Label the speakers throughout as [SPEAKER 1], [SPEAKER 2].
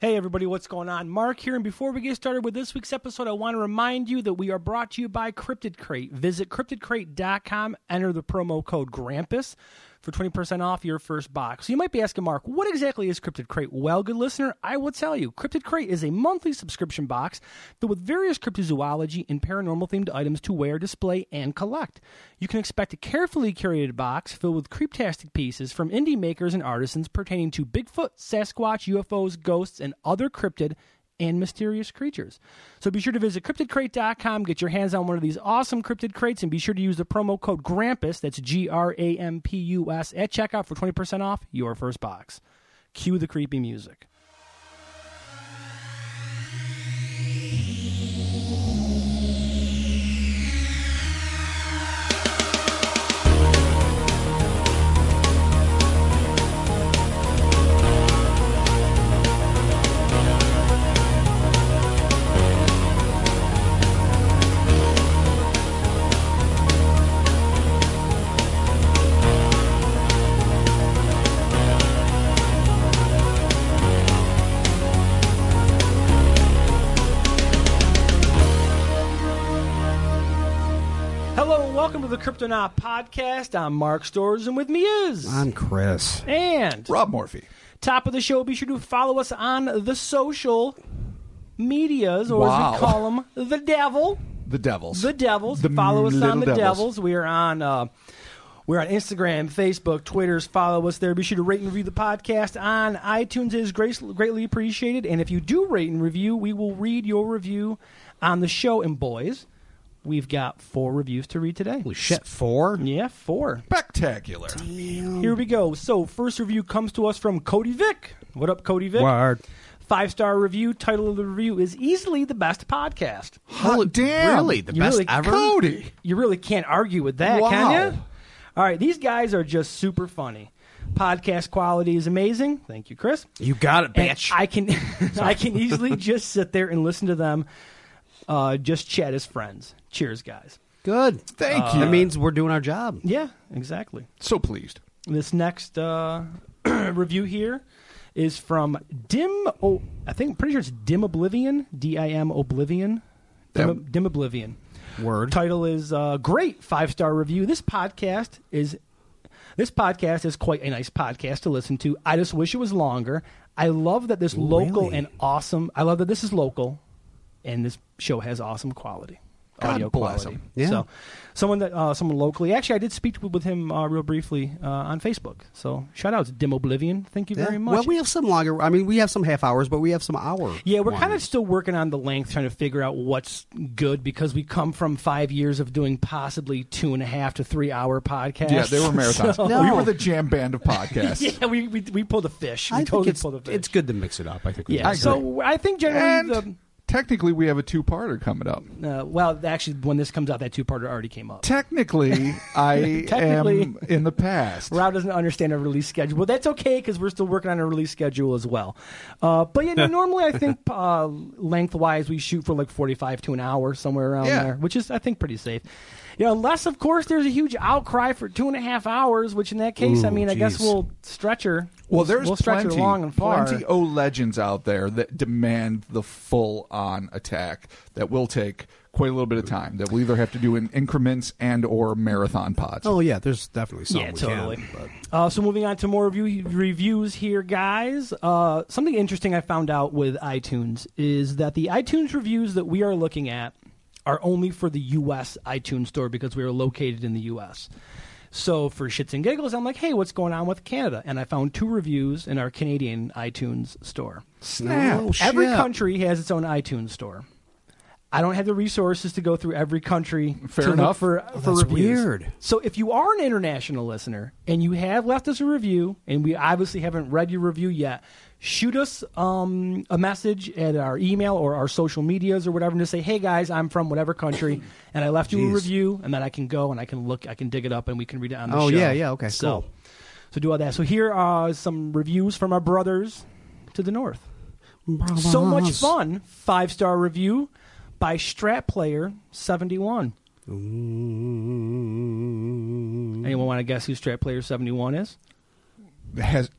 [SPEAKER 1] Hey, everybody, what's going on? Mark here. And before we get started with this week's episode, I want to remind you that we are brought to you by Cryptid Crate. Visit cryptidcrate.com, enter the promo code Grampus for 20% off your first box. So you might be asking Mark, what exactly is Cryptid Crate? Well, good listener, I will tell you. Cryptid Crate is a monthly subscription box filled with various cryptozoology and paranormal themed items to wear, display, and collect. You can expect a carefully curated box filled with creeptastic pieces from indie makers and artisans pertaining to Bigfoot, Sasquatch, UFOs, ghosts, and other cryptid and mysterious creatures. So be sure to visit cryptidcrate.com, get your hands on one of these awesome cryptid crates, and be sure to use the promo code GRAMPUS, that's G R A M P U S, at checkout for 20% off your first box. Cue the creepy music. Hello and welcome to the Cryptonaut Podcast. I'm Mark Storrs, and with me is.
[SPEAKER 2] I'm Chris.
[SPEAKER 1] and
[SPEAKER 3] Rob Morphy.
[SPEAKER 1] top of the show, be sure to follow us on the social medias, or as
[SPEAKER 3] Wow.
[SPEAKER 1] we call them, the devil.
[SPEAKER 3] The Devils.
[SPEAKER 1] The Devils.
[SPEAKER 3] The
[SPEAKER 1] follow us on
[SPEAKER 3] Little
[SPEAKER 1] the Devils.
[SPEAKER 3] Devils.
[SPEAKER 1] We are on. Uh, we're on Instagram, Facebook, Twitter's. Follow us there. Be sure to rate and review the podcast on iTunes. It is grace- greatly appreciated. And if you do rate and review, we will read your review on the show. And boys, we've got four reviews to read today.
[SPEAKER 2] Holy shit, four?
[SPEAKER 1] Yeah, four.
[SPEAKER 3] Spectacular.
[SPEAKER 1] Here we go. So first review comes to us from Cody Vick. What up, Cody Vick?
[SPEAKER 2] Word.
[SPEAKER 1] Five star review. Title of the review is easily the best podcast.
[SPEAKER 3] Holy damn.
[SPEAKER 2] Really? The
[SPEAKER 1] You
[SPEAKER 2] best
[SPEAKER 1] really
[SPEAKER 2] ever?
[SPEAKER 3] Cody.
[SPEAKER 1] You really can't argue with that,
[SPEAKER 3] Wow.
[SPEAKER 1] can you? All right, these guys are just super funny. Podcast quality is amazing. Thank you, Chris.
[SPEAKER 2] You got it,
[SPEAKER 1] And
[SPEAKER 2] bitch.
[SPEAKER 1] I can I can easily just sit there and listen to them uh, just chat as friends. Cheers, guys.
[SPEAKER 2] Good.
[SPEAKER 3] Thank you.
[SPEAKER 2] That means we're doing our job.
[SPEAKER 1] Yeah, exactly.
[SPEAKER 3] So pleased.
[SPEAKER 1] This next uh, review here is from Dim. Oh, I think pretty sure it's Dim Oblivion. D I M Oblivion. Dim,
[SPEAKER 3] That-
[SPEAKER 1] Dim Oblivion.
[SPEAKER 2] Word.
[SPEAKER 1] Title is uh, great five star review. This podcast is this podcast is quite a nice podcast to listen to. I just wish it was longer. I love that this local
[SPEAKER 2] Really?
[SPEAKER 1] and awesome. I love that this is local, and this show has awesome quality.
[SPEAKER 3] God
[SPEAKER 1] audio
[SPEAKER 3] bless
[SPEAKER 1] quality.
[SPEAKER 3] him.
[SPEAKER 2] Yeah.
[SPEAKER 1] So, someone that uh, someone locally. Actually, I did speak with, with him uh, real briefly uh, on Facebook. So, shout out to Dim Oblivion. Thank you very
[SPEAKER 2] Yeah.
[SPEAKER 1] much.
[SPEAKER 2] Well, we have some longer. I mean, we have some half hours, but we have some hour.
[SPEAKER 1] Yeah, we're kind of
[SPEAKER 2] ones.
[SPEAKER 1] still working on the length, trying to figure out what's good because we come from five years of doing possibly two and a half to three hour podcasts.
[SPEAKER 3] Yeah, they were marathons.
[SPEAKER 1] So-
[SPEAKER 3] We were the jam band of podcasts.
[SPEAKER 1] yeah, we, we we pulled a fish. We
[SPEAKER 2] I think
[SPEAKER 1] totally
[SPEAKER 2] it's,
[SPEAKER 1] pulled a fish.
[SPEAKER 2] it's good to mix it up. I think. we
[SPEAKER 1] Yeah,
[SPEAKER 2] mix it up.
[SPEAKER 1] so I think generally
[SPEAKER 3] And technically, we have a two parter coming up.
[SPEAKER 1] the uh, well, actually, when this comes out, that two parter already came up.
[SPEAKER 3] Technically, I
[SPEAKER 1] Technically.
[SPEAKER 3] am in the past.
[SPEAKER 1] Rob doesn't understand our release schedule, but that's okay because we're still working on a release schedule as well. Uh, but yeah, no, normally I think uh, lengthwise we shoot for like forty-five to an hour somewhere around
[SPEAKER 3] Yeah.
[SPEAKER 1] there, which is I think pretty safe. You know, unless of course there's a huge outcry for two and a half hours, which in that case, I
[SPEAKER 2] Ooh,
[SPEAKER 1] mean, I guess
[SPEAKER 2] jeez.
[SPEAKER 1] we'll stretch her.
[SPEAKER 3] Well, there's
[SPEAKER 1] we'll stretch
[SPEAKER 3] plenty,
[SPEAKER 1] her long and far.
[SPEAKER 3] plenty o legends out there that demand the full on attack that will take quite a little bit of time. That we'll either have to do in increments and or marathon pods.
[SPEAKER 2] Oh yeah, there's definitely some.
[SPEAKER 1] Yeah,
[SPEAKER 2] we
[SPEAKER 1] totally.
[SPEAKER 2] Can, but
[SPEAKER 1] Uh, so moving on to more review, reviews here, guys. Uh, something interesting I found out with iTunes is that the iTunes reviews that we are looking at are only for the U.S. iTunes store because we are located in the U.S. So for shits and giggles, I'm like, hey, what's going on with Canada? And I found two reviews in our Canadian iTunes store.
[SPEAKER 3] Snap.
[SPEAKER 2] No Oh, shit.
[SPEAKER 1] Every country has its own iTunes store. I don't have the resources to go through every country.
[SPEAKER 3] Fair
[SPEAKER 1] to look
[SPEAKER 3] enough.
[SPEAKER 1] for, for
[SPEAKER 2] that's
[SPEAKER 1] reviews.
[SPEAKER 2] weird.
[SPEAKER 1] So if you are an international listener and you have left us a review, and we obviously haven't read your review yet, shoot us um, a message at our email or our social medias or whatever, and just say, "Hey guys, I'm from whatever country, and I left you a
[SPEAKER 2] Jeez.
[SPEAKER 1] review," and then I can go and I can look, I can dig it up, and we can read it on the
[SPEAKER 2] Oh,
[SPEAKER 1] show.
[SPEAKER 2] yeah, yeah, okay,
[SPEAKER 1] So,
[SPEAKER 2] cool.
[SPEAKER 1] so do all that. So here are some reviews from our brothers to the north. So much fun. Five star review by Strat Player 71.
[SPEAKER 2] Mm.
[SPEAKER 1] Anyone want to guess who Strat Player 71 is?
[SPEAKER 3] Has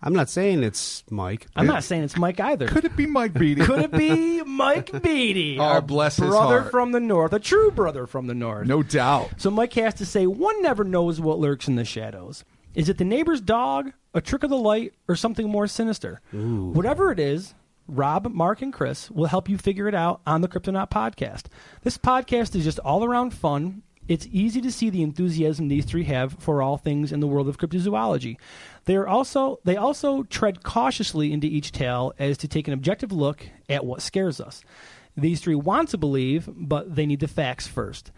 [SPEAKER 2] I'm not saying it's Mike.
[SPEAKER 1] I'm not saying it's Mike either.
[SPEAKER 3] Could it be Mike Beatty?
[SPEAKER 1] Could it be Mike Beatty?
[SPEAKER 3] Oh,
[SPEAKER 1] our
[SPEAKER 3] bless his
[SPEAKER 1] brother
[SPEAKER 3] heart.
[SPEAKER 1] from the north, a true brother from the north.
[SPEAKER 3] no doubt.
[SPEAKER 1] So Mike has to say, one never knows what lurks in the shadows. Is it the neighbor's dog, a trick of the light, or something more sinister? Whatever it is, Rob, Mark, and Chris will help you figure it out on the Kryptonaut podcast. This podcast is just all around fun. It's easy to see the enthusiasm these three have for all things in the world of cryptozoology. They are also they also tread cautiously into each tale as to take an objective look at what scares us. These three want to believe, but they need the facts first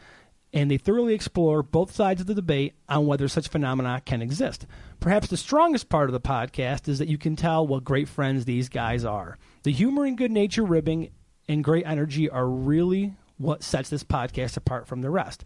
[SPEAKER 1] and they thoroughly explore both sides of the debate on whether such phenomena can exist. Perhaps the strongest part of the podcast is that you can tell what great friends these guys are. The humor and good nature ribbing and great energy are really what sets this podcast apart from the rest.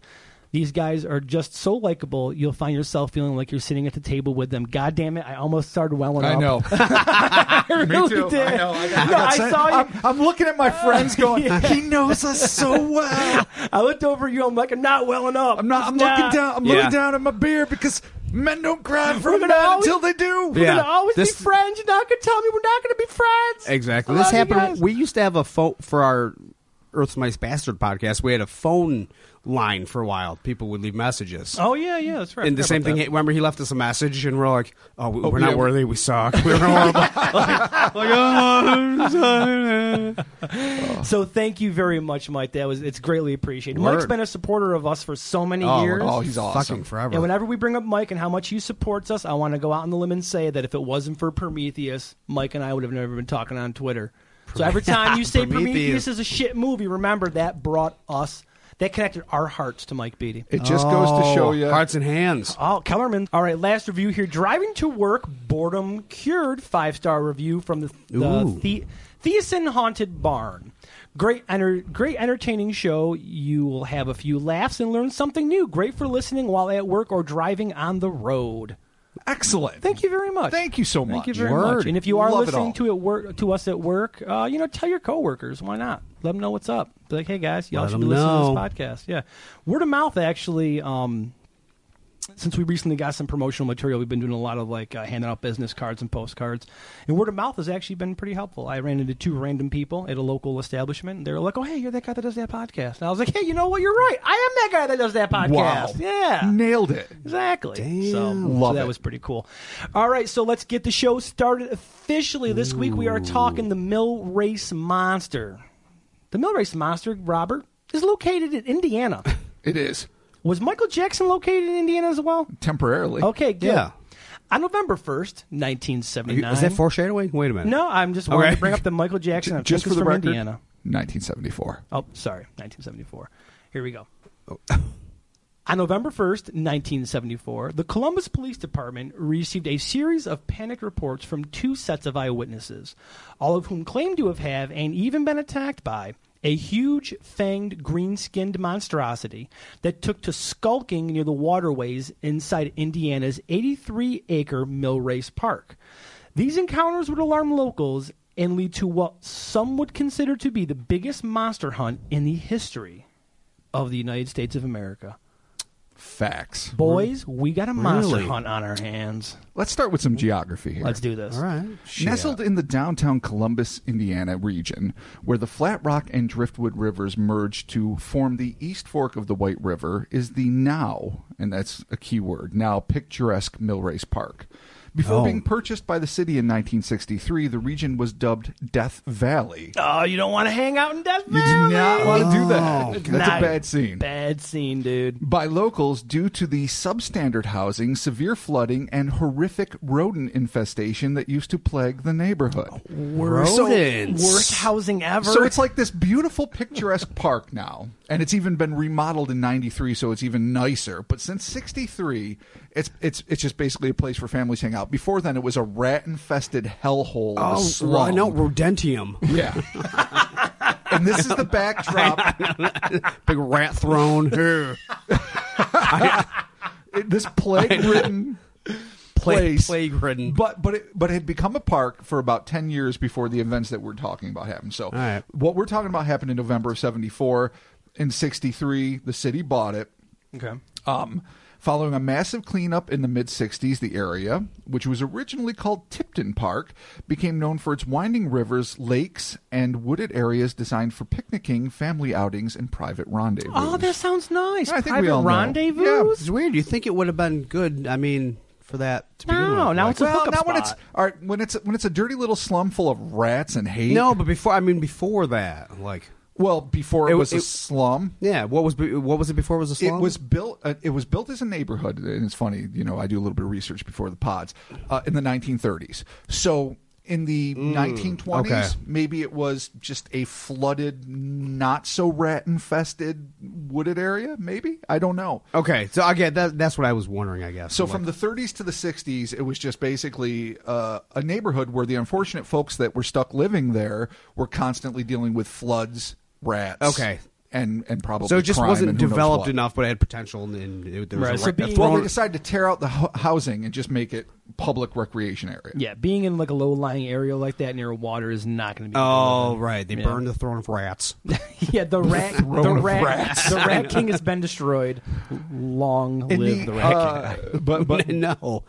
[SPEAKER 1] These guys are just so likable, you'll find yourself feeling like you're sitting at the table with them. God damn it, I almost started welling
[SPEAKER 3] I
[SPEAKER 1] up.
[SPEAKER 3] know.
[SPEAKER 1] I really
[SPEAKER 3] too. I
[SPEAKER 1] did.
[SPEAKER 3] know. I
[SPEAKER 1] No, I saw you.
[SPEAKER 3] I'm, I'm looking at my friends going, he knows us so well.
[SPEAKER 1] I looked over at you. I'm like, I'm not welling up.
[SPEAKER 3] I'm not. I'm
[SPEAKER 1] It's
[SPEAKER 3] looking down. I'm
[SPEAKER 2] Yeah.
[SPEAKER 3] looking down at my beer because men don't cry for
[SPEAKER 1] We're
[SPEAKER 3] a
[SPEAKER 1] gonna
[SPEAKER 3] man
[SPEAKER 1] always-
[SPEAKER 3] until they do.
[SPEAKER 1] We're
[SPEAKER 2] Yeah.
[SPEAKER 1] gonna always
[SPEAKER 2] This-
[SPEAKER 1] be friends. You're not gonna tell me we're not gonna be friends.
[SPEAKER 2] Exactly.
[SPEAKER 1] I
[SPEAKER 2] This
[SPEAKER 1] love you
[SPEAKER 2] happened.
[SPEAKER 1] guys.
[SPEAKER 2] We used to have a phone for our Earth's Mice Bastard podcast. We had a phone line for a while. People would leave messages.
[SPEAKER 1] Oh yeah, yeah, that's right.
[SPEAKER 2] And the
[SPEAKER 1] Forgot
[SPEAKER 2] same
[SPEAKER 1] about
[SPEAKER 2] thing.
[SPEAKER 1] that.
[SPEAKER 2] Remember, he left us a message, and we're like, "Oh, we- we're
[SPEAKER 3] yeah.
[SPEAKER 2] not worthy. We suck. We're horrible." like, like, oh, sorry.
[SPEAKER 1] So thank you very much, Mike. That was it's greatly appreciated. Mike's
[SPEAKER 2] Word.
[SPEAKER 1] been a supporter of us for so many
[SPEAKER 3] Oh,
[SPEAKER 1] years.
[SPEAKER 3] oh, he's awesome.
[SPEAKER 2] fucking forever.
[SPEAKER 1] and whenever we bring up Mike and how much he supports us, I want to go out on the limb and say that if it wasn't for Prometheus, Mike and I would have never been talking on Twitter. So every time you say Prometheus.
[SPEAKER 2] Prometheus.
[SPEAKER 1] is a shit movie, remember that brought us, that connected our hearts to Mike Beatty.
[SPEAKER 3] It just goes to show
[SPEAKER 2] Oh,
[SPEAKER 3] you.
[SPEAKER 2] hearts and hands.
[SPEAKER 1] Oh, Kellerman. All right, last review here. Driving to work, boredom cured. Five star review from the,
[SPEAKER 2] Ooh.
[SPEAKER 1] the, the Theosin Haunted Barn. Great, enter, great, entertaining show. You will have a few laughs and learn something new. Great for listening while at work or driving on the road.
[SPEAKER 3] Excellent.
[SPEAKER 1] Thank you very much.
[SPEAKER 3] Thank you so much.
[SPEAKER 1] Thank you very
[SPEAKER 3] Word.
[SPEAKER 1] much. And if you are
[SPEAKER 3] Love it
[SPEAKER 1] listening
[SPEAKER 3] all.
[SPEAKER 1] to it work to us at work, uh, you know, tell your coworkers. Why not? Let them know what's up. Be like, hey guys, y'all
[SPEAKER 2] Let
[SPEAKER 1] should be
[SPEAKER 2] them
[SPEAKER 1] listening
[SPEAKER 2] know.
[SPEAKER 1] to this podcast. Yeah, word of mouth actually. Um, since we recently got some promotional material, we've been doing a lot of like uh, handing out business cards and postcards. And word of mouth has actually been pretty helpful. I ran into two random people at a local establishment. And they were like, "Oh, hey, you're that guy that does that podcast." And I was like, "Hey, you know what? You're right. I am that guy that does that
[SPEAKER 3] Wow.
[SPEAKER 1] podcast." Yeah,
[SPEAKER 3] Nailed it.
[SPEAKER 1] Exactly. So, so
[SPEAKER 3] Love
[SPEAKER 1] that
[SPEAKER 3] it.
[SPEAKER 1] was pretty cool. All right, so let's get the show started officially. This week we are talking the Mill Race Monster. The Mill Race Monster, Robert, is located in Indiana.
[SPEAKER 3] It is
[SPEAKER 1] was Michael Jackson located in Indiana as well?
[SPEAKER 3] temporarily.
[SPEAKER 1] Okay, good.
[SPEAKER 2] Yeah.
[SPEAKER 1] On November 1st,
[SPEAKER 2] Is
[SPEAKER 1] 1979.
[SPEAKER 2] that foreshadowing? Wait a minute.
[SPEAKER 1] No, I'm just wanting
[SPEAKER 2] Okay.
[SPEAKER 1] to bring up the Michael Jackson. I
[SPEAKER 3] Just
[SPEAKER 1] think it's
[SPEAKER 3] for the
[SPEAKER 1] from
[SPEAKER 3] record,
[SPEAKER 1] Indiana.
[SPEAKER 3] 1974.
[SPEAKER 1] Oh, sorry, 1974. Here we go. On November 1st, 1974, the Columbus Police Department received a series of panic reports from two sets of eyewitnesses, all of whom claimed to have had and even been attacked by a huge, fanged, green skinned monstrosity that took to skulking near the waterways inside Indiana's 83 acre Millrace Park. These encounters would alarm locals and lead to what some would consider to be the biggest monster hunt in the history of the United States of America.
[SPEAKER 3] Facts.
[SPEAKER 1] Boys, we got a monster
[SPEAKER 2] Really?
[SPEAKER 1] hunt on our hands.
[SPEAKER 3] Let's start with some geography here.
[SPEAKER 1] Let's do this.
[SPEAKER 2] All right. Shit.
[SPEAKER 3] Nestled in the downtown Columbus, Indiana region, where the Flat Rock and Driftwood rivers merge to form the East Fork of the White River, is the now, and that's a key word, now picturesque Millrace Park. Before
[SPEAKER 2] Oh.
[SPEAKER 3] being purchased by the city in 1963, the region was dubbed Death Valley.
[SPEAKER 1] Oh, you don't want to hang out in Death
[SPEAKER 3] You do
[SPEAKER 1] Valley.
[SPEAKER 3] not want to do that. That's
[SPEAKER 1] Not-
[SPEAKER 3] a bad scene.
[SPEAKER 1] Bad scene, dude.
[SPEAKER 3] by locals due to the substandard housing, severe flooding, and horrific rodent infestation that used to plague the neighborhood.
[SPEAKER 2] rodents.
[SPEAKER 1] Worst housing ever.
[SPEAKER 3] So it's like this beautiful, picturesque park now, and it's even been remodeled in '93, so it's even nicer. But since '63, it's it's it's just basically a place where families hang out. Before then, it was a rat-infested hellhole. of a
[SPEAKER 2] Oh, well, I
[SPEAKER 3] slum.
[SPEAKER 2] know rodentium.
[SPEAKER 3] Yeah. and this is the backdrop.
[SPEAKER 2] Big rat throne. Here.
[SPEAKER 3] this plague-ridden
[SPEAKER 2] Plague,
[SPEAKER 3] place.
[SPEAKER 2] plague ridden.
[SPEAKER 3] But but it but it had become a park for about ten years before the events that we're talking about happened. So
[SPEAKER 2] right.
[SPEAKER 3] what we're talking about happened in November of seventy four. In sixty three, the city bought it.
[SPEAKER 1] okay.
[SPEAKER 3] Um, Following a massive cleanup in the mid 60s, the area, which was originally called Tipton Park, became known for its winding rivers, lakes, and wooded areas designed for picnicking, family outings, and private rendezvous.
[SPEAKER 1] Oh, that sounds nice.
[SPEAKER 3] I think we
[SPEAKER 1] Private
[SPEAKER 3] all know.
[SPEAKER 1] rendezvous.
[SPEAKER 2] It's weird. You think it would have been good? I mean, for that. To begin
[SPEAKER 1] No,
[SPEAKER 2] with.
[SPEAKER 1] now
[SPEAKER 2] like-
[SPEAKER 1] it's a hookup
[SPEAKER 3] not when it's
[SPEAKER 1] spot.
[SPEAKER 3] all right, when it's when it's a dirty little slum full of rats and hate.
[SPEAKER 2] no, but before. I mean, before that, like,
[SPEAKER 3] well, before it,
[SPEAKER 2] It-
[SPEAKER 3] was a
[SPEAKER 2] it-
[SPEAKER 3] slum.
[SPEAKER 2] yeah. What was be- what was it before? It was a
[SPEAKER 3] It
[SPEAKER 2] slum?
[SPEAKER 3] was built. Uh, it was built as a neighborhood, and it's funny. You know, I do a little bit of research before the pods uh, in the 1930s. So in the 1920s,
[SPEAKER 2] okay.
[SPEAKER 3] maybe it was just a flooded, not so rat infested wooded area. Maybe I don't know.
[SPEAKER 2] okay. So again, that, that's what I was wondering. I guess.
[SPEAKER 3] So
[SPEAKER 2] I'm
[SPEAKER 3] from the 30s to the 60s, it was just basically uh, a neighborhood where the unfortunate folks that were stuck living there were constantly dealing with floods, rats,
[SPEAKER 2] Okay.
[SPEAKER 3] and and probably
[SPEAKER 2] like- so it just
[SPEAKER 3] crime
[SPEAKER 2] wasn't
[SPEAKER 3] and who knows
[SPEAKER 2] developed
[SPEAKER 3] what.
[SPEAKER 2] enough, but it had potential, and, and it, there was
[SPEAKER 1] Right,
[SPEAKER 2] a,
[SPEAKER 1] so
[SPEAKER 2] re- a
[SPEAKER 1] being-
[SPEAKER 2] thrown-
[SPEAKER 3] Well, they decided to tear out the ho- housing and just make it public recreation area.
[SPEAKER 1] Yeah, being in like a low lying area like that near water is not going to be.
[SPEAKER 2] Oh right, they
[SPEAKER 1] Yeah.
[SPEAKER 2] burned the throne of rats.
[SPEAKER 1] yeah, the rat, the
[SPEAKER 3] Throne of
[SPEAKER 1] rat,
[SPEAKER 3] rats.
[SPEAKER 1] the rat king has been destroyed. Long
[SPEAKER 3] In
[SPEAKER 1] live
[SPEAKER 3] the,
[SPEAKER 1] the, rat king.
[SPEAKER 3] uh, but but
[SPEAKER 2] no,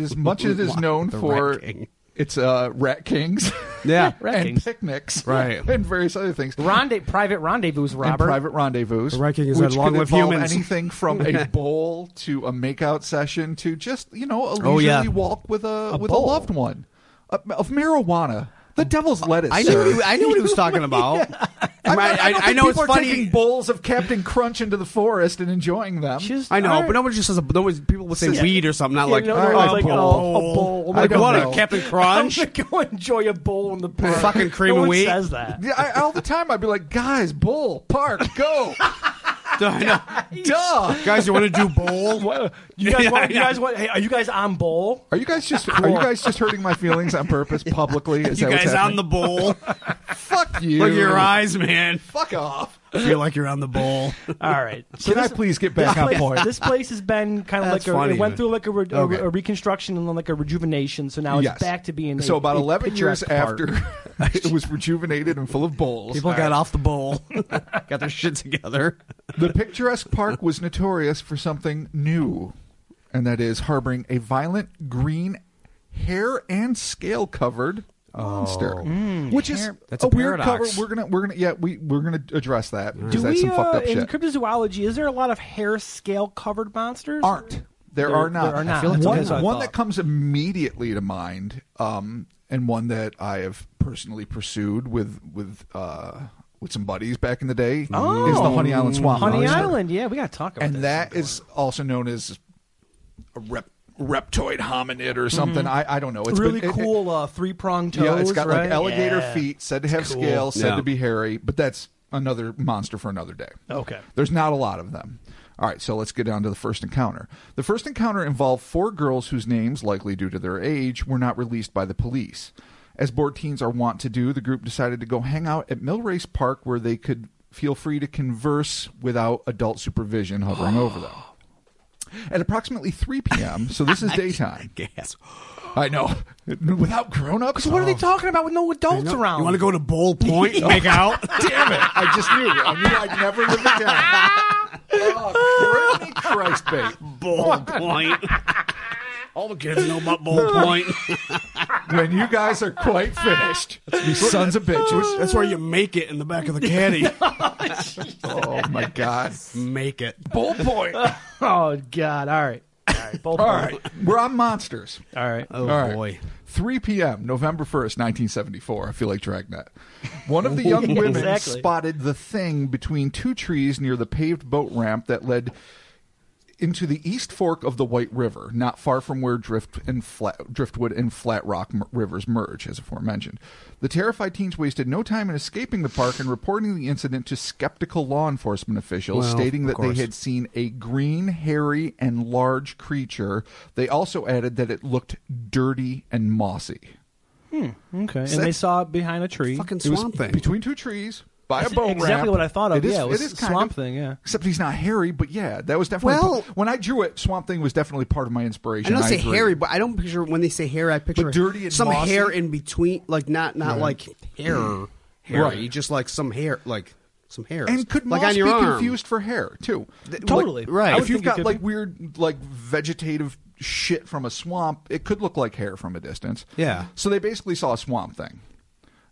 [SPEAKER 3] as much as it is known
[SPEAKER 2] The Rat
[SPEAKER 3] for
[SPEAKER 2] King.
[SPEAKER 3] its uh, rat kings,
[SPEAKER 2] yeah,
[SPEAKER 1] Rat
[SPEAKER 3] and
[SPEAKER 1] kings.
[SPEAKER 3] picnics,
[SPEAKER 2] Right.
[SPEAKER 3] and various other things.
[SPEAKER 1] Ronde- private rendezvous,
[SPEAKER 3] and
[SPEAKER 1] Robert.
[SPEAKER 3] private rendezvous.
[SPEAKER 2] The Rat King has
[SPEAKER 3] which
[SPEAKER 2] had long
[SPEAKER 3] could
[SPEAKER 2] live
[SPEAKER 3] involve
[SPEAKER 2] humans.
[SPEAKER 3] anything from a bowl to a makeout session to just you know a leisurely
[SPEAKER 2] Oh, yeah.
[SPEAKER 3] walk with a, with
[SPEAKER 1] bowl.
[SPEAKER 3] a loved one Uh, of marijuana. The devil's lettuce.
[SPEAKER 2] I knew
[SPEAKER 3] sir.
[SPEAKER 2] what he, I knew what he was talking about.
[SPEAKER 3] I'm not-
[SPEAKER 2] I,
[SPEAKER 3] I, don't
[SPEAKER 2] I
[SPEAKER 3] think
[SPEAKER 2] know it's
[SPEAKER 3] people are
[SPEAKER 2] funny.
[SPEAKER 3] taking bowls of Captain Crunch into the forest and enjoying them.
[SPEAKER 1] Just-
[SPEAKER 2] I know,
[SPEAKER 1] all right.
[SPEAKER 2] but nobody just says a, nobody, people would say
[SPEAKER 1] Yeah.
[SPEAKER 2] weed or something, not
[SPEAKER 1] Yeah,
[SPEAKER 2] like
[SPEAKER 1] no, no,
[SPEAKER 2] oh,
[SPEAKER 1] it's like,
[SPEAKER 2] bowl.
[SPEAKER 1] oh, a bowl. Oh, my
[SPEAKER 2] Like,
[SPEAKER 1] God.
[SPEAKER 2] what
[SPEAKER 3] No.
[SPEAKER 2] a Captain Crunch.
[SPEAKER 1] I'm gonna go enjoy a bowl in the park.
[SPEAKER 2] Fucking cream
[SPEAKER 1] no
[SPEAKER 2] of
[SPEAKER 1] one
[SPEAKER 2] wheat.
[SPEAKER 1] Says that.
[SPEAKER 3] Yeah, I, all the time I'd be like, guys, bowl, park, go,
[SPEAKER 2] I know.
[SPEAKER 3] duh.
[SPEAKER 2] Guys, you want to do bowl?
[SPEAKER 1] What- you guys
[SPEAKER 2] Yeah,
[SPEAKER 1] want? You
[SPEAKER 2] yeah.
[SPEAKER 1] guys want? Hey, are you guys on bowl?
[SPEAKER 3] Are you guys just are you guys just hurting my feelings on purpose publicly? Is
[SPEAKER 2] you
[SPEAKER 3] that
[SPEAKER 2] guys
[SPEAKER 3] what's
[SPEAKER 2] on
[SPEAKER 3] happening?
[SPEAKER 2] the bowl?
[SPEAKER 3] fuck you?
[SPEAKER 2] Look at your eyes, man.
[SPEAKER 3] Fuck off.
[SPEAKER 2] Feel like you're on the bowl.
[SPEAKER 1] All right. So
[SPEAKER 3] Can I
[SPEAKER 1] this,
[SPEAKER 3] please get back on
[SPEAKER 1] place,
[SPEAKER 3] point?
[SPEAKER 1] this place has been kind of
[SPEAKER 2] That's
[SPEAKER 1] like a,
[SPEAKER 2] funny,
[SPEAKER 1] it went
[SPEAKER 2] man.
[SPEAKER 1] through like a, re- a-
[SPEAKER 3] Okay.
[SPEAKER 1] a reconstruction and then like a rejuvenation. So now it's back to being
[SPEAKER 3] so
[SPEAKER 1] a,
[SPEAKER 3] about
[SPEAKER 1] a
[SPEAKER 3] 11 years
[SPEAKER 1] picturesque park.
[SPEAKER 3] after it was rejuvenated and full of bowls
[SPEAKER 2] People got off the bowl, got their shit together.
[SPEAKER 3] the picturesque park was notorious for something new and that is harboring a violent green hair and scale covered monster which is
[SPEAKER 1] hair-
[SPEAKER 2] Oh. that's
[SPEAKER 3] a,
[SPEAKER 2] a
[SPEAKER 3] weird cover
[SPEAKER 2] paradox.
[SPEAKER 3] we're gonna we're gonna yeah we, we're gonna address that because
[SPEAKER 1] Do
[SPEAKER 3] that's
[SPEAKER 1] we
[SPEAKER 3] some fucked
[SPEAKER 1] uh,
[SPEAKER 3] up
[SPEAKER 1] in
[SPEAKER 3] shit
[SPEAKER 1] cryptozoology? Is there a lot of hair scale covered monsters?
[SPEAKER 3] aren't there,
[SPEAKER 1] There-
[SPEAKER 3] are not
[SPEAKER 1] there are not. I
[SPEAKER 2] feel like
[SPEAKER 3] one,
[SPEAKER 2] that's what I
[SPEAKER 3] one
[SPEAKER 1] thought.
[SPEAKER 3] that comes immediately to mind um and one that i have personally pursued with with uh with some buddies back in the day
[SPEAKER 1] Oh.
[SPEAKER 3] is the honey island swamp
[SPEAKER 1] Honey
[SPEAKER 3] monster.
[SPEAKER 1] Island. Yeah, we gotta talk about
[SPEAKER 3] and
[SPEAKER 1] that.
[SPEAKER 3] that is also known as a rep reptoid hominid or something i i don't know It's
[SPEAKER 1] Mm-hmm. really
[SPEAKER 3] been, it- it-
[SPEAKER 1] cool uh, three pronged toes.
[SPEAKER 3] yeah, it's got
[SPEAKER 1] right?
[SPEAKER 3] like alligator
[SPEAKER 1] Yeah.
[SPEAKER 3] feet, said to have scales, said
[SPEAKER 2] Yeah.
[SPEAKER 3] to be hairy, but that's another monster for another day.
[SPEAKER 1] Okay.
[SPEAKER 3] There's not a lot of them. All right, so let's get down to the first encounter. The first encounter involved four girls whose names, likely due to their age, were not released by the police. As bored teens are wont to do, the group decided to go hang out at Millrace Park where they could feel free to converse without adult supervision hovering over them. At approximately 3 p.m., so this is daytime.
[SPEAKER 2] Gas.
[SPEAKER 3] I know. Without grown ups?
[SPEAKER 1] What are they talking about with no adults around?
[SPEAKER 2] You want to go to Bowl Point and make out?
[SPEAKER 3] Damn it! I just knew. I knew I'd never live again. Oh, great Christ, babe.
[SPEAKER 2] Bowl Point. All the kids know about Bowl Point.
[SPEAKER 3] When you guys are quite finished, you sons of bitches.
[SPEAKER 2] That's where you make it in the back of the caddy.
[SPEAKER 3] Oh my God.
[SPEAKER 2] make it.
[SPEAKER 3] Bull point. All
[SPEAKER 1] Oh God! All right, all right, both
[SPEAKER 3] right, we're on monsters.
[SPEAKER 1] all right.
[SPEAKER 2] Oh
[SPEAKER 3] All right.
[SPEAKER 2] boy.
[SPEAKER 3] 3 p.m., November 1st, 1974. I feel like Dragnet. One of the young women
[SPEAKER 1] Exactly.
[SPEAKER 3] spotted the thing between two trees near the paved boat ramp that led into the east fork of the White River, not far from where drift and flat, driftwood and flat rock m- rivers merge, as aforementioned. The terrified teens wasted no time in escaping the park and reporting the incident to skeptical law enforcement officials,
[SPEAKER 2] Well,
[SPEAKER 3] stating
[SPEAKER 2] of
[SPEAKER 3] that
[SPEAKER 2] course.
[SPEAKER 3] they had seen a green, hairy, and large creature. They also added that it looked dirty and mossy.
[SPEAKER 1] Okay, and
[SPEAKER 3] So
[SPEAKER 1] they
[SPEAKER 3] that's-
[SPEAKER 1] saw it behind a tree.
[SPEAKER 2] Fucking
[SPEAKER 3] It was
[SPEAKER 2] swamp thing.
[SPEAKER 3] between two trees by
[SPEAKER 1] That's
[SPEAKER 3] a boat
[SPEAKER 1] exactly
[SPEAKER 3] ramp.
[SPEAKER 1] what I thought of,
[SPEAKER 3] It is,
[SPEAKER 1] yeah, it was
[SPEAKER 3] is kind
[SPEAKER 1] Swamp
[SPEAKER 3] of-
[SPEAKER 1] Thing, yeah.
[SPEAKER 3] Except he's not hairy, but yeah, that was definitely
[SPEAKER 2] Well-
[SPEAKER 3] when I drew it. Swamp Thing was definitely part of my
[SPEAKER 2] I
[SPEAKER 3] inspiration.
[SPEAKER 2] don't say
[SPEAKER 3] agree.
[SPEAKER 2] hairy, but I don't picture when they say hair. I picture
[SPEAKER 3] dirty and
[SPEAKER 2] some
[SPEAKER 3] mossy?
[SPEAKER 2] hair in between, like not not like hair, hairy,
[SPEAKER 3] Right.
[SPEAKER 2] just like some hair, like some hairs.
[SPEAKER 3] And could
[SPEAKER 2] like
[SPEAKER 3] moss
[SPEAKER 2] on your
[SPEAKER 3] be
[SPEAKER 2] arm.
[SPEAKER 3] confused for hair too?
[SPEAKER 1] Totally.
[SPEAKER 2] Like- right.
[SPEAKER 1] I would
[SPEAKER 3] if you've
[SPEAKER 1] think it
[SPEAKER 3] got
[SPEAKER 1] could
[SPEAKER 3] like
[SPEAKER 1] be.
[SPEAKER 3] weird like vegetative shit from a swamp, it could look like hair from a distance.
[SPEAKER 2] Yeah.
[SPEAKER 3] So they basically saw a swamp thing.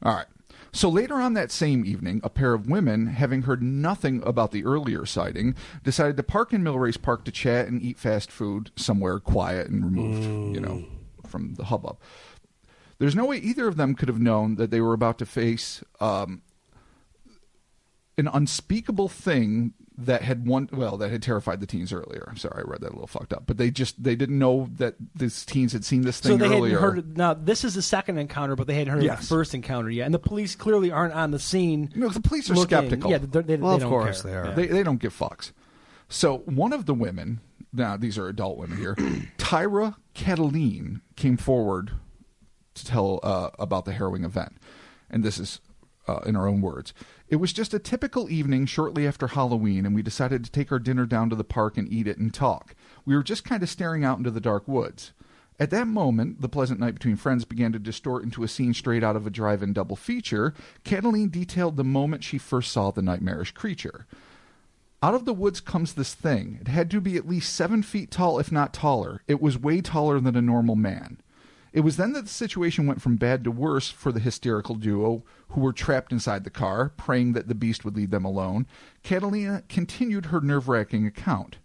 [SPEAKER 3] All right. So later on that same evening, a pair of women, having heard nothing about the earlier sighting, decided to park in Millrace Park to chat and eat fast food somewhere quiet and removed, you know,
[SPEAKER 1] Mm.
[SPEAKER 3] from the hubbub. There's no way either of them could have known that they were about to face um, an unspeakable thing that had one well that had terrified the teens earlier. I'm sorry, I read that a little fucked up, but they just they didn't know that these teens had seen this thing
[SPEAKER 1] So they
[SPEAKER 3] earlier.
[SPEAKER 1] hadn't heard. It, now this is the second encounter, but they hadn't heard of the
[SPEAKER 3] Yes.
[SPEAKER 1] first encounter yet, and the police clearly aren't on the scene.
[SPEAKER 3] No, the police are
[SPEAKER 1] looking.
[SPEAKER 3] skeptical.
[SPEAKER 1] Yeah, they, they,
[SPEAKER 2] Well,
[SPEAKER 1] they
[SPEAKER 2] of
[SPEAKER 1] don't
[SPEAKER 2] course
[SPEAKER 1] care.
[SPEAKER 2] they are.
[SPEAKER 1] Yeah.
[SPEAKER 3] They they don't give fucks. So one of the women, now these are adult women here, Tyra Cataline came forward to tell uh, about the harrowing event, and this is uh, in her own words. It was just a typical evening shortly after Halloween, and we decided to take our dinner down to the park and eat it and talk. We were just kind of staring out into the dark woods. At that moment, the pleasant night between friends began to distort into a scene straight out of a drive in double feature. Cataline detailed the moment she first saw the nightmarish creature. Out of the woods comes this thing. It had to be at least seven feet tall, if not taller. It was way taller than a normal man. It was then that the situation went from bad to worse for the hysterical duo, who were trapped inside the car, praying that the beast would leave them alone. Catalina continued her nerve wracking account.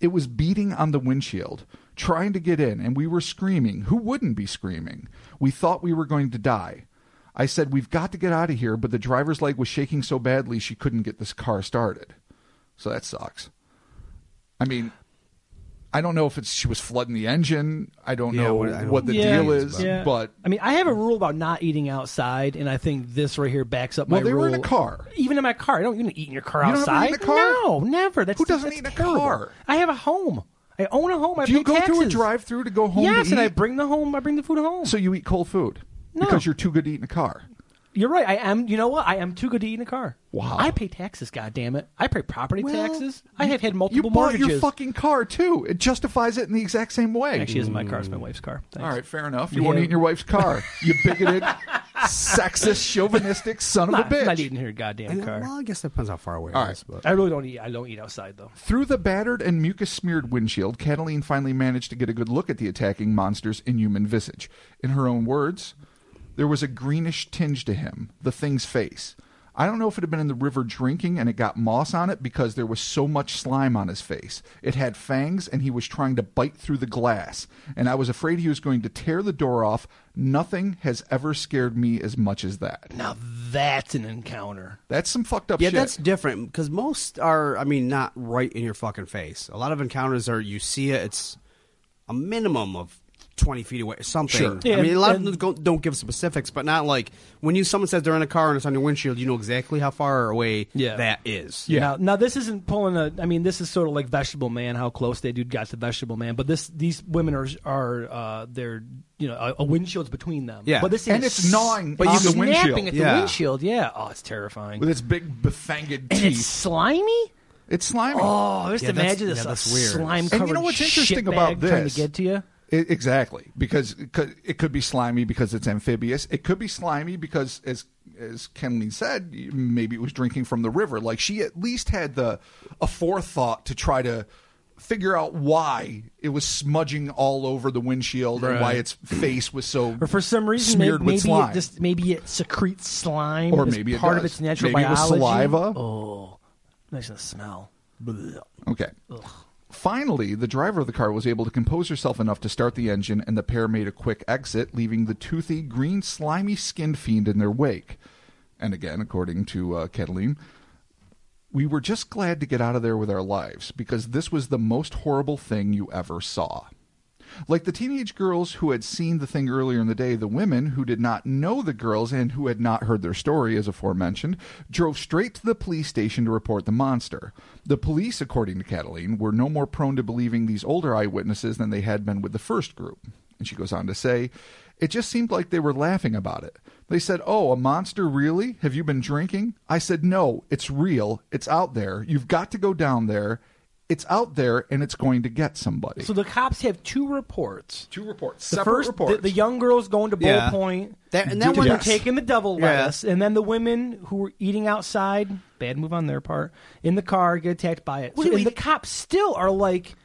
[SPEAKER 3] It was beating on the windshield, trying to get in, and we were screaming. Who wouldn't be screaming? We thought we were going to die. I said, We've got to get out of here, but the driver's leg was shaking so badly she couldn't get this car started. So that sucks. I mean, I don't know if it's she was flooding the engine. I don't
[SPEAKER 2] Yeah,
[SPEAKER 3] know
[SPEAKER 2] what-
[SPEAKER 3] what,
[SPEAKER 2] I don't
[SPEAKER 3] the
[SPEAKER 2] know.
[SPEAKER 3] deal
[SPEAKER 2] Yeah,
[SPEAKER 3] is,
[SPEAKER 1] yeah.
[SPEAKER 3] but
[SPEAKER 1] I mean, I have a rule about not eating outside, and I think this right here backs up
[SPEAKER 3] well,
[SPEAKER 1] my
[SPEAKER 3] they
[SPEAKER 1] rule.
[SPEAKER 3] were in a car.
[SPEAKER 1] Even in my car, I don't even eat in your car
[SPEAKER 3] You don't ever
[SPEAKER 1] outside.
[SPEAKER 3] eat in a car?
[SPEAKER 1] No, never. That's
[SPEAKER 3] Who doesn't
[SPEAKER 1] that's
[SPEAKER 3] eat in a
[SPEAKER 1] terrible.
[SPEAKER 3] car?
[SPEAKER 1] I have a home. I own a home. I
[SPEAKER 3] Do
[SPEAKER 1] pay
[SPEAKER 3] you go through a
[SPEAKER 1] taxes.
[SPEAKER 3] drive-through to go home?
[SPEAKER 1] Yes,
[SPEAKER 3] to
[SPEAKER 1] and I
[SPEAKER 3] eat?
[SPEAKER 1] bring the home. I bring the food home.
[SPEAKER 3] so you eat cold food
[SPEAKER 1] No.
[SPEAKER 3] because you're too good to eat in a car.
[SPEAKER 1] You're right. I am. You know what? I am too good to eat in a car.
[SPEAKER 3] Wow.
[SPEAKER 1] I pay taxes. God damn it! I pay property
[SPEAKER 3] Well,
[SPEAKER 1] taxes. I have had multiple
[SPEAKER 3] You bought
[SPEAKER 1] mortgages.
[SPEAKER 3] your fucking car too. It justifies it in the exact same way.
[SPEAKER 1] Actually, it's my car. It's my wife's car. Thanks.
[SPEAKER 3] All right, fair enough. You
[SPEAKER 1] Yeah.
[SPEAKER 3] won't eat in your wife's car. You bigoted, sexist, chauvinistic son of a
[SPEAKER 1] I'm not, I'm
[SPEAKER 3] bitch.
[SPEAKER 1] not eating in her goddamn car.
[SPEAKER 2] Well, I guess that depends how far away
[SPEAKER 3] All
[SPEAKER 2] it is.
[SPEAKER 3] right.
[SPEAKER 2] But.
[SPEAKER 1] I really don't eat. I don't eat outside though.
[SPEAKER 3] Through the battered and mucus smeared windshield, Cataline finally managed to get a good look at the attacking monster's inhuman visage. In her own words, there was a greenish tinge to him, the thing's face. I don't know if it had been in the river drinking and it got moss on it because there was so much slime on his face. It had fangs and he was trying to bite through the glass, and I was afraid he was going to tear the door off. Nothing has ever scared me as much as that.
[SPEAKER 1] Now that's an encounter.
[SPEAKER 3] That's some fucked up
[SPEAKER 2] Yeah,
[SPEAKER 3] shit.
[SPEAKER 2] that's different because most are, I mean, not right in your fucking face. A lot of encounters are you see it, it's a minimum of twenty feet away, something.
[SPEAKER 3] Sure.
[SPEAKER 1] Yeah,
[SPEAKER 2] I mean, a lot
[SPEAKER 1] and-
[SPEAKER 2] of them go- don't give specifics, but not like when you someone says they're in a car and it's on your windshield, you know exactly how far away
[SPEAKER 1] Yeah.
[SPEAKER 2] that is.
[SPEAKER 3] Yeah.
[SPEAKER 1] Now, now this isn't pulling a. I mean, this is sort of like Vegetable Man, how close they dude got to Vegetable Man. But this, these women are are uh, they're you know a, a windshield's between them.
[SPEAKER 2] Yeah.
[SPEAKER 1] But this thing
[SPEAKER 3] And
[SPEAKER 1] is
[SPEAKER 3] it's gnawing
[SPEAKER 1] but
[SPEAKER 3] on
[SPEAKER 1] you
[SPEAKER 3] the
[SPEAKER 1] snapping
[SPEAKER 3] windshield.
[SPEAKER 1] at the
[SPEAKER 2] Yeah.
[SPEAKER 1] windshield. Yeah. Oh, it's terrifying.
[SPEAKER 3] With its big befanged
[SPEAKER 1] and
[SPEAKER 3] teeth.
[SPEAKER 1] it's slimy.
[SPEAKER 3] It's slimy.
[SPEAKER 1] Oh, just
[SPEAKER 2] Yeah, that's-
[SPEAKER 1] imagine this
[SPEAKER 2] yeah,
[SPEAKER 1] a
[SPEAKER 2] that's weird.
[SPEAKER 1] slime
[SPEAKER 3] And
[SPEAKER 1] covered
[SPEAKER 3] you know what's interesting about this?
[SPEAKER 1] trying to get to you.
[SPEAKER 3] I- E, exactly, because it could, it could be slimy because it's amphibious. It could be slimy because, as as Kenley said, maybe it was drinking from the river. Like she at least had the a forethought to try to figure out why it was smudging all over the windshield and why its face was so
[SPEAKER 1] Or for some reason, may-
[SPEAKER 3] smeared
[SPEAKER 1] maybe,
[SPEAKER 3] with slime.
[SPEAKER 1] it just maybe it secretes slime,
[SPEAKER 3] Or
[SPEAKER 1] as
[SPEAKER 3] maybe it
[SPEAKER 1] part of
[SPEAKER 3] does.
[SPEAKER 1] its natural
[SPEAKER 3] Maybe it was
[SPEAKER 1] biology.
[SPEAKER 3] saliva.
[SPEAKER 1] Oh, imagine the smell. Blech.
[SPEAKER 3] Okay. Finally, the driver of the car was able to compose herself enough to start the engine, and the pair made a quick exit, leaving the toothy, green, slimy skinned fiend in their wake. And again, according to uh, Cataline, we were just glad to get out of there with our lives because this was the most horrible thing you ever saw. Like the teenage girls who had seen the thing earlier in the day, the women who did not know the girls and who had not heard their story, as aforementioned, drove straight to the police station to report the monster. The police, according to Cataline, were no more prone to believing these older eyewitnesses than they had been with the first group. And she goes on to say, It just seemed like they were laughing about it. They said, Oh, a monster, really? Have you been drinking? I said, No, it's real. It's out there. You've got to go down there. it's out there and it's going to get somebody.
[SPEAKER 1] So the cops have two reports.
[SPEAKER 3] two reports,
[SPEAKER 1] The
[SPEAKER 3] separate
[SPEAKER 1] first, the-
[SPEAKER 3] reports.
[SPEAKER 1] The, young girls going to Bull
[SPEAKER 2] Yeah.
[SPEAKER 1] Point.
[SPEAKER 2] That- and that
[SPEAKER 1] were
[SPEAKER 2] one-
[SPEAKER 1] taking the devil
[SPEAKER 2] Yeah.
[SPEAKER 1] lettuce, and then the women who were eating outside. Bad move on their part. In the car, get attacked by it. So,
[SPEAKER 2] What do
[SPEAKER 1] and
[SPEAKER 2] we-
[SPEAKER 1] the cops still are like,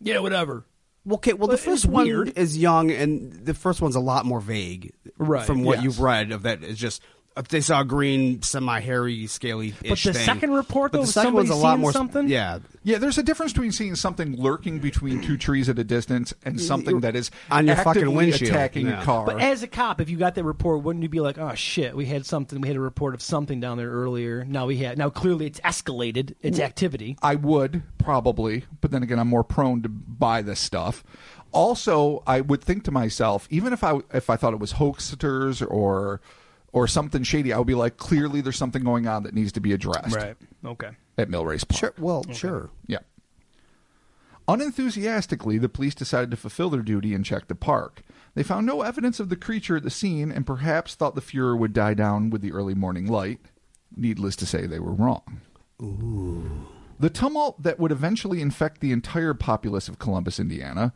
[SPEAKER 1] yeah, whatever.
[SPEAKER 2] Okay, well,
[SPEAKER 1] But
[SPEAKER 2] the first
[SPEAKER 1] it's
[SPEAKER 2] one
[SPEAKER 1] weird.
[SPEAKER 2] is young, and the first one's a lot more vague,
[SPEAKER 1] Right,
[SPEAKER 2] From what
[SPEAKER 1] yes.
[SPEAKER 2] you've read of that, it's just if they saw a green, semi-hairy, scaly.
[SPEAKER 1] But the second report, though,
[SPEAKER 2] the second
[SPEAKER 1] somebody
[SPEAKER 2] one's a lot
[SPEAKER 1] seeing
[SPEAKER 2] more
[SPEAKER 1] something?
[SPEAKER 2] Yeah,
[SPEAKER 3] yeah, there's a difference between seeing something lurking between two trees at a distance and something that is
[SPEAKER 2] On your fucking
[SPEAKER 3] actively
[SPEAKER 2] windshield,
[SPEAKER 3] attacking
[SPEAKER 2] yeah.
[SPEAKER 3] a car.
[SPEAKER 1] But as a cop, if you got that report, wouldn't you be like, "Oh shit, we had something. We had a report of something down there earlier. Now we had. Now clearly, it's escalated its activity."
[SPEAKER 3] I would probably, but then again, I'm more prone to buy this stuff. Also, I would think to myself, even if I if I thought it was hoaxsters or or something shady, I would be like, clearly there's something going on that needs to be addressed
[SPEAKER 1] Okay.
[SPEAKER 3] at Millrace Park.
[SPEAKER 2] sure. Well, sure.
[SPEAKER 3] Yeah. Unenthusiastically, the police decided to fulfill their duty and check the park. They found no evidence of the creature at the scene and perhaps thought the furor would die down with the early morning light. Needless to say, they were wrong. The tumult that would eventually infect the entire populace of Columbus, Indiana,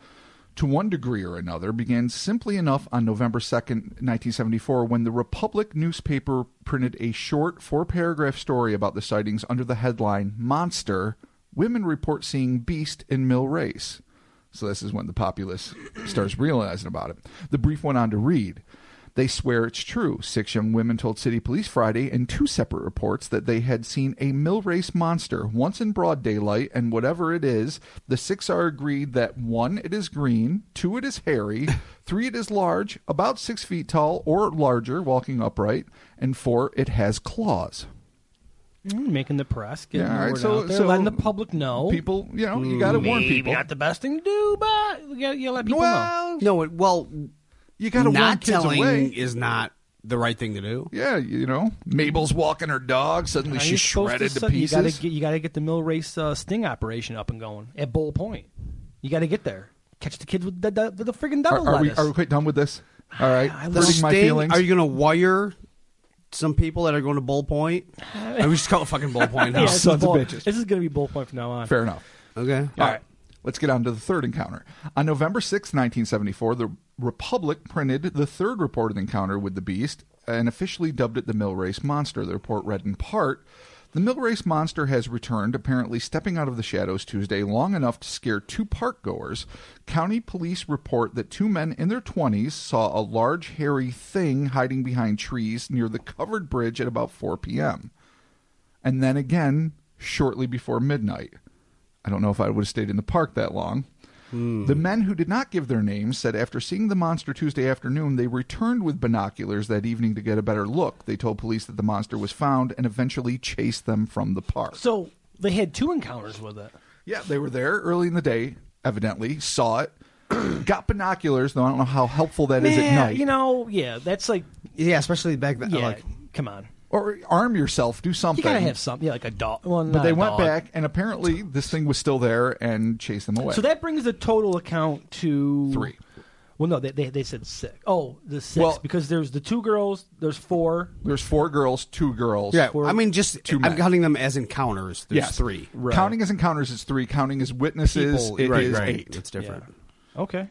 [SPEAKER 3] to one degree or another, began simply enough on November 2nd, 1974, when the Republic newspaper printed a short four paragraph story about the sightings under the headline Monster Women Report Seeing Beast in Mill Race. So, this is when the populace starts realizing about it. The brief went on to read. They swear it's true. Six young women told city police Friday in two separate reports that they had seen a mill race monster once in broad daylight, and whatever it is, the six are agreed that one, it is green, two, it is hairy, three, it is large, about six feet tall or larger, walking upright, and four, it has claws.
[SPEAKER 1] Mm, making the press, getting
[SPEAKER 3] Yeah, all
[SPEAKER 1] the
[SPEAKER 3] right,
[SPEAKER 1] word
[SPEAKER 3] so-
[SPEAKER 1] out there,
[SPEAKER 3] so
[SPEAKER 1] letting the public know.
[SPEAKER 3] People, you know, you got to warn
[SPEAKER 1] Maybe
[SPEAKER 3] people.
[SPEAKER 1] not the best thing to do, but you gotta, you gotta let people know.
[SPEAKER 3] Well,
[SPEAKER 2] No, it, well,
[SPEAKER 3] you got to warn
[SPEAKER 2] not
[SPEAKER 3] kids
[SPEAKER 2] telling
[SPEAKER 3] away.
[SPEAKER 2] is not the right thing to do.
[SPEAKER 3] Yeah, you know, Mabel's walking her dog. Suddenly,
[SPEAKER 1] Now
[SPEAKER 3] she's
[SPEAKER 1] you're supposed
[SPEAKER 3] shredded to,
[SPEAKER 1] su-
[SPEAKER 3] pieces.
[SPEAKER 1] You gotta get, you gotta get the mill race uh, sting operation up and going at Bull Point. You gotta get there, catch the kids with the the, the friggin'
[SPEAKER 3] Are,
[SPEAKER 1] double
[SPEAKER 3] are we
[SPEAKER 1] lettuce.
[SPEAKER 3] are we quite done with this? All right,
[SPEAKER 1] I
[SPEAKER 3] hurting
[SPEAKER 2] The
[SPEAKER 1] love
[SPEAKER 3] my
[SPEAKER 2] sting,
[SPEAKER 3] feelings.
[SPEAKER 2] Are you going to wire some people that are going to Bull Point? I we just call it fucking Bull Point now.
[SPEAKER 1] Yeah, this is
[SPEAKER 3] sons of
[SPEAKER 1] Bull-
[SPEAKER 3] bitches.
[SPEAKER 1] This is gonna be Bull Point from now on.
[SPEAKER 3] Fair enough.
[SPEAKER 2] Okay.
[SPEAKER 1] All right.
[SPEAKER 3] Let's get on to the third encounter. On November sixth, 1974, the Republic printed the third reported encounter with the beast and officially dubbed it the Millrace Monster. The report read in part The Millrace Monster has returned, apparently stepping out of the shadows Tuesday long enough to scare two park goers. County police report that two men in their 20s saw a large hairy thing hiding behind trees near the covered bridge at about 4 p.m. and then again shortly before midnight. I don't know if I would have stayed in the park that long.
[SPEAKER 1] Hmm.
[SPEAKER 3] The men who did not give their names said after seeing the monster Tuesday afternoon, they returned with binoculars that evening to get a better look. They told police that the monster was found and eventually chased them from the park.
[SPEAKER 1] So they had two encounters with it.
[SPEAKER 3] yeah, they were there early in the day, evidently, saw it, got binoculars, though I don't know how helpful that is at
[SPEAKER 1] Yeah,
[SPEAKER 3] night.
[SPEAKER 1] you know, yeah, that's like,
[SPEAKER 2] Yeah, especially back then.
[SPEAKER 1] yeah,
[SPEAKER 2] Like,
[SPEAKER 1] come on,
[SPEAKER 3] or arm yourself, do
[SPEAKER 1] you
[SPEAKER 3] something.
[SPEAKER 1] gotta have something, yeah, like a dog. Well,
[SPEAKER 3] but they went back, and apparently this thing was still there and chased them away.
[SPEAKER 1] So that brings the total account to
[SPEAKER 3] Three.
[SPEAKER 1] Well, no, they they, they said six. Oh, the six
[SPEAKER 3] Well-
[SPEAKER 1] because there's the two girls. There's four.
[SPEAKER 3] There's four girls, two girls.
[SPEAKER 2] yeah.
[SPEAKER 1] Four-
[SPEAKER 2] I mean, just
[SPEAKER 3] two men.
[SPEAKER 2] I'm counting them as encounters. There's
[SPEAKER 3] Yes.
[SPEAKER 2] three.
[SPEAKER 1] Right.
[SPEAKER 3] Counting as encounters is three. Counting as witnesses
[SPEAKER 2] People-
[SPEAKER 3] it is
[SPEAKER 2] right, right.
[SPEAKER 3] eight.
[SPEAKER 2] It's different.
[SPEAKER 1] Yeah. Okay.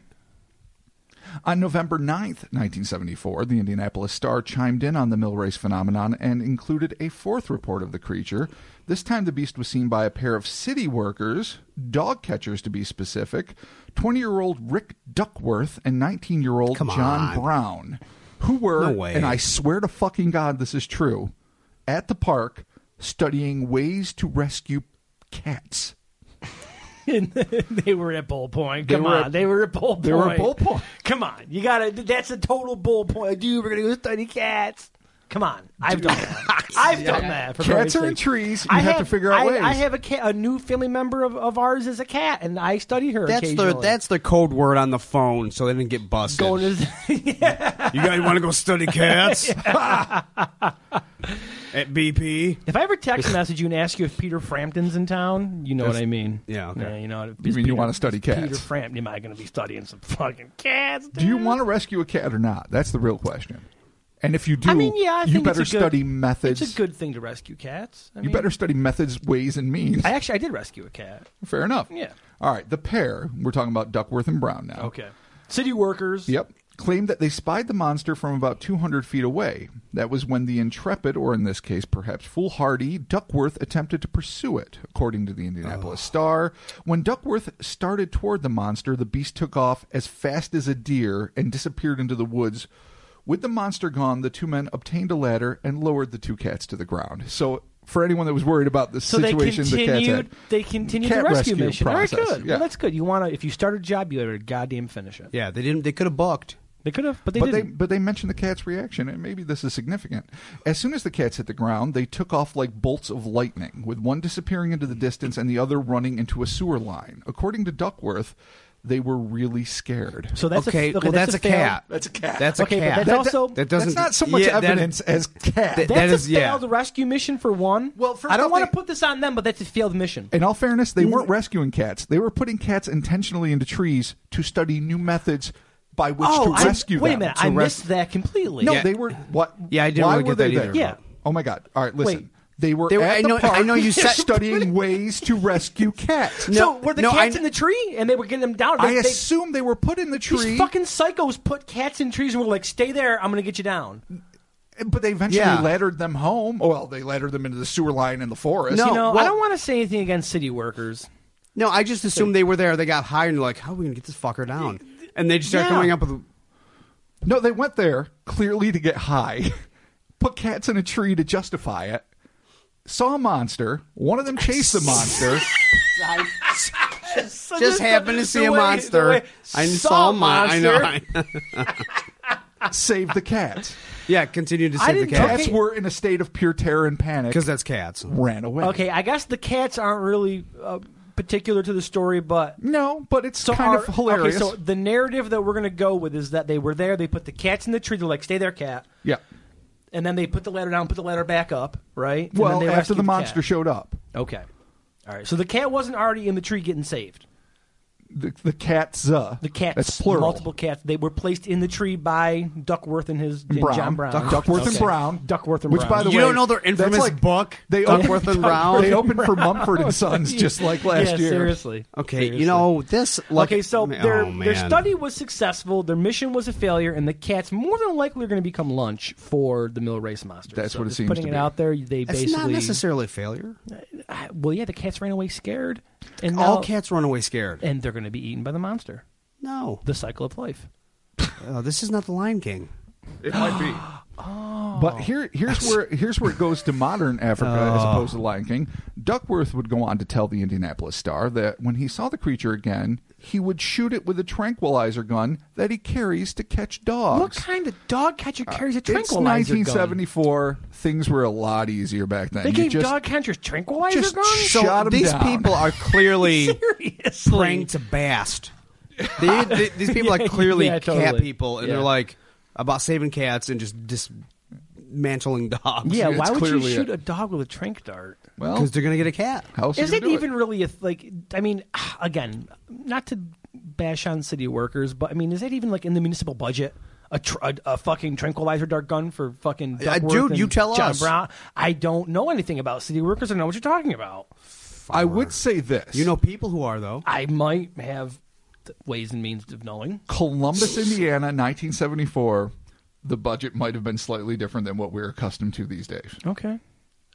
[SPEAKER 3] On November 9th, 1974, the Indianapolis Star chimed in on the Millrace phenomenon and included a fourth report of the creature. This time, the beast was seen by a pair of city workers, dog catchers to be specific, 20 year old Rick Duckworth and 19 year old
[SPEAKER 2] Come
[SPEAKER 3] John
[SPEAKER 2] on.
[SPEAKER 3] Brown, who were,
[SPEAKER 2] No way.
[SPEAKER 3] and I swear to fucking God this is true, at the park studying ways to rescue cats.
[SPEAKER 1] they were at bull point. Come
[SPEAKER 3] were
[SPEAKER 1] on,
[SPEAKER 3] at-
[SPEAKER 1] they were at bull point.
[SPEAKER 3] they were at bull point.
[SPEAKER 1] Come on, you gotta. That's a total bull point, dude. We're gonna go study cats. Come on, I've done that. I've done that. For
[SPEAKER 3] Cats
[SPEAKER 1] Christ's
[SPEAKER 3] are in
[SPEAKER 1] sake.
[SPEAKER 3] trees. You
[SPEAKER 1] I
[SPEAKER 3] have to figure out
[SPEAKER 1] I,
[SPEAKER 3] ways.
[SPEAKER 1] I have a cat, a new family member of, of ours is a cat, and I study her.
[SPEAKER 2] That's the
[SPEAKER 1] occasionally.
[SPEAKER 2] that's the code word on the phone, so they didn't get busted.
[SPEAKER 1] going to.
[SPEAKER 2] you guys want to go study cats at BP?
[SPEAKER 1] If I ever text message you and ask you if Peter Frampton's in town, you know what
[SPEAKER 2] That's-
[SPEAKER 1] I mean.
[SPEAKER 2] yeah, okay.
[SPEAKER 1] you know. You
[SPEAKER 3] mean you wanna study
[SPEAKER 1] Peter
[SPEAKER 3] cats.
[SPEAKER 1] Frampton, am I going to be studying some fucking cats?
[SPEAKER 3] Do you
[SPEAKER 1] dude?
[SPEAKER 3] want to rescue a cat or not? That's the real question. And if you do,
[SPEAKER 1] I mean, yeah, I
[SPEAKER 3] you
[SPEAKER 1] think it's
[SPEAKER 3] better
[SPEAKER 1] a good-
[SPEAKER 3] study methods.
[SPEAKER 1] It's a good thing to rescue cats. I
[SPEAKER 3] you
[SPEAKER 1] mean,
[SPEAKER 3] better study methods, ways, and means.
[SPEAKER 1] I actually I did rescue a cat.
[SPEAKER 3] Fair enough.
[SPEAKER 1] Yeah.
[SPEAKER 3] All right. The pair, we're talking about Duckworth and Brown now.
[SPEAKER 1] Okay. City workers.
[SPEAKER 3] Yep. Claimed that they spied the monster from about 200 feet away. That was when the intrepid, or in this case perhaps foolhardy, Duckworth attempted to pursue it, according to the Indianapolis Star. When Duckworth started toward the monster, the beast took off as fast as a deer and disappeared into the woods. With the monster gone, the two men obtained a ladder and lowered the two cats to the ground. So, for anyone that was worried about the
[SPEAKER 1] So they
[SPEAKER 3] situation the cats
[SPEAKER 1] continued.
[SPEAKER 3] had,
[SPEAKER 1] They continued the
[SPEAKER 3] Cat
[SPEAKER 1] rescue,
[SPEAKER 3] rescue
[SPEAKER 1] mission. Very
[SPEAKER 3] process,
[SPEAKER 1] good.
[SPEAKER 3] yeah.
[SPEAKER 1] Well, that's good. You want to? If you start a job, you better goddamn finish it.
[SPEAKER 2] Yeah, they didn't. They could have bucked.
[SPEAKER 1] They could have, but they
[SPEAKER 3] but
[SPEAKER 1] didn't.
[SPEAKER 3] they but they mentioned the cat's reaction, and maybe this is significant. As soon as the cats hit the ground, they took off like bolts of lightning, with one disappearing into the distance and the other running into a sewer line. According to Duckworth, they were really scared.
[SPEAKER 1] so that's
[SPEAKER 2] okay,
[SPEAKER 1] a, okay.
[SPEAKER 2] well, that's, a,
[SPEAKER 1] failed-
[SPEAKER 2] cat.
[SPEAKER 3] That's a cat.
[SPEAKER 2] That's a
[SPEAKER 1] Okay, but
[SPEAKER 2] cat.
[SPEAKER 1] that's That- also-
[SPEAKER 2] that doesn't.
[SPEAKER 3] That's not so much
[SPEAKER 2] Yeah, that-
[SPEAKER 3] evidence as cat.
[SPEAKER 2] that-
[SPEAKER 1] That's
[SPEAKER 2] that
[SPEAKER 1] a
[SPEAKER 2] is- yeah.
[SPEAKER 1] failed rescue mission for one.
[SPEAKER 3] Well, first
[SPEAKER 1] I don't
[SPEAKER 3] off,
[SPEAKER 1] want
[SPEAKER 3] they-
[SPEAKER 1] to put this on them, but that's a failed mission.
[SPEAKER 3] in all fairness,
[SPEAKER 2] Mm.
[SPEAKER 3] they weren't rescuing cats. They were putting cats intentionally into trees to study new methods by which
[SPEAKER 1] oh,
[SPEAKER 3] to
[SPEAKER 1] I-
[SPEAKER 3] rescue
[SPEAKER 1] wait
[SPEAKER 3] them.
[SPEAKER 1] a minute!
[SPEAKER 3] To
[SPEAKER 1] I
[SPEAKER 3] res-
[SPEAKER 1] missed that completely.
[SPEAKER 3] No,
[SPEAKER 2] Yeah.
[SPEAKER 3] they were what?
[SPEAKER 2] Yeah, I didn't
[SPEAKER 3] why
[SPEAKER 2] really get
[SPEAKER 3] were they
[SPEAKER 2] that either.
[SPEAKER 3] there?
[SPEAKER 1] Yeah.
[SPEAKER 3] Oh my god! All right, listen.
[SPEAKER 1] Wait.
[SPEAKER 3] They were,
[SPEAKER 2] They were-
[SPEAKER 3] at
[SPEAKER 2] I
[SPEAKER 3] the
[SPEAKER 2] know- I
[SPEAKER 3] park
[SPEAKER 2] know you said-
[SPEAKER 3] studying ways to rescue cats.
[SPEAKER 1] so
[SPEAKER 2] No,
[SPEAKER 1] were the
[SPEAKER 2] no,
[SPEAKER 1] cats
[SPEAKER 2] I-
[SPEAKER 1] in the tree, and they were getting them down? They,
[SPEAKER 3] I
[SPEAKER 1] they-
[SPEAKER 3] assume they were put in the tree,
[SPEAKER 1] These fucking psychos put cats in trees and were like, "Stay there, I'm gonna get you down."
[SPEAKER 3] but they eventually
[SPEAKER 2] Yeah.
[SPEAKER 3] laddered them home. Oh, Well, they laddered them into the sewer line in the forest.
[SPEAKER 2] No.
[SPEAKER 1] You know, I
[SPEAKER 2] well-
[SPEAKER 1] don't want to say anything against city workers.
[SPEAKER 2] No, I just assumed they were there. They got hired. and Like, how are we gonna get this fucker down? And they just start
[SPEAKER 1] Yeah.
[SPEAKER 2] coming up with.
[SPEAKER 3] no, they went there clearly to get high, put cats in a tree to justify it. Saw a monster. One of them chased the monster.
[SPEAKER 1] So
[SPEAKER 2] Just
[SPEAKER 1] the-
[SPEAKER 2] happened to
[SPEAKER 1] the
[SPEAKER 2] see a
[SPEAKER 1] way- the
[SPEAKER 2] monster.
[SPEAKER 1] way-
[SPEAKER 2] I saw a monster. I know.
[SPEAKER 3] saved the cats.
[SPEAKER 2] yeah, continue to save the
[SPEAKER 1] didn't
[SPEAKER 2] cat
[SPEAKER 3] Cats
[SPEAKER 1] Okay.
[SPEAKER 3] were in a state of pure terror and panic.
[SPEAKER 2] because that's cats.
[SPEAKER 3] ran away.
[SPEAKER 1] Okay, I guess the cats aren't really uh, particular to the story, but
[SPEAKER 3] No, but it's
[SPEAKER 1] so
[SPEAKER 3] kind
[SPEAKER 1] are-
[SPEAKER 3] of hilarious.
[SPEAKER 1] Okay, so the narrative that we're gonna go with is that they were there. They put the cats in the tree. They're like, "Stay there, cat,"
[SPEAKER 3] yeah.
[SPEAKER 1] and then they put the ladder down, put the ladder back up, right? And
[SPEAKER 3] Well,
[SPEAKER 1] then they
[SPEAKER 3] after
[SPEAKER 1] rescued
[SPEAKER 3] the monster
[SPEAKER 1] cat.
[SPEAKER 3] showed up,
[SPEAKER 1] Okay, all right. So the cat wasn't already in the tree getting saved.
[SPEAKER 3] the, the cats. Uh,
[SPEAKER 1] The cats,
[SPEAKER 3] That's plural.
[SPEAKER 1] multiple cats, they were placed in the tree by Duckworth and his and
[SPEAKER 3] Brown,
[SPEAKER 1] John Brown.
[SPEAKER 3] Duckworth, Duckworth and
[SPEAKER 1] Okay.
[SPEAKER 3] Brown,
[SPEAKER 1] Duckworth and
[SPEAKER 3] which,
[SPEAKER 1] Brown.
[SPEAKER 3] by the
[SPEAKER 2] You
[SPEAKER 3] way,
[SPEAKER 2] don't know their
[SPEAKER 3] that's
[SPEAKER 2] infamous
[SPEAKER 3] like,
[SPEAKER 2] book,
[SPEAKER 3] They
[SPEAKER 2] Duckworth and Brown?
[SPEAKER 3] They opened for Mumford and Sons just like last
[SPEAKER 1] yeah,
[SPEAKER 3] year.
[SPEAKER 1] Seriously.
[SPEAKER 2] Okay,
[SPEAKER 1] Seriously.
[SPEAKER 2] you know this. Like,
[SPEAKER 1] okay, so
[SPEAKER 2] oh,
[SPEAKER 1] their their
[SPEAKER 2] man.
[SPEAKER 1] study was successful, their mission was a failure, and the cats more than likely are going to become lunch for the mill race monster.
[SPEAKER 3] That's
[SPEAKER 1] so
[SPEAKER 3] what it
[SPEAKER 1] just
[SPEAKER 3] seems
[SPEAKER 1] Putting
[SPEAKER 3] to
[SPEAKER 1] it
[SPEAKER 3] be.
[SPEAKER 1] out there, they
[SPEAKER 2] That's
[SPEAKER 1] basically
[SPEAKER 2] not necessarily a failure.
[SPEAKER 1] Ah, Well, yeah, the cats ran away scared, and
[SPEAKER 2] All
[SPEAKER 1] now-
[SPEAKER 2] cats run away scared.
[SPEAKER 1] and they're going to be eaten by the monster.
[SPEAKER 2] No,
[SPEAKER 1] The cycle of life.
[SPEAKER 2] Uh, this is not the Lion King.
[SPEAKER 3] It might be. But here, here's where here's where it goes to modern Africa as
[SPEAKER 1] Oh.
[SPEAKER 3] opposed to Lion King. Duckworth would go on to tell the Indianapolis Star that when he saw the creature again, he would shoot it with a tranquilizer gun that he carries to catch dogs.
[SPEAKER 1] What kind of dog catcher carries a
[SPEAKER 3] Uh, It's
[SPEAKER 1] tranquilizer gun?
[SPEAKER 3] 1974. Things were a lot easier back then.
[SPEAKER 1] They
[SPEAKER 3] You
[SPEAKER 1] gave
[SPEAKER 3] just,
[SPEAKER 1] dog catchers tranquilizer
[SPEAKER 3] just
[SPEAKER 1] guns.
[SPEAKER 3] So Shot 'em
[SPEAKER 2] these
[SPEAKER 3] down.
[SPEAKER 2] people are clearly
[SPEAKER 1] Seriously.
[SPEAKER 2] praying to Bast. They, they- these people
[SPEAKER 1] Yeah,
[SPEAKER 2] are clearly
[SPEAKER 1] yeah,
[SPEAKER 2] cat
[SPEAKER 1] totally.
[SPEAKER 2] people, and
[SPEAKER 1] Yeah.
[SPEAKER 2] they're like about saving cats and just dismantling dogs.
[SPEAKER 1] Yeah,
[SPEAKER 3] It's
[SPEAKER 1] why would you
[SPEAKER 3] clearly
[SPEAKER 1] shoot
[SPEAKER 3] a-
[SPEAKER 1] a dog with a trank dart?
[SPEAKER 3] Well,
[SPEAKER 2] because they're gonna get a cat.
[SPEAKER 3] how else are you
[SPEAKER 1] Is it
[SPEAKER 3] gonna do
[SPEAKER 1] even really a th- like? I mean, again, not to bash on city workers, but I mean, is that even like in the municipal budget? A, tr- a, a fucking tranquilizer dart gun for fucking
[SPEAKER 2] Uh,
[SPEAKER 1] Duckworth
[SPEAKER 2] dude,
[SPEAKER 1] and
[SPEAKER 2] you tell
[SPEAKER 1] John
[SPEAKER 2] us.
[SPEAKER 1] Brown. I don't know anything about city workers. I know what you're talking about.
[SPEAKER 3] I would say this.
[SPEAKER 2] You know people who are though.
[SPEAKER 1] I might have th- ways and means of knowing.
[SPEAKER 3] Columbus, Indiana, 1974. The budget might have been slightly different than what we're accustomed to these days.
[SPEAKER 1] Okay,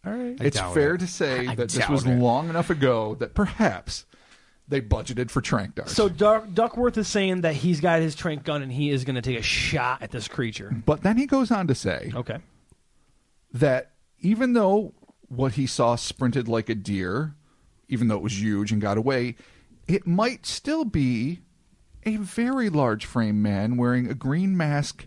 [SPEAKER 1] all right.
[SPEAKER 3] it's
[SPEAKER 2] Oh, doubt
[SPEAKER 3] fair
[SPEAKER 2] it.
[SPEAKER 3] to say
[SPEAKER 2] I
[SPEAKER 3] that this
[SPEAKER 2] doubt
[SPEAKER 3] was
[SPEAKER 2] it.
[SPEAKER 3] long enough ago that perhaps they budgeted for trank darts.
[SPEAKER 1] So Duck- Duckworth is saying that he's got his trank gun and he is going to take a shot at this creature.
[SPEAKER 3] but then he goes on to say
[SPEAKER 1] Okay.
[SPEAKER 3] that even though what he saw sprinted like a deer, even though it was huge and got away, it might still be a very large frame man wearing a green mask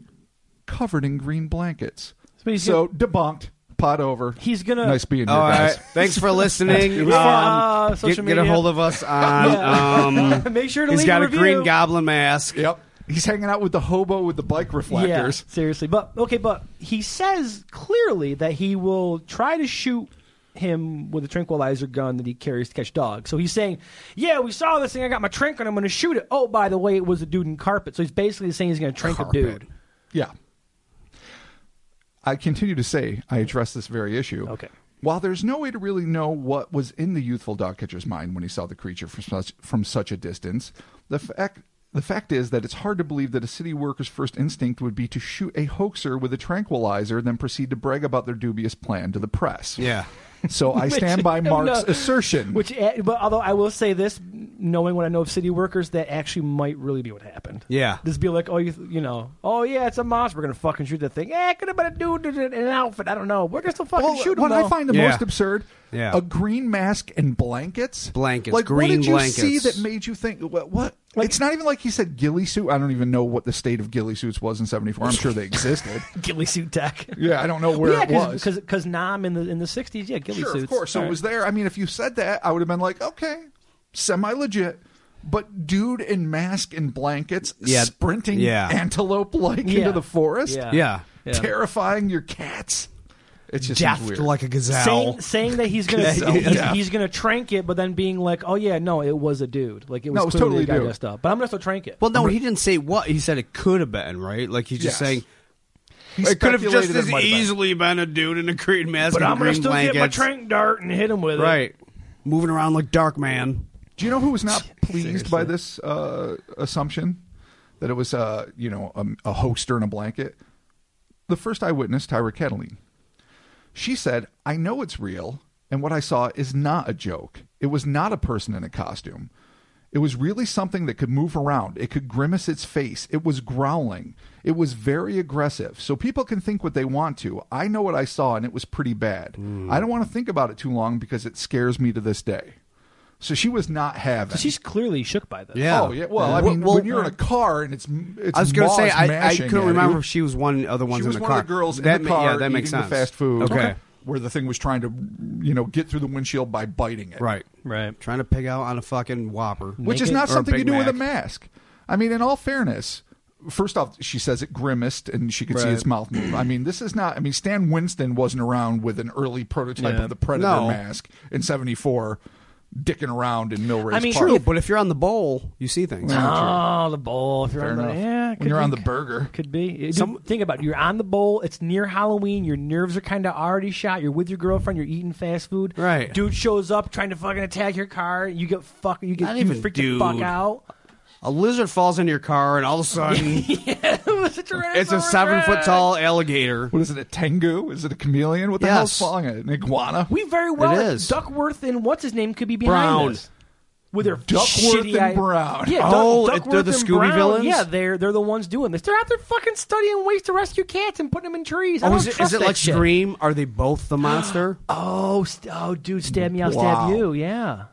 [SPEAKER 3] covered in green blankets.
[SPEAKER 1] So he's
[SPEAKER 3] So debunked, pot over.
[SPEAKER 1] He's gonna-
[SPEAKER 3] nice being here,
[SPEAKER 2] All right,
[SPEAKER 3] guys.
[SPEAKER 2] thanks for listening.
[SPEAKER 1] was fun.
[SPEAKER 2] Um,
[SPEAKER 1] Uh,
[SPEAKER 2] get,
[SPEAKER 1] social
[SPEAKER 2] get a
[SPEAKER 1] media.
[SPEAKER 2] hold of us on. Um,
[SPEAKER 1] Make sure to
[SPEAKER 2] he's
[SPEAKER 1] leave
[SPEAKER 2] got
[SPEAKER 1] a
[SPEAKER 2] a
[SPEAKER 1] review.
[SPEAKER 2] green goblin mask.
[SPEAKER 3] Yep, he's hanging out with the hobo with the bike reflectors.
[SPEAKER 1] Yeah, seriously. But okay, but he says clearly that he will try to shoot him with a tranquilizer gun that he carries to catch dogs. So he's saying, "Yeah, we saw this thing. I got my trank, and I'm going to shoot it." Oh, by the way, it was a dude in carpet. So he's basically saying he's going to trank a
[SPEAKER 2] Carpet.
[SPEAKER 1] dude.
[SPEAKER 3] Yeah. I continue to say I address this very issue.
[SPEAKER 1] Okay.
[SPEAKER 3] While there's no way to really know what was in the youthful dog catcher's mind when he saw the creature from such, from such a distance, the fact the fact is that it's hard to believe that a city worker's first instinct would be to shoot a hoaxer with a tranquilizer, then proceed to brag about their dubious plan to the press.
[SPEAKER 2] Yeah.
[SPEAKER 3] So I stand by Mark's
[SPEAKER 1] No.
[SPEAKER 3] assertion.
[SPEAKER 1] Which, eh, but although I will say this, knowing what I know of city workers, that actually might really be what happened.
[SPEAKER 2] Yeah.
[SPEAKER 1] just be like, oh, you, you know, oh yeah, it's a monster. We're gonna fucking shoot the thing. Yeah, it could have been a dude in an outfit. I don't know. We're gonna still fucking
[SPEAKER 3] Well,
[SPEAKER 1] shoot him.
[SPEAKER 3] what I
[SPEAKER 1] though.
[SPEAKER 3] find the
[SPEAKER 2] Yeah.
[SPEAKER 3] most absurd,
[SPEAKER 2] Yeah.
[SPEAKER 3] a green mask and blankets,
[SPEAKER 2] Blankets,
[SPEAKER 3] Like what
[SPEAKER 2] green
[SPEAKER 3] did you see
[SPEAKER 2] blankets.
[SPEAKER 3] that made you think what? what? it's not even like he said ghillie suit. I don't even know what the state of ghillie suits was in '74. I'm sure they existed.
[SPEAKER 1] ghillie suit tech.
[SPEAKER 3] yeah, I don't know where
[SPEAKER 1] yeah,
[SPEAKER 3] it was.
[SPEAKER 1] because because Nam in the in the sixties, yeah, ghillie
[SPEAKER 3] sure,
[SPEAKER 1] suits.
[SPEAKER 3] of course. So
[SPEAKER 1] All
[SPEAKER 3] it
[SPEAKER 1] right.
[SPEAKER 3] was there. I mean, if you said that, I would have been like, okay, semi legit. But dude in mask and blankets,
[SPEAKER 2] Yeah.
[SPEAKER 3] sprinting
[SPEAKER 2] Yeah.
[SPEAKER 3] antelope like
[SPEAKER 1] Yeah.
[SPEAKER 3] into the forest,
[SPEAKER 1] Yeah.
[SPEAKER 2] Yeah.
[SPEAKER 1] Yeah.
[SPEAKER 3] terrifying your cats. It's just seems
[SPEAKER 2] Daft
[SPEAKER 3] weird.
[SPEAKER 2] like a gazelle.
[SPEAKER 1] Saying, saying that he's gonna
[SPEAKER 2] Yeah,
[SPEAKER 1] he's,
[SPEAKER 3] yeah.
[SPEAKER 1] he's gonna trank it, but then being like, "Oh yeah, no, it was a dude. Like it was,
[SPEAKER 3] No, it was
[SPEAKER 1] clearly
[SPEAKER 3] totally
[SPEAKER 1] a guy
[SPEAKER 3] dude.
[SPEAKER 1] dressed up." But I'm gonna still trank it.
[SPEAKER 2] Well, no, he didn't say what. He said it could have been, right? Like he's just
[SPEAKER 3] Yes.
[SPEAKER 2] saying
[SPEAKER 3] He
[SPEAKER 2] it could have just
[SPEAKER 3] speculated it
[SPEAKER 2] as
[SPEAKER 3] might have been.
[SPEAKER 2] easily been. a dude in a green mask
[SPEAKER 1] but
[SPEAKER 2] and
[SPEAKER 1] I'm gonna
[SPEAKER 2] green
[SPEAKER 1] still get my
[SPEAKER 2] blankets.
[SPEAKER 1] trank dart and hit him with it.
[SPEAKER 2] Right. Moving around like Dark Man.
[SPEAKER 3] Do you know who was not pleased by this uh, assumption that it was, uh, you know, a, a hoaxer in a blanket? The first eyewitness, Tyra Cataline. She said, "I know it's real, and what I saw is not a joke. It was not a person in a costume. It was really something that could move around. It could grimace its face. It was growling. It was very aggressive. So people can think what they want to. I know what I saw, and it was pretty bad.
[SPEAKER 2] Hmm.
[SPEAKER 3] I don't want to think about it too long because it scares me to this day." So she was not having.
[SPEAKER 1] She's clearly shook by this.
[SPEAKER 2] Yeah.
[SPEAKER 3] Oh yeah. Well, I
[SPEAKER 2] Well,
[SPEAKER 3] mean,
[SPEAKER 2] well, uh,
[SPEAKER 3] when you're in a car and it's it's
[SPEAKER 2] I was
[SPEAKER 3] going to
[SPEAKER 2] say I, I couldn't remember if she was one of the ones
[SPEAKER 3] She was
[SPEAKER 2] in the
[SPEAKER 3] one
[SPEAKER 2] car.
[SPEAKER 3] of the girls
[SPEAKER 2] that
[SPEAKER 3] in the
[SPEAKER 2] ma-
[SPEAKER 3] car
[SPEAKER 2] yeah, that makes
[SPEAKER 3] eating
[SPEAKER 2] sense.
[SPEAKER 3] the fast food.
[SPEAKER 2] Okay.
[SPEAKER 3] Where the thing was trying to, you know, get through the windshield by biting it.
[SPEAKER 2] Right.
[SPEAKER 1] Right.
[SPEAKER 2] Trying to pig out on a fucking Whopper.
[SPEAKER 3] Which is
[SPEAKER 1] Naked
[SPEAKER 3] not
[SPEAKER 2] or a
[SPEAKER 3] something you
[SPEAKER 2] Big
[SPEAKER 3] do with a
[SPEAKER 2] Mac.
[SPEAKER 3] mask. I mean, in all fairness, first off, she says it grimaced and she could see
[SPEAKER 1] Right.
[SPEAKER 3] its mouth move. I mean, this is not. I mean, Stan Winston wasn't around with an early prototype
[SPEAKER 1] Yeah.
[SPEAKER 3] of the Predator
[SPEAKER 2] No.
[SPEAKER 3] mask in '74, dicking around in Millrace
[SPEAKER 1] I mean,
[SPEAKER 3] Park.
[SPEAKER 2] True, but if you're on the bowl, you see things.
[SPEAKER 1] Oh, the bowl. If you're
[SPEAKER 3] Fair
[SPEAKER 1] on the,
[SPEAKER 3] enough.
[SPEAKER 1] yeah,
[SPEAKER 3] When
[SPEAKER 1] could
[SPEAKER 3] you're
[SPEAKER 1] be-
[SPEAKER 3] on the burger.
[SPEAKER 1] could be. Dude, think about it. You're on the bowl. It's near Halloween. Your nerves are kind of already shot. You're with your girlfriend. You're eating fast food.
[SPEAKER 2] Right.
[SPEAKER 1] Dude shows up trying to fucking attack your car. You get fuck. You get
[SPEAKER 2] Not
[SPEAKER 1] you
[SPEAKER 2] even
[SPEAKER 1] freaked
[SPEAKER 2] dude.
[SPEAKER 1] the fuck out.
[SPEAKER 2] A lizard falls into your car, and all of a sudden, it's a seven foot tall alligator.
[SPEAKER 3] What is it? A tengu? Is it a chameleon? What the
[SPEAKER 2] Yes.
[SPEAKER 3] hell's falling at? An iguana?
[SPEAKER 1] We very well
[SPEAKER 2] It is.
[SPEAKER 1] Duckworth and what's his name could be behind
[SPEAKER 2] Brown.
[SPEAKER 1] this. With their
[SPEAKER 3] Duckworth
[SPEAKER 1] shitty
[SPEAKER 3] and
[SPEAKER 1] eye-
[SPEAKER 3] Brown.
[SPEAKER 1] Yeah, Duck-
[SPEAKER 2] Oh, it-
[SPEAKER 1] Duckworth
[SPEAKER 2] they're the
[SPEAKER 1] and
[SPEAKER 2] Scooby
[SPEAKER 1] Brown.
[SPEAKER 2] villains?
[SPEAKER 1] Yeah, they're they're the ones doing this. They're out there fucking studying ways to rescue cats and putting them in trees. I
[SPEAKER 2] Oh,
[SPEAKER 1] don't
[SPEAKER 2] is it,
[SPEAKER 1] trust
[SPEAKER 2] is it
[SPEAKER 1] that
[SPEAKER 2] like
[SPEAKER 1] shit.
[SPEAKER 2] Scream? Are they both the monster?
[SPEAKER 1] Oh, st- oh, dude, stab me, I'll
[SPEAKER 3] Wow.
[SPEAKER 1] stab you. Yeah.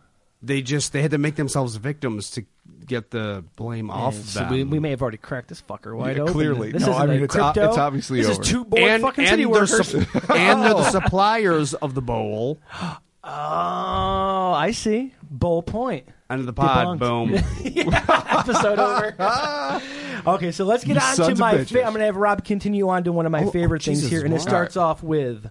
[SPEAKER 2] they just they had to make themselves victims to get the blame off of
[SPEAKER 1] So
[SPEAKER 2] them.
[SPEAKER 1] we, we may have already cracked this fucker wide
[SPEAKER 3] Yeah,
[SPEAKER 1] open.
[SPEAKER 3] clearly.
[SPEAKER 1] This
[SPEAKER 3] No,
[SPEAKER 1] isn't
[SPEAKER 3] I mean,
[SPEAKER 1] a
[SPEAKER 3] it's o-
[SPEAKER 1] crypto.
[SPEAKER 3] it's obviously
[SPEAKER 1] this
[SPEAKER 3] over.
[SPEAKER 1] is two bored fucking city
[SPEAKER 2] and they're
[SPEAKER 1] workers.
[SPEAKER 2] sup- and they're the suppliers of the bowl
[SPEAKER 1] oh, I see. Bowl point.
[SPEAKER 2] under the
[SPEAKER 1] Debunked.
[SPEAKER 2] pod. Boom.
[SPEAKER 1] Episode over. okay, so let's get
[SPEAKER 3] You
[SPEAKER 1] on
[SPEAKER 3] sons
[SPEAKER 1] to
[SPEAKER 3] of
[SPEAKER 1] my.
[SPEAKER 3] bitches.
[SPEAKER 1] Fa- I'm going to have Rob continue on to one of my
[SPEAKER 2] Oh,
[SPEAKER 1] favorite things
[SPEAKER 2] Jesus,
[SPEAKER 1] here, and it
[SPEAKER 2] Mark.
[SPEAKER 1] starts off with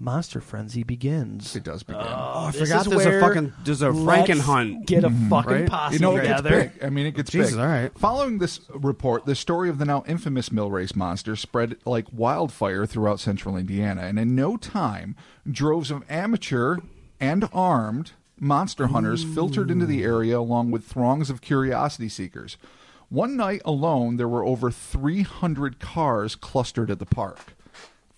[SPEAKER 1] Monster Frenzy begins.
[SPEAKER 3] It does begin.
[SPEAKER 2] Uh,
[SPEAKER 1] Oh, I
[SPEAKER 2] forgot there's a fucking- there's a Frankenhunt. Mm-hmm.
[SPEAKER 1] Get a fucking
[SPEAKER 2] right?
[SPEAKER 1] posse
[SPEAKER 3] you know, it gets
[SPEAKER 1] together.
[SPEAKER 3] big. I mean, it gets
[SPEAKER 2] Jesus,
[SPEAKER 3] big.
[SPEAKER 2] all right.
[SPEAKER 3] Following this report, the story of the now infamous Millrace monster spread like wildfire throughout central Indiana, and in no time, droves of amateur and armed monster hunters filtered into the area along with throngs of curiosity seekers. One night alone, there were over 300 cars clustered at the park.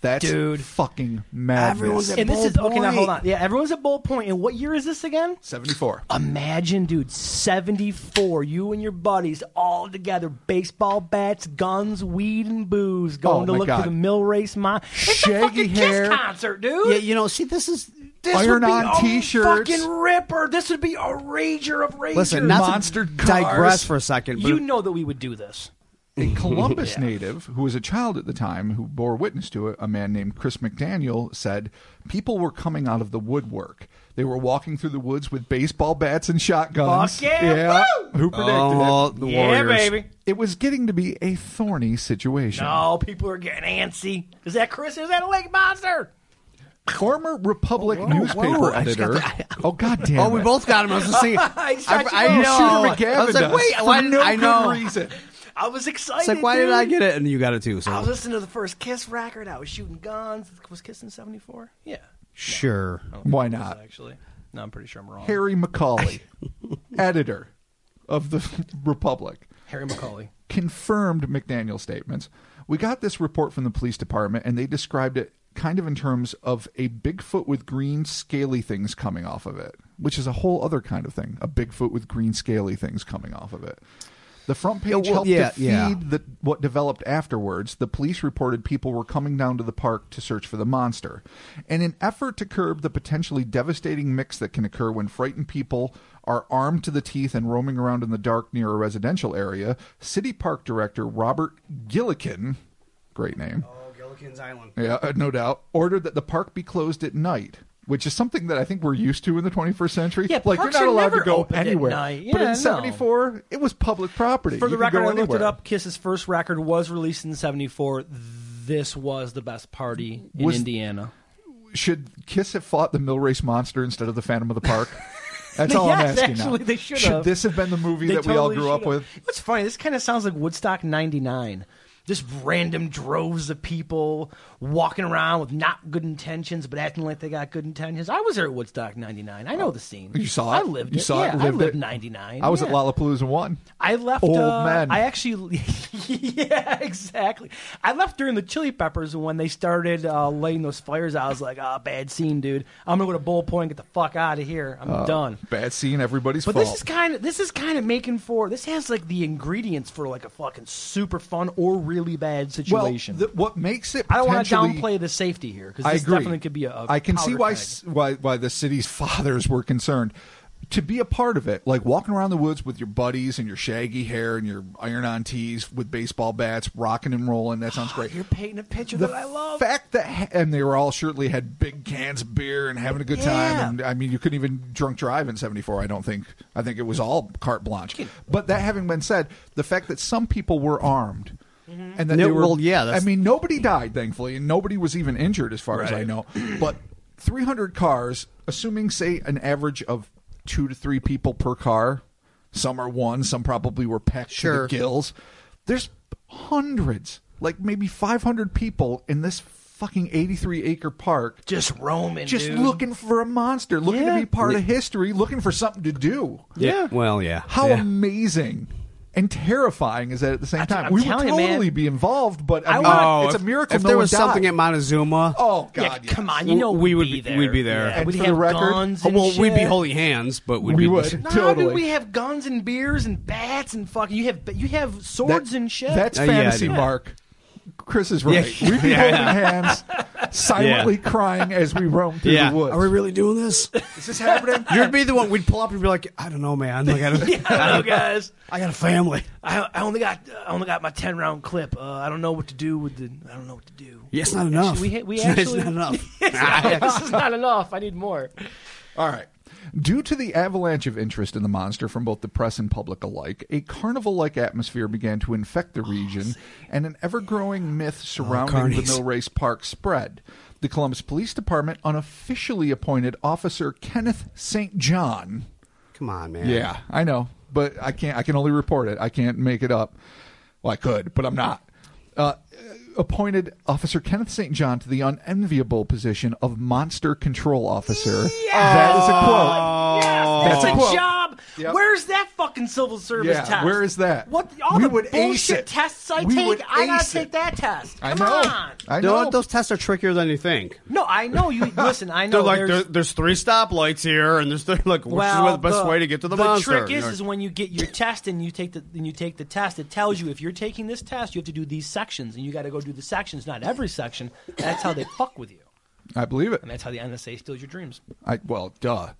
[SPEAKER 3] That's
[SPEAKER 1] Dude.
[SPEAKER 3] fucking madness.
[SPEAKER 2] Everyone's at
[SPEAKER 1] And this
[SPEAKER 2] Bull
[SPEAKER 1] is okay. Now hold
[SPEAKER 2] Point.
[SPEAKER 1] on. Yeah, everyone's at Bull Point. And what year is this again?
[SPEAKER 3] 74.
[SPEAKER 1] Imagine, dude, 74, you and your buddies all together, baseball bats, guns, weed, and booze, going
[SPEAKER 3] Oh,
[SPEAKER 1] to
[SPEAKER 3] my
[SPEAKER 1] look
[SPEAKER 3] God.
[SPEAKER 1] for the mill race mon. It's a
[SPEAKER 3] Shaggy
[SPEAKER 1] fucking
[SPEAKER 3] hair.
[SPEAKER 1] Kiss concert, dude.
[SPEAKER 2] yeah, you know, see, this is
[SPEAKER 1] this would be
[SPEAKER 3] Iron-on
[SPEAKER 1] a
[SPEAKER 3] t-shirts.
[SPEAKER 1] fucking ripper. This would be a rager of ragers.
[SPEAKER 2] listen. Not
[SPEAKER 3] monster
[SPEAKER 2] to
[SPEAKER 3] cars.
[SPEAKER 2] digress for a second. But
[SPEAKER 1] you know that we would do this.
[SPEAKER 3] a Columbus native who was a child at the time who bore witness to it, a man named Chris McDaniel, said people were coming out of the woodwork. They were walking through the woods with baseball bats and shotguns.
[SPEAKER 1] Fuck yeah, woo!
[SPEAKER 3] Who predicted
[SPEAKER 2] oh,
[SPEAKER 3] it?
[SPEAKER 2] the
[SPEAKER 1] yeah,
[SPEAKER 2] Warriors.
[SPEAKER 1] baby.
[SPEAKER 3] It was getting to be a thorny situation.
[SPEAKER 1] No, people are getting antsy. Is that Chris? Is that a lake monster?
[SPEAKER 3] Former Republic newspaper
[SPEAKER 2] whoa, I just got
[SPEAKER 3] editor. oh god damn!
[SPEAKER 2] Oh, we
[SPEAKER 3] it.
[SPEAKER 2] both got him. I was just saying.
[SPEAKER 1] I shot you
[SPEAKER 2] I
[SPEAKER 1] both.
[SPEAKER 2] know.
[SPEAKER 3] Shooter McGavin
[SPEAKER 2] I was like,
[SPEAKER 3] does,
[SPEAKER 2] wait,
[SPEAKER 3] for
[SPEAKER 2] why didn't
[SPEAKER 3] no
[SPEAKER 2] I know?
[SPEAKER 3] good reason.
[SPEAKER 1] I was excited.
[SPEAKER 2] It's like, why did
[SPEAKER 1] dude.
[SPEAKER 2] I get it? And you got it too. So
[SPEAKER 1] I was listening to the first Kiss record. I was shooting guns. Was Kiss in '74? Yeah.
[SPEAKER 2] sure.
[SPEAKER 1] I don't
[SPEAKER 3] Why
[SPEAKER 1] think it was,
[SPEAKER 3] not?
[SPEAKER 1] Uh, Actually, no, I'm pretty sure I'm wrong. Harry,
[SPEAKER 3] Harry Macaulay, editor of the Republic,
[SPEAKER 1] Macaulay.
[SPEAKER 3] confirmed McDaniel's statements. We got this report from the police department, and they described it kind of in terms of a Bigfoot with green scaly things coming off of it, which is a whole other kind of thing. A Bigfoot with green scaly things coming off of it. The front page
[SPEAKER 2] Yeah, well,
[SPEAKER 3] helped
[SPEAKER 2] yeah,
[SPEAKER 3] to feed
[SPEAKER 2] yeah.
[SPEAKER 3] the, what developed afterwards. The police reported people were coming down to the park to search for the monster. In an effort to curb the potentially devastating mix that can occur when frightened people are armed to the teeth and roaming around in the dark near a residential area, City Park Director Robert Gillikin, great name,
[SPEAKER 2] Oh, Gilligan's Island.
[SPEAKER 3] yeah, uh, no doubt, ordered that the park be closed at night. Which is something that I think we're used to in the 21st century.
[SPEAKER 1] Yeah,
[SPEAKER 3] like you're
[SPEAKER 1] parks
[SPEAKER 3] not
[SPEAKER 1] are
[SPEAKER 3] allowed to
[SPEAKER 1] never
[SPEAKER 3] go
[SPEAKER 1] open at
[SPEAKER 3] anywhere.
[SPEAKER 1] night.
[SPEAKER 3] but
[SPEAKER 1] Yeah,
[SPEAKER 3] in
[SPEAKER 1] no.
[SPEAKER 3] '74, it was public property.
[SPEAKER 1] For the
[SPEAKER 3] You could go
[SPEAKER 1] record, I looked it
[SPEAKER 3] anywhere.
[SPEAKER 1] up. Kiss's first record was released in '74. This was the best party in
[SPEAKER 3] Was-
[SPEAKER 1] Indiana.
[SPEAKER 3] should Kiss have fought the mill race monster instead of the Phantom of the Park? That's all I'm
[SPEAKER 1] Yes,
[SPEAKER 3] asking now.
[SPEAKER 1] actually, they should have.
[SPEAKER 3] this have been the movie
[SPEAKER 1] They
[SPEAKER 3] that we all
[SPEAKER 1] totally
[SPEAKER 3] grew up
[SPEAKER 1] should've.
[SPEAKER 3] with?
[SPEAKER 1] What's funny, this kind of sounds like Woodstock 99. Just random droves of people walking around with not good intentions, but acting like they got good intentions. I was there at Woodstock 99. I know the scene.
[SPEAKER 3] Oh, You saw
[SPEAKER 1] I
[SPEAKER 3] it?
[SPEAKER 1] lived
[SPEAKER 3] You
[SPEAKER 1] it.
[SPEAKER 3] saw it?
[SPEAKER 1] yeah, I
[SPEAKER 3] Lived
[SPEAKER 1] lived
[SPEAKER 3] it?
[SPEAKER 1] 99.
[SPEAKER 3] I was at
[SPEAKER 1] yeah.
[SPEAKER 3] Lollapalooza one.
[SPEAKER 1] I left.
[SPEAKER 3] Old
[SPEAKER 1] uh,
[SPEAKER 3] men.
[SPEAKER 1] I actually, yeah, exactly. I left during the Chili Peppers and when they started uh, lighting those fires. I was like, ah, bad scene, dude. I'm gonna go to Bull Point and get the fuck out of here. I'm
[SPEAKER 3] Uh,
[SPEAKER 1] done.
[SPEAKER 3] Bad scene. Everybody's
[SPEAKER 1] But
[SPEAKER 3] fault.
[SPEAKER 1] this is kind of this is kind of making for this has like the ingredients for like a fucking super fun or really bad
[SPEAKER 3] well,
[SPEAKER 1] situation.
[SPEAKER 3] th- what makes it?
[SPEAKER 1] I don't want to
[SPEAKER 3] potentially-
[SPEAKER 1] downplay the safety here because
[SPEAKER 3] I
[SPEAKER 1] this
[SPEAKER 3] agree.
[SPEAKER 1] definitely could be a. a
[SPEAKER 3] I can see
[SPEAKER 1] powder
[SPEAKER 3] why
[SPEAKER 1] keg.
[SPEAKER 3] s- why why the city's fathers were concerned. To be a part of it, like walking around the woods with your buddies and your shaggy hair and your iron-on tees with baseball bats, rocking and rolling, that sounds great.
[SPEAKER 1] you're painting a picture
[SPEAKER 3] the
[SPEAKER 1] that I love.
[SPEAKER 3] fact that ha- and they were all surely had big cans of beer and having a good
[SPEAKER 1] Yeah.
[SPEAKER 3] time and i mean you couldn't even drunk drive in 74 i don't think i think it was all carte blanche but that having been said the fact that some people were armed
[SPEAKER 1] Mm-hmm.
[SPEAKER 3] and that
[SPEAKER 2] No,
[SPEAKER 3] they were
[SPEAKER 2] well, yeah, that's-
[SPEAKER 3] i mean nobody died thankfully and nobody was even injured as far as i
[SPEAKER 2] Right.
[SPEAKER 3] know but 300 cars assuming say an average of two to three people per car some are one some probably were packed
[SPEAKER 2] Sure.
[SPEAKER 3] to the gills there's hundreds like maybe 500 people in this fucking 83 acre park
[SPEAKER 1] just roaming,
[SPEAKER 3] just
[SPEAKER 1] dude.
[SPEAKER 3] looking for a monster looking
[SPEAKER 1] Yeah.
[SPEAKER 3] to be part of history looking for something to do
[SPEAKER 1] Yeah.
[SPEAKER 2] Well, yeah.
[SPEAKER 3] how
[SPEAKER 2] Yeah.
[SPEAKER 3] amazing and terrifying is that at the same
[SPEAKER 1] I'm
[SPEAKER 3] time
[SPEAKER 1] t- I'm
[SPEAKER 3] we would
[SPEAKER 1] telling you, man.
[SPEAKER 3] totally be involved but I
[SPEAKER 1] I
[SPEAKER 3] mean,
[SPEAKER 1] want-
[SPEAKER 2] Oh,
[SPEAKER 3] it's
[SPEAKER 2] if-
[SPEAKER 3] a miracle
[SPEAKER 2] If
[SPEAKER 3] no
[SPEAKER 2] there
[SPEAKER 3] one
[SPEAKER 2] was something
[SPEAKER 3] died.
[SPEAKER 2] at Montezuma,
[SPEAKER 3] oh
[SPEAKER 1] Yeah,
[SPEAKER 3] god yes.
[SPEAKER 1] come on, you know we'd
[SPEAKER 2] we would
[SPEAKER 1] be
[SPEAKER 2] be-
[SPEAKER 1] there.
[SPEAKER 2] we'd be there.
[SPEAKER 1] Yeah,
[SPEAKER 3] And
[SPEAKER 1] we'd
[SPEAKER 3] for
[SPEAKER 1] have
[SPEAKER 3] the record-
[SPEAKER 1] guns.
[SPEAKER 2] Oh,
[SPEAKER 1] And
[SPEAKER 2] well, we'd be
[SPEAKER 1] shit.
[SPEAKER 2] holding hands, but we'd
[SPEAKER 3] we
[SPEAKER 2] be
[SPEAKER 3] would
[SPEAKER 1] No,
[SPEAKER 3] totally
[SPEAKER 1] dude, we have guns and beers and bats and fucking. You have you have
[SPEAKER 3] That-
[SPEAKER 1] swords and shit.
[SPEAKER 3] That's
[SPEAKER 2] Uh, yeah, I
[SPEAKER 3] fantasy,
[SPEAKER 2] do.
[SPEAKER 3] Mark. Chris is right.
[SPEAKER 2] Yeah.
[SPEAKER 3] We'd be
[SPEAKER 2] Yeah.
[SPEAKER 3] holding hands, silently crying as we roam through
[SPEAKER 2] Yeah.
[SPEAKER 3] the woods.
[SPEAKER 2] Are we really doing this?
[SPEAKER 3] is this happening?
[SPEAKER 2] You'd be the one. We'd pull up and be like, I don't know, man. Like, I, don't,
[SPEAKER 1] I don't know, guys.
[SPEAKER 2] I got a family.
[SPEAKER 1] I, I only got I only got my ten round clip. Uh, I don't know what to do with the. I don't know what to do.
[SPEAKER 2] Yeah, it's not enough.
[SPEAKER 1] Actually, we- we
[SPEAKER 2] It's not-
[SPEAKER 1] actually-
[SPEAKER 2] it's not enough.
[SPEAKER 1] this is not enough. I need more.
[SPEAKER 3] All right. Due to the avalanche of interest in the monster from both the press and public alike, a carnival like atmosphere began to infect the region, and an ever growing myth surrounding the
[SPEAKER 2] carnies.
[SPEAKER 3] Mill Race Park spread. The Columbus Police Department unofficially appointed Officer Kenneth St. John
[SPEAKER 2] Come on, man.
[SPEAKER 3] Yeah, I know, but I can't. I can only report it. I can't make it up. Well, I could, but I'm not. Uh, appointed Officer Kenneth St. John to the unenviable position of Monster Control Officer. That is a quote.
[SPEAKER 1] Yes,
[SPEAKER 3] That's a
[SPEAKER 1] that's
[SPEAKER 3] quote.
[SPEAKER 1] a job.
[SPEAKER 3] Yep.
[SPEAKER 1] Where's that fucking civil service
[SPEAKER 3] Yeah,
[SPEAKER 1] test?
[SPEAKER 3] where is that?
[SPEAKER 1] What all
[SPEAKER 3] We
[SPEAKER 1] the
[SPEAKER 3] would ace
[SPEAKER 1] bullshit
[SPEAKER 3] it.
[SPEAKER 1] tests I
[SPEAKER 3] We would
[SPEAKER 1] take? I gotta
[SPEAKER 3] ace
[SPEAKER 1] take
[SPEAKER 3] it.
[SPEAKER 1] that test.
[SPEAKER 3] I
[SPEAKER 1] Come
[SPEAKER 3] know.
[SPEAKER 1] on.
[SPEAKER 3] I
[SPEAKER 2] No,
[SPEAKER 3] know.
[SPEAKER 2] those tests are trickier than you think.
[SPEAKER 1] No, I know you. Listen, I know.
[SPEAKER 2] They're like,
[SPEAKER 1] there's,
[SPEAKER 2] there, there's three stoplights here, and there's th- like, which
[SPEAKER 1] well,
[SPEAKER 2] is the best way to get to the,
[SPEAKER 1] the
[SPEAKER 2] monster?
[SPEAKER 1] trick is, is when you get your test and you take the and you take the test. It tells you if you're taking this test, you have to do these sections, and you got to go do the sections, not every section. That's how they fuck with you,
[SPEAKER 3] I believe it.
[SPEAKER 1] and that's how the NSA steals your dreams.
[SPEAKER 3] I well, duh.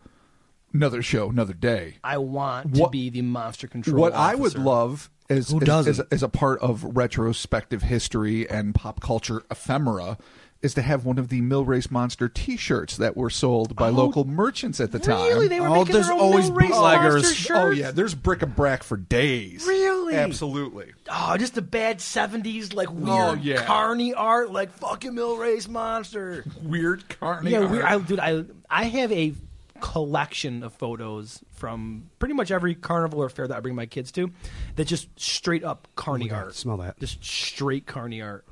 [SPEAKER 3] Another show, another day.
[SPEAKER 1] I want to
[SPEAKER 3] What-
[SPEAKER 1] be the monster control.
[SPEAKER 3] what I would
[SPEAKER 1] officer.
[SPEAKER 3] love is
[SPEAKER 2] Who
[SPEAKER 3] as,
[SPEAKER 2] doesn't?
[SPEAKER 3] as, as a part of retrospective history and pop culture ephemera is to have one of the mill race monster T-shirts that were sold by local merchants at the time.
[SPEAKER 1] Oh, Really, they were
[SPEAKER 2] Oh,
[SPEAKER 1] making
[SPEAKER 2] there's
[SPEAKER 1] their own
[SPEAKER 2] always
[SPEAKER 1] no race
[SPEAKER 2] bootleggers.
[SPEAKER 1] monster shirts.
[SPEAKER 3] Oh yeah, there's bric-a-brac for days.
[SPEAKER 1] Really?
[SPEAKER 3] Absolutely.
[SPEAKER 1] Oh, just the bad seventies, like weird
[SPEAKER 3] Oh, yeah.
[SPEAKER 1] carny art, like fucking mill race monster.
[SPEAKER 3] Weird carny.
[SPEAKER 1] yeah,
[SPEAKER 3] art.
[SPEAKER 1] weird. I, dude, I I have a collection of photos from pretty much every carnival or fair that I bring my kids to. That just straight up carny
[SPEAKER 3] Oh
[SPEAKER 2] God,
[SPEAKER 1] art.
[SPEAKER 2] smell that.
[SPEAKER 1] Just straight carny art.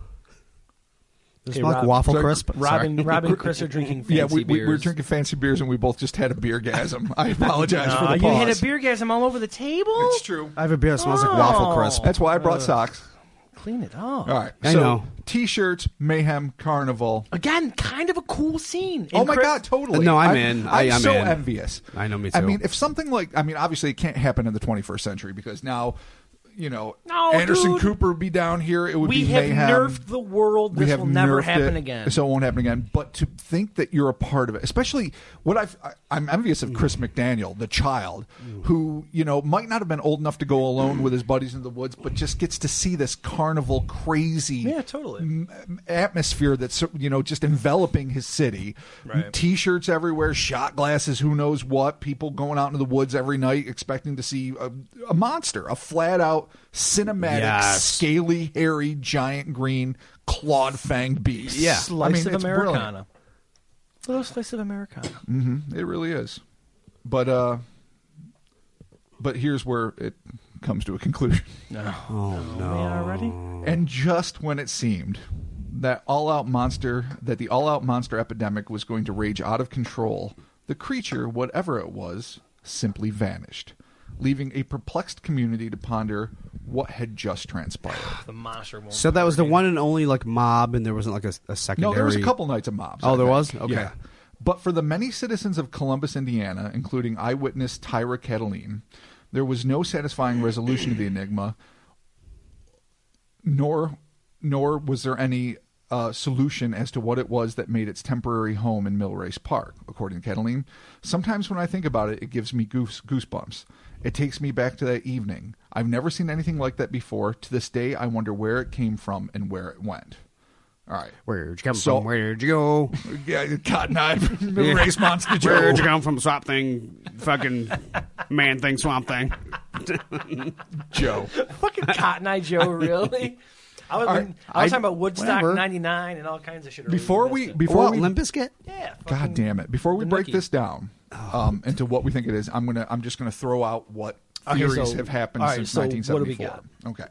[SPEAKER 2] Does
[SPEAKER 1] Hey,
[SPEAKER 2] it smell
[SPEAKER 1] Rob.
[SPEAKER 2] like waffle
[SPEAKER 3] Sorry,
[SPEAKER 2] crisp?
[SPEAKER 1] Robin, Robin, and Chris are drinking fancy
[SPEAKER 3] yeah, we, we,
[SPEAKER 1] beers.
[SPEAKER 3] we're drinking fancy beers and we both just had a beer gasm. I apologize
[SPEAKER 1] Aw,
[SPEAKER 3] for the
[SPEAKER 1] you
[SPEAKER 3] pause.
[SPEAKER 1] had a beer gasm all over the table.
[SPEAKER 3] It's true.
[SPEAKER 2] I have a beer that smells like waffle
[SPEAKER 1] Oh.
[SPEAKER 2] crisp.
[SPEAKER 3] That's why I brought socks.
[SPEAKER 1] Clean it up.
[SPEAKER 3] All right.
[SPEAKER 2] I
[SPEAKER 3] so,
[SPEAKER 2] know.
[SPEAKER 3] T-shirts, mayhem, carnival.
[SPEAKER 1] Again, kind of a cool scene. And
[SPEAKER 3] oh my
[SPEAKER 1] Chris-
[SPEAKER 3] god, totally.
[SPEAKER 2] No, I'm in. I-
[SPEAKER 3] I'm
[SPEAKER 2] I'm
[SPEAKER 3] so
[SPEAKER 2] in.
[SPEAKER 3] envious.
[SPEAKER 2] I know, me
[SPEAKER 3] I
[SPEAKER 2] too.
[SPEAKER 3] mean, if something like I mean, obviously it can't happen in the 21st century because now, you know,
[SPEAKER 1] No,
[SPEAKER 3] Anderson
[SPEAKER 1] dude.
[SPEAKER 3] Cooper would be down here. It would
[SPEAKER 1] We
[SPEAKER 3] be
[SPEAKER 1] have
[SPEAKER 3] mayhem.
[SPEAKER 1] nerfed the world.
[SPEAKER 3] we
[SPEAKER 1] This
[SPEAKER 3] have
[SPEAKER 1] will never
[SPEAKER 3] nerfed
[SPEAKER 1] happen
[SPEAKER 3] it,
[SPEAKER 1] again.
[SPEAKER 3] So it won't happen again. But to think that you're a part of it, especially what I've, I, I'm envious of Chris McDaniel, the child, who you know might not have been old enough to go alone with his buddies in the woods, but just gets to see this carnival crazy
[SPEAKER 1] yeah, totally.
[SPEAKER 3] m- atmosphere that's you know just enveloping his city
[SPEAKER 1] Right.
[SPEAKER 3] t-shirts everywhere shot glasses who knows what people going out into the woods every night expecting to see a, a monster a flat out cinematic
[SPEAKER 2] Yes.
[SPEAKER 3] scaly hairy giant green clawed fanged beast
[SPEAKER 1] slice
[SPEAKER 3] I mean,
[SPEAKER 1] of
[SPEAKER 3] it's
[SPEAKER 1] Americana.
[SPEAKER 3] brilliant. Oh,
[SPEAKER 1] Little slice of Americana.
[SPEAKER 3] it really is but uh but here's where it comes to a conclusion
[SPEAKER 1] No.
[SPEAKER 2] Oh no!
[SPEAKER 1] already?
[SPEAKER 3] And just when it seemed that all out monster that the all out monster epidemic was going to rage out of control, the creature, whatever it was, simply vanished, leaving a perplexed community to ponder what had just transpired.
[SPEAKER 1] The monster won't.
[SPEAKER 2] So that was the one and only like mob, and there wasn't like a, a secondary.
[SPEAKER 3] No, there was a couple nights of mobs.
[SPEAKER 2] Oh,
[SPEAKER 3] I
[SPEAKER 2] there
[SPEAKER 3] think.
[SPEAKER 2] was? Okay.
[SPEAKER 3] Yeah. But for the many citizens of Columbus, Indiana, including eyewitness Tyra Cataline, there was no satisfying resolution to the enigma, nor nor was there any uh, solution as to what it was that made its temporary home in Millrace Park, according to Cataline. Sometimes when I think about it, it gives me goose, goosebumps. It takes me back to that evening. I've never seen anything like that before. To this day, I wonder where it came from and where it went. All right.
[SPEAKER 2] Where'd you come
[SPEAKER 3] So-
[SPEAKER 2] from? Where'd you go?
[SPEAKER 3] Yeah, cotton eye, middle
[SPEAKER 2] Yeah.
[SPEAKER 3] race monster Joe.
[SPEAKER 2] Where'd you come from? Swamp thing, fucking man thing, swamp thing.
[SPEAKER 3] Joe.
[SPEAKER 1] fucking Cotton Eye Joe, really? I was,
[SPEAKER 3] Alright,
[SPEAKER 1] I was
[SPEAKER 3] I-
[SPEAKER 1] talking about Woodstock
[SPEAKER 3] whatever.
[SPEAKER 1] '99 and all kinds of shit. earlier.
[SPEAKER 3] Before
[SPEAKER 1] That's
[SPEAKER 3] we,
[SPEAKER 1] it.
[SPEAKER 3] before
[SPEAKER 2] what
[SPEAKER 3] we,
[SPEAKER 2] limp bizkit?
[SPEAKER 1] yeah,
[SPEAKER 3] God damn it! Before we
[SPEAKER 1] the
[SPEAKER 3] break
[SPEAKER 1] nookie. Oh.
[SPEAKER 3] this down um, into what we think it is, I'm gonna, I'm just gonna throw out what
[SPEAKER 1] Okay,
[SPEAKER 3] theories
[SPEAKER 1] so-
[SPEAKER 3] have happened
[SPEAKER 1] all right,
[SPEAKER 3] since
[SPEAKER 1] so what do we
[SPEAKER 3] 1974. Okay,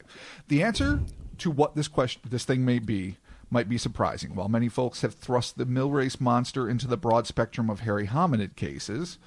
[SPEAKER 3] the answer to what this question, this thing may be. Might be surprising. While many folks have thrust the millrace monster into the broad spectrum of hairy hominid cases,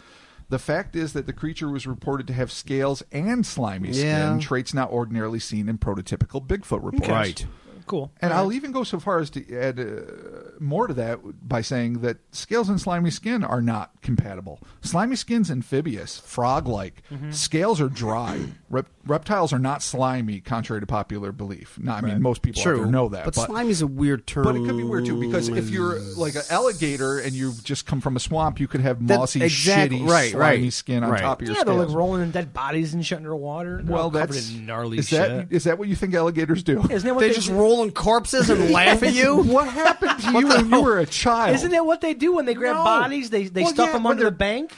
[SPEAKER 3] the fact is that the creature was reported to have scales and slimy skin,
[SPEAKER 2] Yeah.
[SPEAKER 3] traits not ordinarily seen in prototypical Bigfoot reports.
[SPEAKER 2] Right.
[SPEAKER 1] cool.
[SPEAKER 3] And I'll even go so far as to add uh, more to that by saying that scales and slimy skin are not compatible. Slimy skin's amphibious, frog like. Scales are dry. Rep- reptiles are not slimy, contrary to popular belief. Now, I mean, most people out there know that.
[SPEAKER 2] but,
[SPEAKER 3] But,
[SPEAKER 2] slimy's a weird term.
[SPEAKER 3] but it could be weird, too, because if you're like an alligator and you just come from a swamp, you could have
[SPEAKER 2] That-
[SPEAKER 3] mossy,
[SPEAKER 2] exact-
[SPEAKER 3] shitty,
[SPEAKER 2] right,
[SPEAKER 3] slimy
[SPEAKER 2] right,
[SPEAKER 3] skin on
[SPEAKER 2] right.
[SPEAKER 3] top of your
[SPEAKER 1] Yeah, they're like
[SPEAKER 3] scales.
[SPEAKER 1] rolling in dead bodies and shit underwater. They're all
[SPEAKER 3] well,
[SPEAKER 1] covered
[SPEAKER 3] that's
[SPEAKER 1] in gnarly
[SPEAKER 3] is
[SPEAKER 1] shit.
[SPEAKER 3] That, is that what you think alligators do?
[SPEAKER 1] Isn't that what
[SPEAKER 2] they
[SPEAKER 1] they
[SPEAKER 2] just
[SPEAKER 1] do?
[SPEAKER 2] roll in corpses and laugh at you.
[SPEAKER 3] What happened to you when you were a child?
[SPEAKER 1] Isn't that what they do when they grab
[SPEAKER 3] No.
[SPEAKER 1] bodies? They they
[SPEAKER 3] Well,
[SPEAKER 1] stuff
[SPEAKER 3] yeah,
[SPEAKER 1] them
[SPEAKER 3] when
[SPEAKER 1] under the
[SPEAKER 3] they're-
[SPEAKER 1] bank,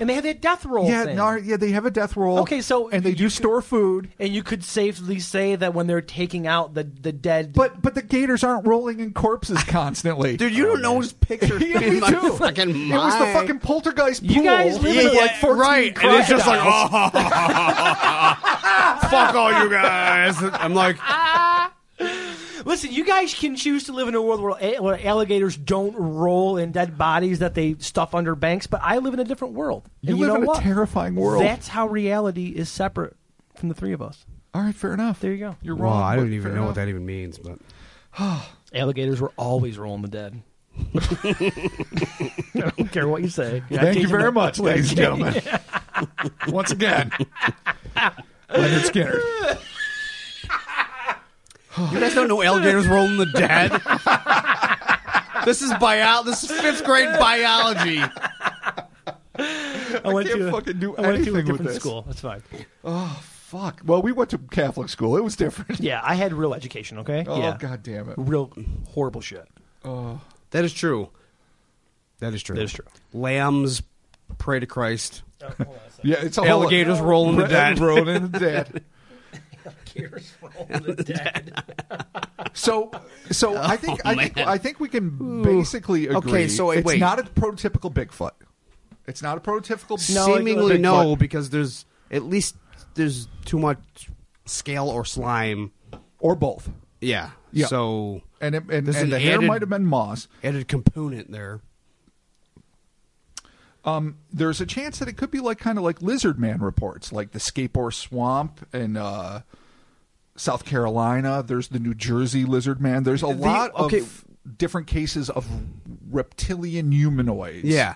[SPEAKER 1] and they have that death roll
[SPEAKER 3] Yeah,
[SPEAKER 1] thing.
[SPEAKER 3] no, yeah, they have a death roll.
[SPEAKER 1] Okay, so
[SPEAKER 3] and they
[SPEAKER 1] you
[SPEAKER 3] do store food,
[SPEAKER 1] And you could safely say that when they're taking out the the dead,
[SPEAKER 3] but but the gators aren't rolling in corpses constantly.
[SPEAKER 2] Dude, you don't
[SPEAKER 1] Oh,
[SPEAKER 2] know his picture.
[SPEAKER 3] yeah,
[SPEAKER 2] in
[SPEAKER 3] me
[SPEAKER 2] my
[SPEAKER 3] too.
[SPEAKER 2] Fucking
[SPEAKER 3] It was the
[SPEAKER 2] mind.
[SPEAKER 3] fucking poltergeist pool.
[SPEAKER 1] You guys live
[SPEAKER 2] Yeah,
[SPEAKER 1] in
[SPEAKER 2] yeah,
[SPEAKER 1] like 14
[SPEAKER 2] right. And it's just like, oh, fuck all you guys. I'm like,
[SPEAKER 1] Listen, you guys can choose to live in a world where, a- where alligators don't roll in dead bodies that they stuff under banks, but I live in a different world.
[SPEAKER 3] You
[SPEAKER 1] And
[SPEAKER 3] live
[SPEAKER 1] know
[SPEAKER 3] in a
[SPEAKER 1] what?
[SPEAKER 3] terrifying world.
[SPEAKER 1] That's how reality is separate from the three of us.
[SPEAKER 3] All right, fair enough.
[SPEAKER 1] There you go.
[SPEAKER 3] You're
[SPEAKER 2] well,
[SPEAKER 3] wrong.
[SPEAKER 2] I
[SPEAKER 3] but
[SPEAKER 2] don't even
[SPEAKER 3] fair
[SPEAKER 2] know what
[SPEAKER 3] enough.
[SPEAKER 2] that even means, but
[SPEAKER 1] Alligators were always rolling the dead. I don't care what you say.
[SPEAKER 3] Thank you very much, ladies and gentlemen. Once again, Leonard Skinner.
[SPEAKER 2] you guys don't know alligators rolling the dead. this is bio. This is fifth grade biology.
[SPEAKER 1] I went
[SPEAKER 3] can't
[SPEAKER 1] to a-
[SPEAKER 3] fucking do
[SPEAKER 1] I went to a
[SPEAKER 3] anything with
[SPEAKER 1] different
[SPEAKER 3] this.
[SPEAKER 1] school. That's fine.
[SPEAKER 3] Fuck. Well, we went to Catholic school. It was different.
[SPEAKER 1] Yeah, I had real education. Okay.
[SPEAKER 3] Oh
[SPEAKER 1] yeah.
[SPEAKER 3] god damn it.
[SPEAKER 1] Real horrible shit.
[SPEAKER 2] That is true. That is true.
[SPEAKER 1] That is true.
[SPEAKER 2] Lambs pray to Christ.
[SPEAKER 1] Oh,
[SPEAKER 3] Yeah, it's a whole
[SPEAKER 2] Alligators rolling
[SPEAKER 3] uh,
[SPEAKER 2] the dead.
[SPEAKER 3] rolling in the dead.
[SPEAKER 1] Alligators rolling the dead.
[SPEAKER 3] So, so I think I think I think we can basically agree.
[SPEAKER 2] Okay, so,
[SPEAKER 3] it's
[SPEAKER 2] wait.
[SPEAKER 3] not a prototypical Bigfoot. It's not a prototypical.
[SPEAKER 1] No, like-
[SPEAKER 4] Seemingly
[SPEAKER 1] like-
[SPEAKER 4] no, because there's at least there's too much scale or slime.
[SPEAKER 3] or both.
[SPEAKER 4] Yeah.
[SPEAKER 3] Yeah.
[SPEAKER 4] So
[SPEAKER 3] And it, and,
[SPEAKER 4] There's
[SPEAKER 3] and
[SPEAKER 4] an
[SPEAKER 3] the hair
[SPEAKER 4] added-
[SPEAKER 3] might have been moss.
[SPEAKER 4] added component there.
[SPEAKER 3] Um, there's a chance that it could be like kind of like Lizard Man reports, like the Skateboard Swamp and uh, South Carolina. There's the New Jersey Lizard Man. There's a lot
[SPEAKER 4] okay.
[SPEAKER 3] of different cases of reptilian humanoids.
[SPEAKER 4] Yeah.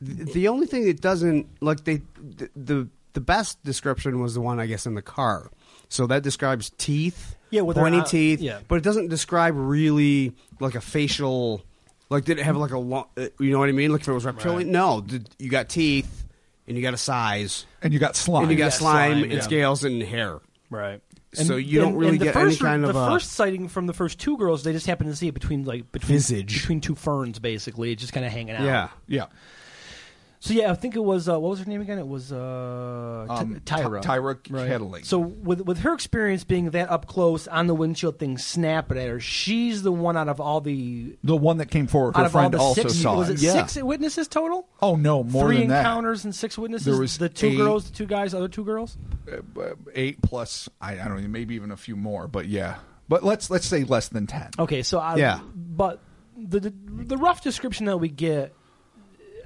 [SPEAKER 4] The, the only thing that doesn't like they the, the the best description was the one I guess in the car. So that describes teeth,
[SPEAKER 1] Yeah, with their
[SPEAKER 4] pointy
[SPEAKER 1] eye-
[SPEAKER 4] teeth,
[SPEAKER 1] yeah.
[SPEAKER 4] but it doesn't describe really like a facial. Like did it have like a long? uh, You know what I mean? Like if it was reptilian? No, did, you got teeth and you got a size
[SPEAKER 3] and you got slime.
[SPEAKER 4] and you
[SPEAKER 1] Yeah,
[SPEAKER 4] got slime,
[SPEAKER 1] slime,
[SPEAKER 4] and
[SPEAKER 1] yeah.
[SPEAKER 4] scales and hair.
[SPEAKER 1] Right.
[SPEAKER 4] So you don't really
[SPEAKER 1] the
[SPEAKER 4] get any
[SPEAKER 1] first,
[SPEAKER 4] kind of,
[SPEAKER 1] the
[SPEAKER 4] uh,
[SPEAKER 1] first sighting from the first two girls. They just happened to see it between like between
[SPEAKER 4] Visage.
[SPEAKER 1] between two ferns, basically, just kind of hanging out.
[SPEAKER 4] Yeah.
[SPEAKER 3] yeah.
[SPEAKER 1] So yeah, I think it was uh, what was her name again? It was uh, Ty-
[SPEAKER 3] Um, Ty-
[SPEAKER 1] Tyra.
[SPEAKER 3] Tyra Kettley.
[SPEAKER 1] So with with her experience being that up close on the windshield thing snapping at her, she's the one out of all the
[SPEAKER 3] The one that came forward,
[SPEAKER 1] out
[SPEAKER 3] her
[SPEAKER 1] of all
[SPEAKER 3] friend
[SPEAKER 1] the
[SPEAKER 3] also
[SPEAKER 1] six.
[SPEAKER 3] saw
[SPEAKER 1] Was it
[SPEAKER 3] it.
[SPEAKER 4] Yeah.
[SPEAKER 1] six witnesses total?
[SPEAKER 3] Oh no, more
[SPEAKER 1] Three
[SPEAKER 3] than that.
[SPEAKER 1] encounters and six witnesses.
[SPEAKER 3] There was
[SPEAKER 1] the two
[SPEAKER 3] eight.
[SPEAKER 1] girls, the two guys, the other two girls.
[SPEAKER 3] Uh, Eight plus, I, I don't know, maybe even a few more, but yeah. But let's let's say less than ten.
[SPEAKER 1] Okay, so I,
[SPEAKER 4] Yeah.
[SPEAKER 1] but the, the the rough description that we get,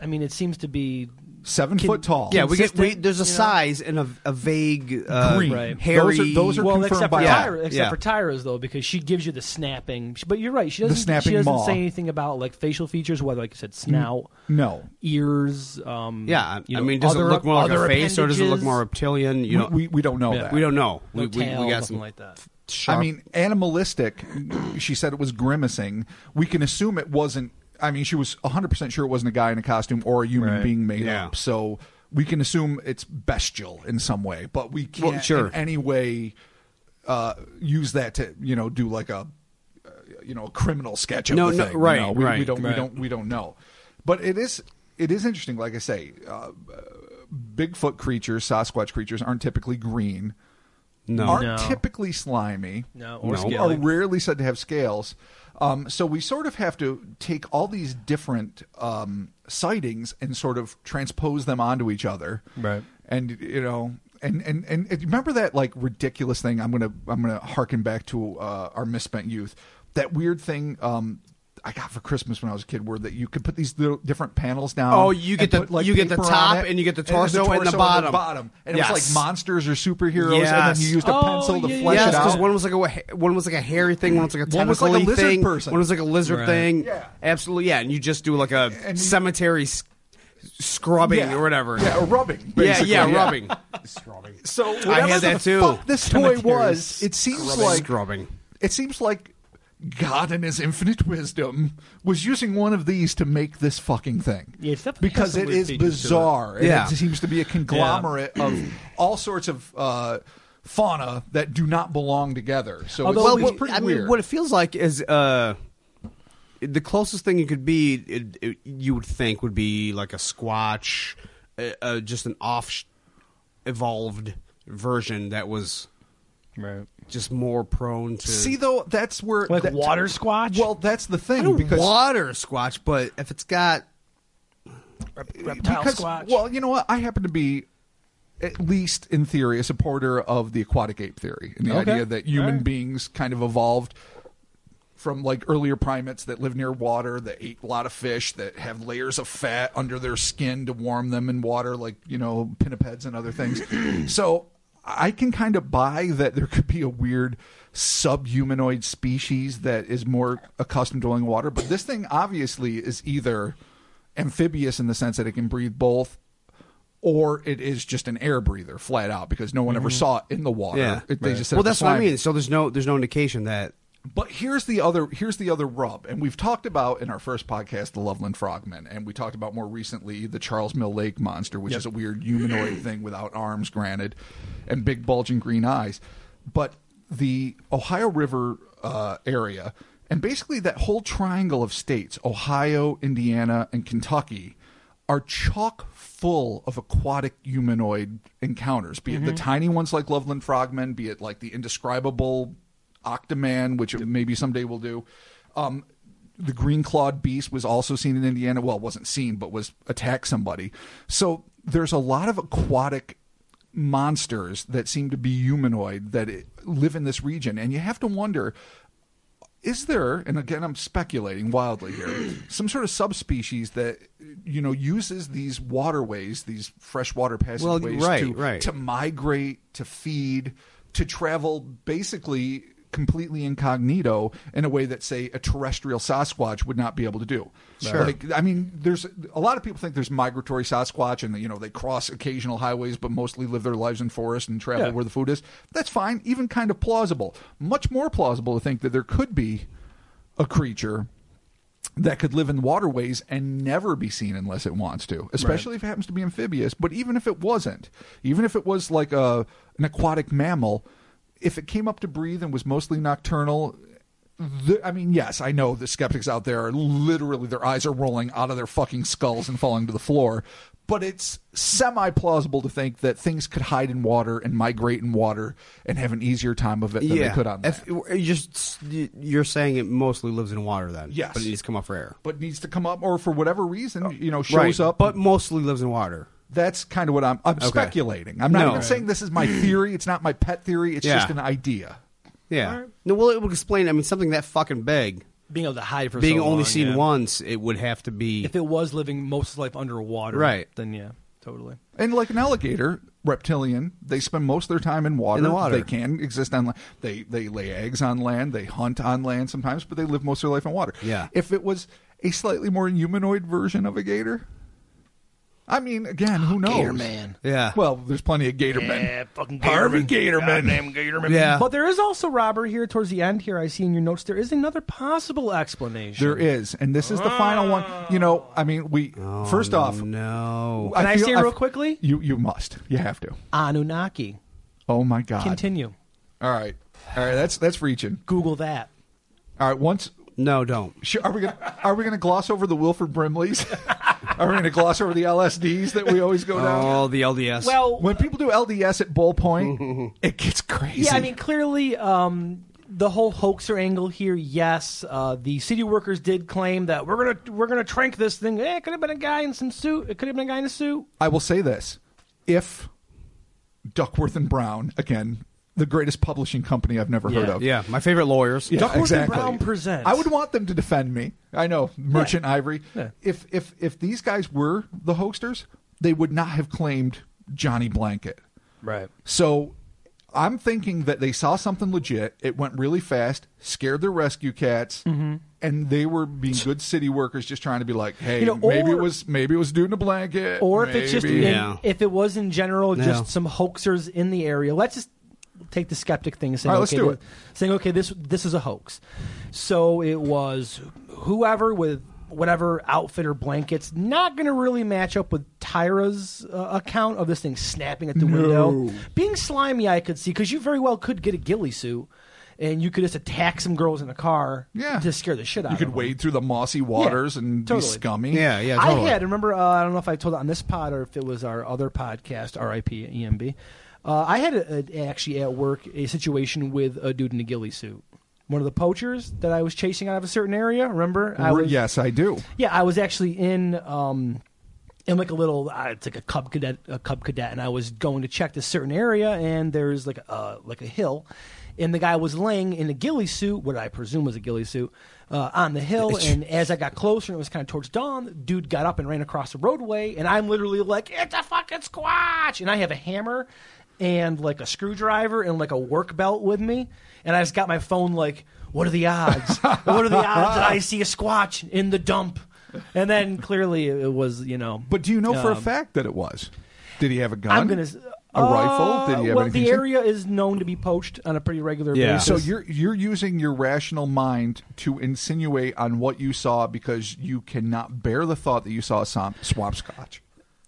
[SPEAKER 1] I mean, it seems to be
[SPEAKER 3] Seven
[SPEAKER 1] Can-
[SPEAKER 3] foot tall.
[SPEAKER 4] Yeah, we get we,
[SPEAKER 1] Consistent,
[SPEAKER 4] there's a
[SPEAKER 1] you know?
[SPEAKER 4] size and a, a vague uh,
[SPEAKER 3] Green.
[SPEAKER 1] Right.
[SPEAKER 4] hairy.
[SPEAKER 3] Those are- those are
[SPEAKER 1] well,
[SPEAKER 3] confirmed
[SPEAKER 1] except for
[SPEAKER 3] by-
[SPEAKER 4] Yeah,
[SPEAKER 1] Tyra, except
[SPEAKER 4] yeah.
[SPEAKER 1] for Tyra's though, because she gives you the snapping. She- But you're right; she
[SPEAKER 3] The
[SPEAKER 1] doesn't.
[SPEAKER 3] snapping
[SPEAKER 1] she doesn't
[SPEAKER 3] maw.
[SPEAKER 1] say anything about like facial features, whether like I said, snout,
[SPEAKER 3] No.
[SPEAKER 1] ears. Um,
[SPEAKER 4] Mm-hmm. yeah.
[SPEAKER 1] you
[SPEAKER 4] I
[SPEAKER 1] know,
[SPEAKER 4] mean, does
[SPEAKER 1] other-
[SPEAKER 4] it look more like
[SPEAKER 1] other
[SPEAKER 4] a face or does it look
[SPEAKER 1] appendages,
[SPEAKER 4] more reptilian? You know,
[SPEAKER 3] we, we, we don't know
[SPEAKER 1] Yeah.
[SPEAKER 3] that.
[SPEAKER 4] we don't know.
[SPEAKER 1] no
[SPEAKER 4] we, we-
[SPEAKER 1] tail,
[SPEAKER 4] we got
[SPEAKER 1] something
[SPEAKER 4] some
[SPEAKER 1] like that.
[SPEAKER 4] sharp-
[SPEAKER 3] I mean, animalistic. She said it was grimacing. We can assume it wasn't. I mean, she was 100% sure it wasn't a guy in a costume or a human
[SPEAKER 1] Right.
[SPEAKER 3] being made
[SPEAKER 4] Yeah.
[SPEAKER 3] up. So we can assume it's bestial in some way, but we can't
[SPEAKER 4] Well, sure.
[SPEAKER 3] in any way uh, use that to, you know, do like a, uh, you know, a criminal sketch of
[SPEAKER 4] No,
[SPEAKER 3] the
[SPEAKER 4] no,
[SPEAKER 3] thing. you
[SPEAKER 4] right,
[SPEAKER 3] know? we, We
[SPEAKER 4] right,
[SPEAKER 3] don't, we
[SPEAKER 4] right.
[SPEAKER 3] don't, we don't know. But it is, it is interesting. Like I say, uh, Bigfoot creatures, Sasquatch creatures aren't typically green.
[SPEAKER 4] No.
[SPEAKER 3] aren't
[SPEAKER 1] No.
[SPEAKER 3] typically slimy.
[SPEAKER 1] No, or
[SPEAKER 4] No.
[SPEAKER 1] scaly.
[SPEAKER 3] are rarely said to have scales. Um, so we sort of have to take all these different um, sightings and sort of transpose them onto each other.
[SPEAKER 1] Right.
[SPEAKER 3] And you know, and and and and remember that like ridiculous thing. I'm gonna I'm gonna harken back to uh, our misspent youth. That weird thing. Um, I got for Christmas when I was a kid, where that you could put these little different panels down.
[SPEAKER 4] Oh, you
[SPEAKER 3] Um, and
[SPEAKER 4] get the-
[SPEAKER 3] put, like,
[SPEAKER 4] you get the
[SPEAKER 3] paper on
[SPEAKER 4] top
[SPEAKER 3] it,
[SPEAKER 4] and you get the
[SPEAKER 3] then
[SPEAKER 4] torso and the bottom.
[SPEAKER 3] bottom, and it was
[SPEAKER 4] Yes.
[SPEAKER 3] like monsters or superheroes, and
[SPEAKER 4] Yes.
[SPEAKER 3] then you used a
[SPEAKER 1] Oh,
[SPEAKER 3] pencil to
[SPEAKER 1] yeah,
[SPEAKER 3] flesh
[SPEAKER 1] yeah,
[SPEAKER 4] yes,
[SPEAKER 3] it
[SPEAKER 4] because
[SPEAKER 3] out.
[SPEAKER 4] one was like a wa- one was like a hairy thing, one was like a
[SPEAKER 3] One was like a
[SPEAKER 4] tentacly
[SPEAKER 3] lizard
[SPEAKER 4] thing,
[SPEAKER 3] person.
[SPEAKER 4] one was like a lizard
[SPEAKER 1] Right.
[SPEAKER 4] thing.
[SPEAKER 3] Yeah.
[SPEAKER 4] absolutely. Yeah, and you just do like a
[SPEAKER 3] And you-
[SPEAKER 4] cemetery s- scrubbing
[SPEAKER 3] Yeah.
[SPEAKER 4] or whatever.
[SPEAKER 3] Yeah, rubbing.
[SPEAKER 4] yeah,
[SPEAKER 3] Basically.
[SPEAKER 4] yeah, rubbing.
[SPEAKER 3] So whatever
[SPEAKER 4] I had
[SPEAKER 3] the
[SPEAKER 4] that too.
[SPEAKER 3] fuck this toy
[SPEAKER 4] Cemetery
[SPEAKER 3] was, it seems
[SPEAKER 4] scrubbing.
[SPEAKER 3] like
[SPEAKER 4] Scrubbing.
[SPEAKER 3] It seems like God in His infinite wisdom was using one of these to make this fucking thing.
[SPEAKER 1] Yeah, it's definitely got
[SPEAKER 3] because
[SPEAKER 1] some
[SPEAKER 3] it
[SPEAKER 1] weird
[SPEAKER 3] is
[SPEAKER 1] features to it.
[SPEAKER 3] bizarre. and
[SPEAKER 4] Yeah.
[SPEAKER 3] it seems to be a conglomerate of all sorts of uh, fauna that do not belong together. So
[SPEAKER 1] Although
[SPEAKER 3] it's,
[SPEAKER 1] we-
[SPEAKER 3] it's pretty
[SPEAKER 4] I
[SPEAKER 3] weird.
[SPEAKER 4] mean, what it feels like is uh, the closest thing you could be, it, it, you would think, would be like a squatch, uh, uh, just an off evolved version that was
[SPEAKER 1] Right.
[SPEAKER 4] just more prone to
[SPEAKER 3] See though, that's where
[SPEAKER 1] Like water squatch?
[SPEAKER 3] Well, that's the thing
[SPEAKER 4] I don't
[SPEAKER 3] because
[SPEAKER 4] water squatch, but if it's got
[SPEAKER 1] Reptile
[SPEAKER 3] because,
[SPEAKER 1] squatch.
[SPEAKER 3] Well, you know what? I happen to be, at least in theory, a supporter of the aquatic ape theory and the
[SPEAKER 1] Okay.
[SPEAKER 3] idea that human
[SPEAKER 1] Alright.
[SPEAKER 3] beings kind of evolved from like earlier primates that lived near water, that ate a lot of fish, that have layers of fat under their skin to warm them in water, like, you know, pinnipeds and other things. so I can kind of buy that there could be a weird subhumanoid species that is more accustomed to living in water. But this thing obviously is either amphibious in the sense that it can breathe both or it is just an air breather flat out because no one ever saw it in the water.
[SPEAKER 4] Mm-hmm. yeah,
[SPEAKER 3] It- they just said it
[SPEAKER 4] well,
[SPEAKER 3] was
[SPEAKER 4] that's what I
[SPEAKER 3] slimy.
[SPEAKER 4] mean. So there's no there's no indication that
[SPEAKER 3] But here's the other here's the other rub, and we've talked about in our first podcast the Loveland Frogmen, and we talked about more recently the Charles Mill Lake monster, which is a weird humanoid thing without arms, granted, and big bulging green eyes. But the Ohio River uh, area, and basically that whole triangle of states, Ohio, Indiana, and Kentucky, are chock full of aquatic humanoid encounters, be it the tiny ones like Loveland Frogmen, be it like the indescribable Octoman, which maybe someday we'll do. Um, the green clawed beast was also seen in Indiana. Well, it wasn't seen, but was attacked somebody. So there's a lot of aquatic monsters that seem to be humanoid that i- live in this region, and you have to wonder. Is there, and again, I'm speculating wildly here, some sort of subspecies that you know uses these waterways, these freshwater passageways,
[SPEAKER 2] right,
[SPEAKER 3] to,
[SPEAKER 2] right.
[SPEAKER 3] to migrate, to feed, to travel basically completely incognito in a way that, say, a terrestrial Sasquatch would not be able to do.
[SPEAKER 2] Sure.
[SPEAKER 3] Like, I mean, there's a lot of people think there's migratory Sasquatch and, you know, they cross occasional highways but mostly live their lives in forests and travel
[SPEAKER 1] Yeah.
[SPEAKER 3] where the food is. That's fine, even kind of plausible. Much more plausible to think that there could be a creature that could live in waterways and never be seen unless it wants to, especially if it happens to be amphibious. But even if it wasn't, even if it was like a an aquatic mammal, if it came up to breathe and was mostly nocturnal. The, I mean, yes, I know the skeptics out there are literally their eyes are rolling out of their fucking skulls and falling to the floor, but it's semi plausible to think that things could hide in water and migrate in water and have an easier time of it than they could on land.
[SPEAKER 2] If- you just you're saying it mostly lives in water then.
[SPEAKER 3] Yes.
[SPEAKER 2] but it needs to come up for air.
[SPEAKER 3] but needs to come up, or for whatever reason, you know, shows
[SPEAKER 2] Oh, right.
[SPEAKER 3] up.
[SPEAKER 2] but mostly lives in water.
[SPEAKER 3] That's kind of what I'm. I'm speculating. I'm not
[SPEAKER 2] No.
[SPEAKER 3] even saying this is my theory. It's not my pet theory. It's
[SPEAKER 2] Yeah.
[SPEAKER 3] just an idea.
[SPEAKER 2] Yeah.
[SPEAKER 1] All right.
[SPEAKER 2] No, well, it would explain. I mean, something that fucking big,
[SPEAKER 1] being able to hide for
[SPEAKER 2] being
[SPEAKER 1] so
[SPEAKER 2] only
[SPEAKER 1] long,
[SPEAKER 2] seen
[SPEAKER 1] yeah.
[SPEAKER 2] once, it would have to be.
[SPEAKER 1] If it was living most of its life underwater,
[SPEAKER 2] Right.
[SPEAKER 1] Then yeah, totally.
[SPEAKER 3] And like an alligator, reptilian, they spend most of their time in water.
[SPEAKER 2] In the water.
[SPEAKER 3] They can exist on land. They they lay eggs on land. They hunt on land sometimes, but they live most of their life in water.
[SPEAKER 2] Yeah.
[SPEAKER 3] If it was a slightly more humanoid version of a gator, I mean, again, who knows?
[SPEAKER 1] Gator man.
[SPEAKER 2] Oh, yeah.
[SPEAKER 3] Well, there's plenty of gator men.
[SPEAKER 1] Yeah, fucking
[SPEAKER 3] Harvey
[SPEAKER 1] Gatorman.
[SPEAKER 3] Gatorman.
[SPEAKER 1] Goddamn Gatorman.
[SPEAKER 2] Yeah.
[SPEAKER 1] But there is also Robert here towards the end. Here I see in your notes there is another possible explanation.
[SPEAKER 3] There is, and this is the final one. You know, I mean, we first off,
[SPEAKER 2] Oh, no.
[SPEAKER 1] Can I,
[SPEAKER 3] feel-
[SPEAKER 1] say real
[SPEAKER 3] f-
[SPEAKER 1] quickly?
[SPEAKER 3] You you must. You have to.
[SPEAKER 1] Anunnaki.
[SPEAKER 3] Oh my god.
[SPEAKER 1] Continue.
[SPEAKER 3] All right. All right, that's that's reaching.
[SPEAKER 1] Google that.
[SPEAKER 3] All right, once
[SPEAKER 2] No, don't.
[SPEAKER 3] sh- are we gonna are we gonna gloss over the Wilford Brimleys? are we gonna gloss over the LSDs that we always go down?
[SPEAKER 2] Oh, the LDS.
[SPEAKER 1] Well,
[SPEAKER 3] when people do LDS at Bull Point, it gets crazy.
[SPEAKER 1] yeah, I mean, clearly, um, the whole hoaxer angle here. Yes, uh, the city workers did claim that we're gonna we're gonna trank this thing. Eh, it could have been a guy in some suit. It could have been a guy in a suit.
[SPEAKER 3] I will say this: if Duckworth and Brown again, the greatest publishing company I've never heard
[SPEAKER 1] Yeah.
[SPEAKER 3] of,
[SPEAKER 2] yeah, my favorite lawyers.
[SPEAKER 3] Yeah,
[SPEAKER 1] Duckworth and
[SPEAKER 3] exactly.
[SPEAKER 1] Brown presents.
[SPEAKER 3] I would want them to defend me. I know Merchant Ivory. If if if these guys were the hoaxers, they would not have claimed Johnny Blanket.
[SPEAKER 1] Right.
[SPEAKER 3] So I'm thinking that they saw something legit. It went really fast, scared their rescue cats,
[SPEAKER 1] Mm-hmm.
[SPEAKER 3] and they were being good city workers, just trying to be like, "Hey,
[SPEAKER 1] You know,
[SPEAKER 3] maybe it
[SPEAKER 1] or-
[SPEAKER 3] was maybe it was dude in a blanket,
[SPEAKER 1] or if it's just in,
[SPEAKER 3] maybe-
[SPEAKER 2] Yeah.
[SPEAKER 1] if it was in general
[SPEAKER 2] Yeah.
[SPEAKER 1] just some hoaxers in the area. Let's just take the skeptic thing and say,
[SPEAKER 3] All right, let's
[SPEAKER 1] okay,
[SPEAKER 3] do it.
[SPEAKER 1] saying okay, this this is a hoax. So it was whoever with whatever outfit or blankets not going to really match up with Tyra's uh, account of this thing snapping at the window. Being slimy, I could see because you very well could get a ghillie suit. And you could just attack some girls in a car
[SPEAKER 3] Yeah.
[SPEAKER 1] to scare the shit out
[SPEAKER 3] you
[SPEAKER 1] of
[SPEAKER 3] could
[SPEAKER 1] them.
[SPEAKER 3] wade through the mossy waters and
[SPEAKER 1] totally.
[SPEAKER 3] be scummy."
[SPEAKER 2] Yeah, yeah.
[SPEAKER 1] I
[SPEAKER 2] Totally.
[SPEAKER 1] had. Remember, uh, I don't know if I told it on this pod or if it was our other podcast, RIP EMB. E Uh, I had a, a, actually at work a situation with a dude in a ghillie suit. One of the poachers that I was chasing out of a certain area. Remember, I was
[SPEAKER 3] yes, I do.
[SPEAKER 1] yeah, I was actually in um in like a little uh, it's like a cub cadet a cub cadet and I was going to check this certain area and there's like a like a hill and the guy was laying in a ghillie suit, what I presume was a ghillie suit, uh, on the hill. And as I got closer, and it was kind of towards dawn. Dude got up and ran across the roadway, and I'm literally like, "It's a fucking squatch!" And I have a hammer and like a screwdriver and like a work belt with me, and I just got my phone like, "What are the odds? what are the odds that I see a squatch in the dump?" And then clearly it was, you know.
[SPEAKER 3] But do you know for a
[SPEAKER 1] Um,
[SPEAKER 3] fact that it was? Did he have a gun?
[SPEAKER 1] I'm gonna s-
[SPEAKER 3] a rifle? Did he
[SPEAKER 1] Uh,
[SPEAKER 3] have
[SPEAKER 1] well,
[SPEAKER 3] anything?
[SPEAKER 1] the area is known to be poached on a pretty regular
[SPEAKER 2] Yeah.
[SPEAKER 1] basis.
[SPEAKER 3] So you're you're using your rational mind to insinuate on what you saw because you cannot bear the thought that you saw a swamp, swamp scotch.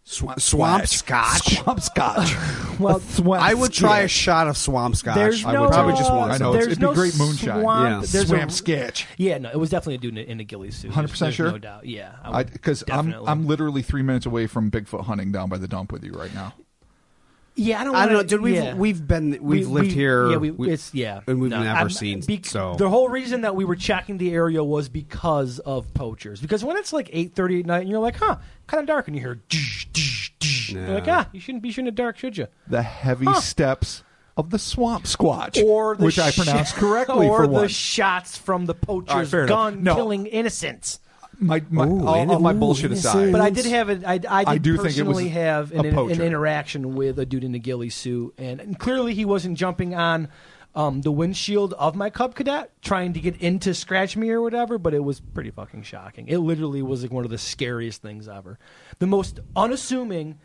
[SPEAKER 3] Swamp,
[SPEAKER 2] swamp scotch?
[SPEAKER 3] Swamp scotch.
[SPEAKER 1] Well,
[SPEAKER 3] A swamp
[SPEAKER 2] I would try a
[SPEAKER 3] sketch.
[SPEAKER 2] shot of swamp scotch.
[SPEAKER 1] There's
[SPEAKER 2] I
[SPEAKER 1] no,
[SPEAKER 2] would probably
[SPEAKER 1] uh,
[SPEAKER 2] just want.
[SPEAKER 3] I
[SPEAKER 2] some.
[SPEAKER 3] know,
[SPEAKER 1] there's
[SPEAKER 3] it's- it'd be
[SPEAKER 1] no
[SPEAKER 3] great moonshine.
[SPEAKER 1] Swamp,
[SPEAKER 2] Yeah.
[SPEAKER 1] There's
[SPEAKER 3] swamp
[SPEAKER 1] a,
[SPEAKER 3] sketch.
[SPEAKER 1] Yeah, no, it was definitely a dude in a, in a ghillie suit.
[SPEAKER 3] 100%
[SPEAKER 1] There's- there's
[SPEAKER 3] sure?
[SPEAKER 1] No doubt. Yeah, I would
[SPEAKER 3] Because I'm
[SPEAKER 1] definitely.
[SPEAKER 3] I'm literally three minutes away from Bigfoot hunting down by the dump with you right now.
[SPEAKER 1] Yeah, I don't.
[SPEAKER 4] I don't
[SPEAKER 1] wanna-
[SPEAKER 4] know, dude. We've
[SPEAKER 1] yeah.
[SPEAKER 4] we've been we've
[SPEAKER 1] We-
[SPEAKER 4] lived
[SPEAKER 1] we-
[SPEAKER 4] here.
[SPEAKER 1] Yeah, we, it's yeah,
[SPEAKER 4] and we've
[SPEAKER 1] No,
[SPEAKER 4] never
[SPEAKER 1] I'm-
[SPEAKER 4] seen
[SPEAKER 1] bec-
[SPEAKER 4] so.
[SPEAKER 1] the whole reason that we were checking the area was because of poachers. Because when it's like eight thirty at night, and you're like, huh, kind of dark, and you hear, "Dsh, dsh, dsh," you're like,
[SPEAKER 4] Yeah.
[SPEAKER 1] ah, you shouldn't be shooting at dark, should you?
[SPEAKER 3] The heavy
[SPEAKER 1] Huh.
[SPEAKER 3] steps of the swamp squatch,
[SPEAKER 1] Or the
[SPEAKER 3] which I
[SPEAKER 1] sh-
[SPEAKER 3] pronounced correctly
[SPEAKER 1] or
[SPEAKER 3] for
[SPEAKER 1] the
[SPEAKER 3] once.
[SPEAKER 1] shots from the
[SPEAKER 3] All right,
[SPEAKER 1] poacher's
[SPEAKER 3] fair enough.
[SPEAKER 1] gun
[SPEAKER 3] No.
[SPEAKER 1] killing innocents.
[SPEAKER 3] my my,
[SPEAKER 4] Ooh,
[SPEAKER 3] all,
[SPEAKER 4] and-
[SPEAKER 3] all my
[SPEAKER 4] ooh,
[SPEAKER 3] bullshit
[SPEAKER 4] yes,
[SPEAKER 3] aside,
[SPEAKER 4] sir.
[SPEAKER 1] But I did have an I, I did
[SPEAKER 3] I do think it
[SPEAKER 1] personally
[SPEAKER 3] was
[SPEAKER 1] have an,
[SPEAKER 3] a
[SPEAKER 1] an,
[SPEAKER 3] poacher.
[SPEAKER 1] interaction with a dude in a ghillie suit, and, and clearly he wasn't jumping on um, the windshield of my Cub Cadet trying to get in to scratch me or whatever. But it was pretty fucking shocking. It literally was like one of the scariest things ever. The most unassuming.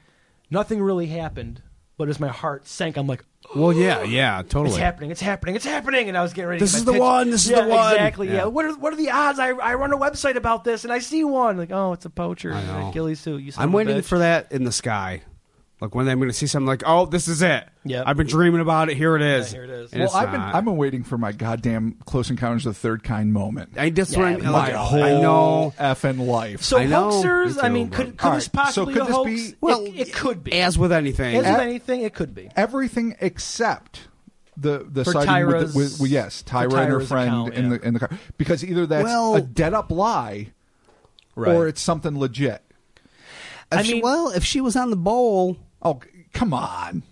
[SPEAKER 1] Nothing really happened, but as my heart sank, I'm like,
[SPEAKER 4] well, yeah, yeah,
[SPEAKER 1] it's
[SPEAKER 4] totally.
[SPEAKER 1] happening, it's happening, it's happening. And I was getting ready to
[SPEAKER 4] This
[SPEAKER 1] get my
[SPEAKER 4] is the
[SPEAKER 1] pitch-
[SPEAKER 4] one, this is
[SPEAKER 1] Yeah,
[SPEAKER 4] the one.
[SPEAKER 1] Exactly, yeah.
[SPEAKER 4] Yeah.
[SPEAKER 1] What are what are the odds? I, I run a website about this and I see one. Like, oh, it's a poacher.
[SPEAKER 4] I know.
[SPEAKER 1] Achilles suit. You son
[SPEAKER 4] I'm
[SPEAKER 1] of a
[SPEAKER 4] waiting
[SPEAKER 1] bitch.
[SPEAKER 4] for that in the sky. Like one day I'm going to see something like, oh, this is it.
[SPEAKER 1] Yep.
[SPEAKER 4] I've been dreaming about it. Here it is.
[SPEAKER 1] here it is.
[SPEAKER 4] And
[SPEAKER 3] well,
[SPEAKER 4] it's
[SPEAKER 3] I've been
[SPEAKER 4] not.
[SPEAKER 3] I've been waiting for my goddamn Close Encounters of the Third Kind moment.
[SPEAKER 4] I that's
[SPEAKER 1] Yeah,
[SPEAKER 4] what I'm
[SPEAKER 1] my
[SPEAKER 4] like.
[SPEAKER 3] my
[SPEAKER 4] I
[SPEAKER 3] whole
[SPEAKER 4] know.
[SPEAKER 3] effing life.
[SPEAKER 1] So
[SPEAKER 4] I know.
[SPEAKER 1] hoaxers,
[SPEAKER 4] Me
[SPEAKER 1] I mean,
[SPEAKER 4] too,
[SPEAKER 1] could,
[SPEAKER 3] bro.
[SPEAKER 1] could this
[SPEAKER 3] All right, so
[SPEAKER 1] possibly
[SPEAKER 3] could
[SPEAKER 1] a
[SPEAKER 3] this
[SPEAKER 1] hoax?
[SPEAKER 3] be-
[SPEAKER 1] It-
[SPEAKER 4] Well,
[SPEAKER 1] it, could be.
[SPEAKER 4] As with anything,
[SPEAKER 1] As with anything, it could be.
[SPEAKER 3] everything except the the
[SPEAKER 1] For
[SPEAKER 3] sighting with,
[SPEAKER 1] Tyra's-
[SPEAKER 3] the, with, with yes,
[SPEAKER 1] for
[SPEAKER 3] Tyra and her
[SPEAKER 1] Tyra's
[SPEAKER 3] friend
[SPEAKER 1] account,
[SPEAKER 3] in
[SPEAKER 1] yeah.
[SPEAKER 3] the in the car because either that's
[SPEAKER 4] Well-
[SPEAKER 3] a dead up lie, or it's something legit.
[SPEAKER 4] If
[SPEAKER 1] I
[SPEAKER 4] she-
[SPEAKER 1] mean-
[SPEAKER 4] well, if she was on the bowl,
[SPEAKER 3] Oh c- come on!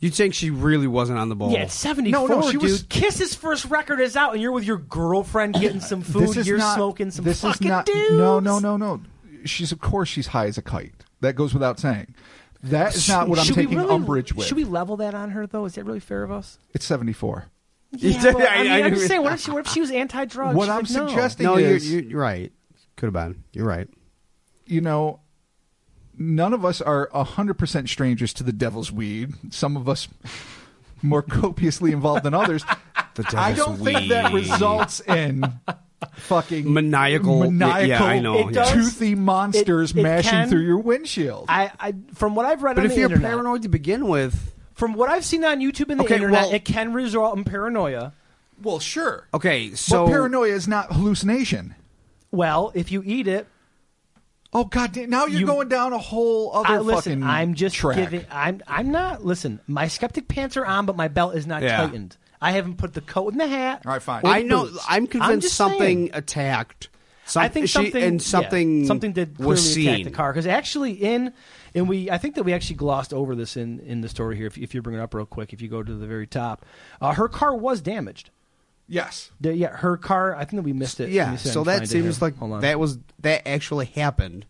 [SPEAKER 4] you'd think she really wasn't on the bowl.
[SPEAKER 1] Yeah, it's 74,
[SPEAKER 3] No, no, she
[SPEAKER 1] dude.
[SPEAKER 3] was-
[SPEAKER 1] Kiss's first record is out, and you're with your girlfriend getting some food.
[SPEAKER 3] This is
[SPEAKER 1] you're
[SPEAKER 3] not,
[SPEAKER 1] smoking some
[SPEAKER 3] This
[SPEAKER 1] fucking
[SPEAKER 3] is not.
[SPEAKER 1] dudes.
[SPEAKER 3] No, no, no, no. She's of course she's high as a kite. That goes without saying. That is not what I'm
[SPEAKER 1] Should we
[SPEAKER 3] taking
[SPEAKER 1] really-
[SPEAKER 3] umbrage with.
[SPEAKER 1] Should we level that on her, though? Is that really fair of us?
[SPEAKER 3] It's 74.
[SPEAKER 1] Yeah,
[SPEAKER 4] Yeah,
[SPEAKER 1] but, I,
[SPEAKER 4] I-
[SPEAKER 1] mean,
[SPEAKER 4] I
[SPEAKER 1] I'm
[SPEAKER 4] knew
[SPEAKER 1] just
[SPEAKER 4] it.
[SPEAKER 1] saying, what if she, what if she was anti-drug?
[SPEAKER 3] What
[SPEAKER 1] She's
[SPEAKER 3] I'm
[SPEAKER 1] like, no.
[SPEAKER 3] suggesting-
[SPEAKER 4] No,
[SPEAKER 3] thing
[SPEAKER 4] you're,
[SPEAKER 3] is-
[SPEAKER 4] you're, you're right. Could have been. You're right.
[SPEAKER 3] You know, none of us are 100% strangers to the devil's weed. Some of us more copiously involved than others.
[SPEAKER 4] The
[SPEAKER 3] I don't think that
[SPEAKER 4] weed.
[SPEAKER 3] results in fucking
[SPEAKER 4] Maniacal-
[SPEAKER 3] maniacal
[SPEAKER 4] yeah, I know,
[SPEAKER 1] It yeah. does.
[SPEAKER 3] toothy monsters
[SPEAKER 1] It- it
[SPEAKER 3] mashing
[SPEAKER 1] can-
[SPEAKER 3] through your windshield.
[SPEAKER 1] I, I, from what I've read
[SPEAKER 4] But
[SPEAKER 1] on
[SPEAKER 4] if
[SPEAKER 1] the
[SPEAKER 4] you're
[SPEAKER 1] internet,
[SPEAKER 4] paranoid to begin with,
[SPEAKER 1] from what I've seen on YouTube and the
[SPEAKER 4] Okay,
[SPEAKER 1] internet,
[SPEAKER 4] well-
[SPEAKER 1] it can result in paranoia.
[SPEAKER 3] well, sure.
[SPEAKER 4] okay,
[SPEAKER 3] So,
[SPEAKER 4] so
[SPEAKER 3] but paranoia is not hallucination.
[SPEAKER 1] Well, if you eat it,
[SPEAKER 3] Oh god, damn, now you're
[SPEAKER 1] You-
[SPEAKER 3] going down a whole other
[SPEAKER 1] I, listen,
[SPEAKER 3] fucking
[SPEAKER 1] I'm just
[SPEAKER 3] track.
[SPEAKER 1] giving. I'm I'm not. Listen, my skeptic pants are on, but my belt is not
[SPEAKER 4] Yeah.
[SPEAKER 1] tightened. I haven't put the coat and the hat.
[SPEAKER 3] All right, fine.
[SPEAKER 1] or the
[SPEAKER 4] I know.
[SPEAKER 1] boots.
[SPEAKER 4] I'm convinced
[SPEAKER 1] just
[SPEAKER 4] something
[SPEAKER 1] saying.
[SPEAKER 4] attacked. Some,
[SPEAKER 1] I think
[SPEAKER 4] she-
[SPEAKER 1] something
[SPEAKER 4] and something
[SPEAKER 1] yeah, something did clearly
[SPEAKER 4] was seen.
[SPEAKER 1] attack the car because actually in and we I think that we actually glossed over this in in the story here. If, if you bring it up real quick, if you go to the very top, uh, her car was damaged.
[SPEAKER 3] yes.
[SPEAKER 1] The- yeah, her car. I think that we missed it. Let
[SPEAKER 4] Yeah,
[SPEAKER 1] me see if I can
[SPEAKER 4] so
[SPEAKER 1] find
[SPEAKER 4] that
[SPEAKER 1] it here.
[SPEAKER 4] seems like
[SPEAKER 1] Hold on.
[SPEAKER 4] that was that actually happened.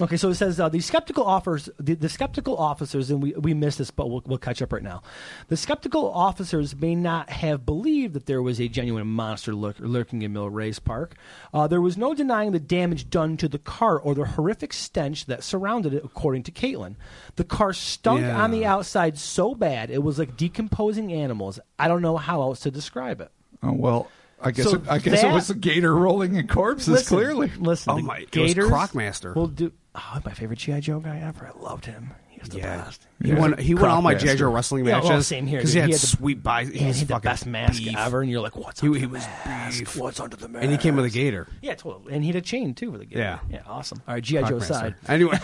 [SPEAKER 1] Okay, so it says uh, the skeptical offers the, the skeptical officers, and we, we missed this, but we'll, we'll catch up right now. The skeptical officers may not have believed that there was a genuine monster lurk, lurking in Millrace Park. Uh, there was no denying the damage done to the car or the horrific stench that surrounded it, according to Caitlin. The car stunk
[SPEAKER 4] Yeah.
[SPEAKER 1] on the outside so bad it was like decomposing animals. I don't know how else to describe it.
[SPEAKER 3] Oh well, I guess
[SPEAKER 1] So
[SPEAKER 3] it, I guess
[SPEAKER 1] that-
[SPEAKER 3] it was a gator rolling in corpses.
[SPEAKER 1] Listen,
[SPEAKER 3] clearly,
[SPEAKER 1] Listen,
[SPEAKER 4] Oh
[SPEAKER 1] the
[SPEAKER 4] my- it was
[SPEAKER 1] Gators,
[SPEAKER 4] Crocmaster.
[SPEAKER 1] Well, do oh, my favorite GI Joe guy ever. I loved him. He was the best.
[SPEAKER 4] He
[SPEAKER 3] Yeah.
[SPEAKER 4] won. He won all my J.J.
[SPEAKER 3] Crocmaster.
[SPEAKER 4] wrestling
[SPEAKER 1] Yeah,
[SPEAKER 4] matches.
[SPEAKER 1] well, same here,
[SPEAKER 4] Because
[SPEAKER 1] dude.
[SPEAKER 4] he had,
[SPEAKER 1] He had the-
[SPEAKER 4] sweet buys.
[SPEAKER 1] Yeah, and he had the
[SPEAKER 4] fucking
[SPEAKER 1] best mask
[SPEAKER 4] beef.
[SPEAKER 1] ever, and you're like, what's
[SPEAKER 4] He-
[SPEAKER 1] under
[SPEAKER 4] he
[SPEAKER 1] the
[SPEAKER 4] was
[SPEAKER 1] mask?
[SPEAKER 4] beef.
[SPEAKER 1] What's under the mask?
[SPEAKER 4] And he came with a gator.
[SPEAKER 1] Yeah, totally. And he had a chain too with a gator.
[SPEAKER 4] Yeah.
[SPEAKER 1] yeah, awesome. All right, GI Joe
[SPEAKER 4] Crocmaster.
[SPEAKER 1] side.
[SPEAKER 4] Anyway,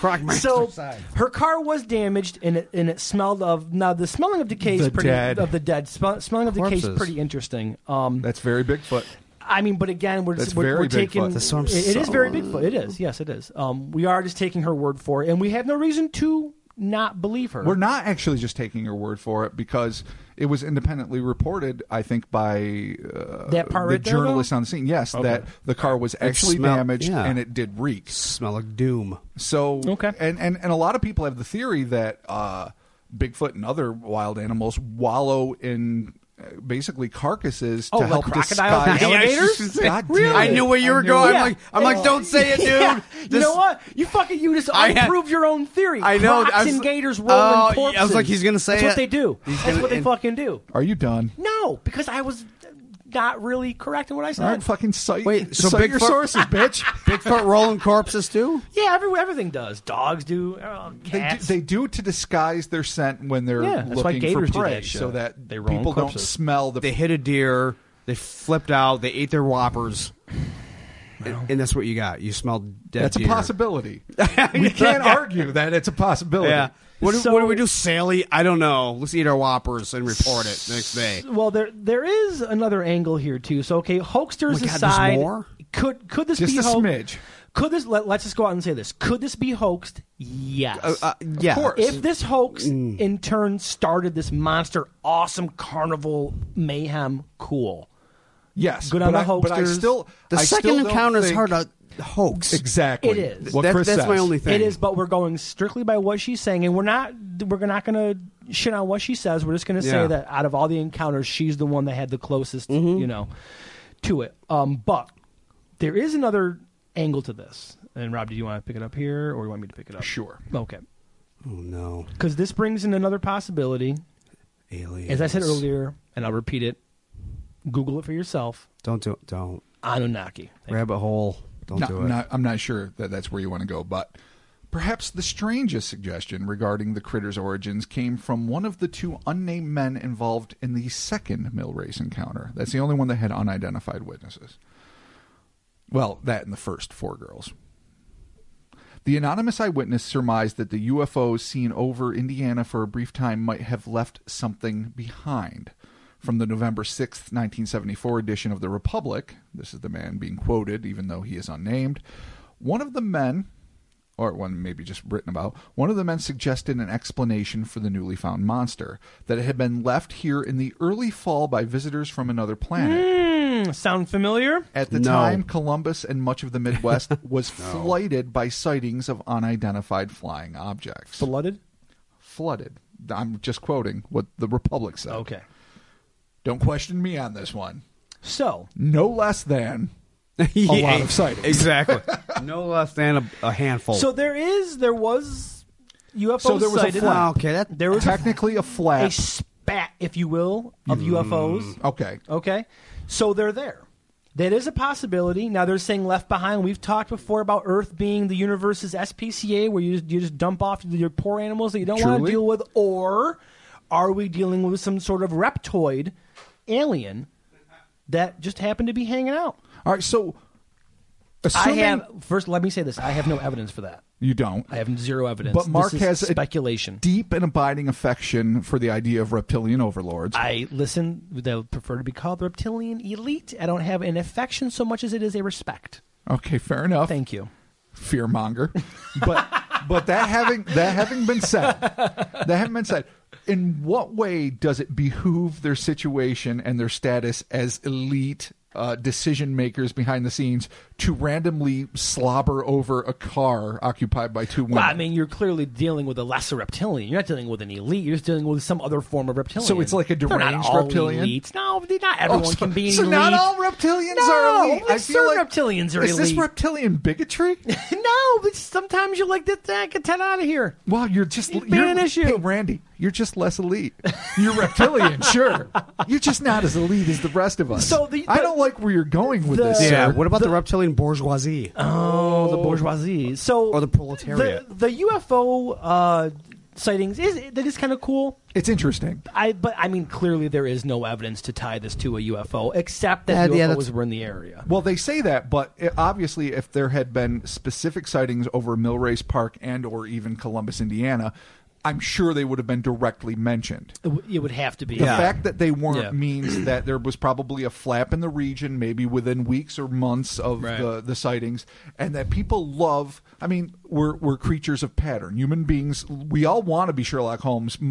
[SPEAKER 4] Crocmaster
[SPEAKER 1] So
[SPEAKER 4] side.
[SPEAKER 1] her car was damaged, and it and it smelled of now the smelling of decay is
[SPEAKER 3] The
[SPEAKER 1] pretty
[SPEAKER 3] dead.
[SPEAKER 1] of the dead smell, smelling of decay is
[SPEAKER 4] Corpses.
[SPEAKER 1] pretty interesting. Um,
[SPEAKER 3] that's very Bigfoot.
[SPEAKER 1] I mean, but again, we're
[SPEAKER 3] That's
[SPEAKER 1] we're,
[SPEAKER 3] very
[SPEAKER 1] we're taking
[SPEAKER 3] Bigfoot.
[SPEAKER 4] That's what I'm
[SPEAKER 1] it- it is very
[SPEAKER 4] saying.
[SPEAKER 1] Bigfoot. It is yes, it is. Um, we are just taking her word for it, and we have no reason to not believe her.
[SPEAKER 3] We're not actually just taking your word for it because it was independently reported. I think by uh,
[SPEAKER 1] That part
[SPEAKER 3] the
[SPEAKER 1] right there, though?
[SPEAKER 3] journalist on the scene. Yes, that the car was actually
[SPEAKER 4] smell-
[SPEAKER 3] damaged
[SPEAKER 4] yeah.
[SPEAKER 3] and it did reek.
[SPEAKER 4] Smell like doom.
[SPEAKER 3] So
[SPEAKER 1] Okay.
[SPEAKER 3] and, and and a lot of people have the theory that uh, Bigfoot and other wild animals wallow in uh, basically carcasses
[SPEAKER 1] Oh,
[SPEAKER 3] to
[SPEAKER 1] like
[SPEAKER 3] help
[SPEAKER 1] crocodiles and
[SPEAKER 3] disguise
[SPEAKER 1] alligators?
[SPEAKER 3] God damn
[SPEAKER 1] Really?
[SPEAKER 3] it.
[SPEAKER 4] I knew where you
[SPEAKER 3] I
[SPEAKER 4] were
[SPEAKER 3] knew
[SPEAKER 4] going.
[SPEAKER 3] it.
[SPEAKER 1] Yeah.
[SPEAKER 4] I'm like, I'm like, don't say it, dude.
[SPEAKER 1] Yeah. you
[SPEAKER 4] This-
[SPEAKER 1] know what? You fucking you just
[SPEAKER 4] I had-
[SPEAKER 1] unproved your own theory.
[SPEAKER 4] I know.
[SPEAKER 1] Crocs
[SPEAKER 4] I was-
[SPEAKER 1] and gators rolling
[SPEAKER 4] Oh, yeah, I was
[SPEAKER 1] corpses.
[SPEAKER 4] like, he's gonna say
[SPEAKER 1] That's what
[SPEAKER 4] it.
[SPEAKER 1] they do.
[SPEAKER 4] He's
[SPEAKER 1] That's
[SPEAKER 4] gonna-
[SPEAKER 1] what they
[SPEAKER 4] and-
[SPEAKER 1] fucking do.
[SPEAKER 3] Are you done?
[SPEAKER 1] No, because I was not really correct in what I said.
[SPEAKER 3] All right, fucking cite.
[SPEAKER 4] Wait, so
[SPEAKER 3] cite your
[SPEAKER 4] Bigfoot-
[SPEAKER 3] sources, bitch.
[SPEAKER 4] Bigfoot rolling corpses too.
[SPEAKER 1] Yeah, every, everything does. Dogs do. Oh,
[SPEAKER 3] They do,
[SPEAKER 1] cats.
[SPEAKER 3] they do it to disguise their scent when they're
[SPEAKER 1] Yeah, that's why
[SPEAKER 3] looking for
[SPEAKER 1] gators do
[SPEAKER 3] prey,
[SPEAKER 1] that shit.
[SPEAKER 3] so that
[SPEAKER 1] They roll on
[SPEAKER 3] people don't
[SPEAKER 1] corpses.
[SPEAKER 3] smell the.
[SPEAKER 4] They hit a deer. They flipped out. They ate their whoppers. And, and that's what you got. You smelled dead.
[SPEAKER 3] that's a
[SPEAKER 4] deer.
[SPEAKER 3] possibility. we can't argue that it's a possibility.
[SPEAKER 4] Yeah.
[SPEAKER 2] What, do,
[SPEAKER 1] So-
[SPEAKER 2] what do we do, Sally? I don't know. Let's eat our Whoppers and report it next day.
[SPEAKER 1] Well, there there is another angle here too. So okay, hoaxsters
[SPEAKER 2] Oh my God, there's
[SPEAKER 1] aside,
[SPEAKER 2] more?
[SPEAKER 1] could could this
[SPEAKER 3] Just
[SPEAKER 1] be
[SPEAKER 3] a
[SPEAKER 1] hoax?
[SPEAKER 3] smidge.
[SPEAKER 1] Could this let, let's just go out and say this? Could this be hoaxed? Yes.
[SPEAKER 2] Uh, uh, yeah. Mm.
[SPEAKER 3] Of course.
[SPEAKER 1] if this hoax in turn started this monster awesome carnival mayhem, cool.
[SPEAKER 3] Yes.
[SPEAKER 1] Good on
[SPEAKER 3] but
[SPEAKER 1] the
[SPEAKER 3] I, but I
[SPEAKER 1] hoaxsters.
[SPEAKER 3] still
[SPEAKER 2] The
[SPEAKER 3] I still
[SPEAKER 2] second
[SPEAKER 3] don't
[SPEAKER 2] encounter is
[SPEAKER 3] think-
[SPEAKER 2] hard to hoax.
[SPEAKER 3] Exactly.
[SPEAKER 1] It is.
[SPEAKER 3] What
[SPEAKER 2] That-
[SPEAKER 3] Chris
[SPEAKER 2] that's my
[SPEAKER 3] says.
[SPEAKER 2] only thing.
[SPEAKER 1] It is, but we're going strictly by what she's saying, and we're not we're not going to shit on what she says. We're just going to say
[SPEAKER 2] Yeah. Mm-hmm.
[SPEAKER 1] that out of all the encounters, she's the one that had the closest, you know, to it. Um, but there is another angle to this. And Rob, do you want to pick it up here, or you want me to pick it up?
[SPEAKER 3] Sure.
[SPEAKER 1] Okay,
[SPEAKER 2] Oh no,
[SPEAKER 1] because this brings in another possibility.
[SPEAKER 2] aliens!
[SPEAKER 1] As I said earlier, and I'll repeat it. Google it for yourself.
[SPEAKER 2] don't do it. Don't
[SPEAKER 1] Anunnaki. Thank you.
[SPEAKER 2] rabbit hole. Don't
[SPEAKER 3] No,
[SPEAKER 2] do it.
[SPEAKER 3] I'm not, I'm not sure that that's where you want to go, but perhaps the strangest suggestion regarding the critter's origins came from one of the two unnamed men involved in the second mill race encounter. That's the only one that had unidentified witnesses. Well, that and the first four girls. The anonymous eyewitness surmised that the UFOs seen over Indiana for a brief time might have left something behind. From the November 6th, 1974 edition of The Republic, this is the man being quoted, even though he is unnamed, one of the men, or one maybe just written about, one of the men suggested an explanation for the newly found monster that it had been left here in the early fall by visitors from another planet.
[SPEAKER 1] Hmm, sound familiar?
[SPEAKER 3] At the
[SPEAKER 2] No.
[SPEAKER 3] time, Columbus and much of the Midwest was flooded by sightings of unidentified flying objects.
[SPEAKER 1] Flooded.
[SPEAKER 3] flooded. I'm just quoting what the Republic said.
[SPEAKER 1] Okay.
[SPEAKER 3] Don't question me on this one.
[SPEAKER 1] So
[SPEAKER 3] No less than.
[SPEAKER 2] Yeah,
[SPEAKER 3] A lot of sightings.
[SPEAKER 2] Exactly. no less than a, a handful.
[SPEAKER 1] So there is, there was UFO.
[SPEAKER 3] Oh. So there was a
[SPEAKER 1] sighted.
[SPEAKER 3] flap.
[SPEAKER 2] Okay, that-
[SPEAKER 1] there was a,
[SPEAKER 3] Technically a
[SPEAKER 1] a
[SPEAKER 3] flap.
[SPEAKER 1] spat, if you will,
[SPEAKER 3] Mm.
[SPEAKER 1] of UFOs.
[SPEAKER 3] Okay.
[SPEAKER 1] Okay, so they're there. That is a possibility. Now they're saying left behind. We've talked before about Earth being the universe's SPCA, where you just, you just dump off your poor animals that you don't want to
[SPEAKER 3] Truly?
[SPEAKER 1] deal with, or are we dealing with some sort of reptoid alien that just happened to be hanging out?
[SPEAKER 3] All right. So,
[SPEAKER 1] I
[SPEAKER 3] assuming
[SPEAKER 1] have first. Let me say this: I have no evidence for that.
[SPEAKER 3] you don't,
[SPEAKER 1] I have zero evidence.
[SPEAKER 3] but Mark
[SPEAKER 1] This is
[SPEAKER 3] has a
[SPEAKER 1] speculation.
[SPEAKER 3] deep and abiding affection for the idea of reptilian overlords.
[SPEAKER 1] I listen. They would prefer to be called the reptilian elite. I don't have an affection so much as it is a respect.
[SPEAKER 3] okay, fair enough.
[SPEAKER 1] Thank you.
[SPEAKER 3] fear monger. But but that having that having been said, that having been said, in what way does it behoove their situation and their status as elite uh, decision makers behind the scenes to randomly slobber over a car occupied by two women?
[SPEAKER 1] Well, I mean, you're clearly dealing with a lesser reptilian. You're not dealing with an elite. You're just dealing with some other form of reptilian.
[SPEAKER 3] So it's like a
[SPEAKER 1] They're not
[SPEAKER 3] deranged
[SPEAKER 1] all
[SPEAKER 3] reptilian?
[SPEAKER 1] Elites. No, they- not
[SPEAKER 3] Oh,
[SPEAKER 1] everyone
[SPEAKER 3] so,
[SPEAKER 1] can be an
[SPEAKER 3] so
[SPEAKER 1] elite.
[SPEAKER 3] not all reptilians
[SPEAKER 1] No,
[SPEAKER 3] are elite.
[SPEAKER 1] only
[SPEAKER 3] I feel
[SPEAKER 1] certain
[SPEAKER 3] like-
[SPEAKER 1] reptilians are
[SPEAKER 3] is this
[SPEAKER 1] elite.
[SPEAKER 3] reptilian bigotry?
[SPEAKER 1] no, but sometimes you're like, "Get that, get that out of here."
[SPEAKER 3] Wow, you're just
[SPEAKER 1] It's been
[SPEAKER 3] you're,
[SPEAKER 1] an issue.
[SPEAKER 3] Hey, Randy, you're just less elite. You're reptilian, sure. You're just not as elite as the rest of us.
[SPEAKER 1] So the-
[SPEAKER 3] I
[SPEAKER 1] the-
[SPEAKER 3] don't like where you're going with this.
[SPEAKER 1] the-
[SPEAKER 2] yeah.
[SPEAKER 3] sir.
[SPEAKER 2] What about the, reptilian bourgeoisie?
[SPEAKER 3] Uh-huh.
[SPEAKER 1] Oh, the bourgeoisie. So
[SPEAKER 3] Oh,
[SPEAKER 2] Or the proletariat.
[SPEAKER 1] The, the UFO uh, sightings is that is kind of cool.
[SPEAKER 3] It's interesting.
[SPEAKER 1] I but I mean clearly there is no evidence to tie this to a UFO except that
[SPEAKER 2] Yeah, yeah,
[SPEAKER 1] UFOs
[SPEAKER 2] that's-
[SPEAKER 1] were in the area.
[SPEAKER 3] Well, they say that, but it, obviously, if there had been specific sightings over Millrace Park and or even Columbus, Indiana, I'm sure they would have been directly mentioned.
[SPEAKER 1] It, w- it would have to be.
[SPEAKER 3] The
[SPEAKER 2] Yeah.
[SPEAKER 3] fact that they weren't
[SPEAKER 1] Yeah.
[SPEAKER 3] means that there was probably a flap in the region, maybe within weeks or months of
[SPEAKER 1] Right.
[SPEAKER 3] the, the sightings, and that people love. I mean, we're we're creatures of pattern. Human beings, we all want to be Sherlock Holmes. M-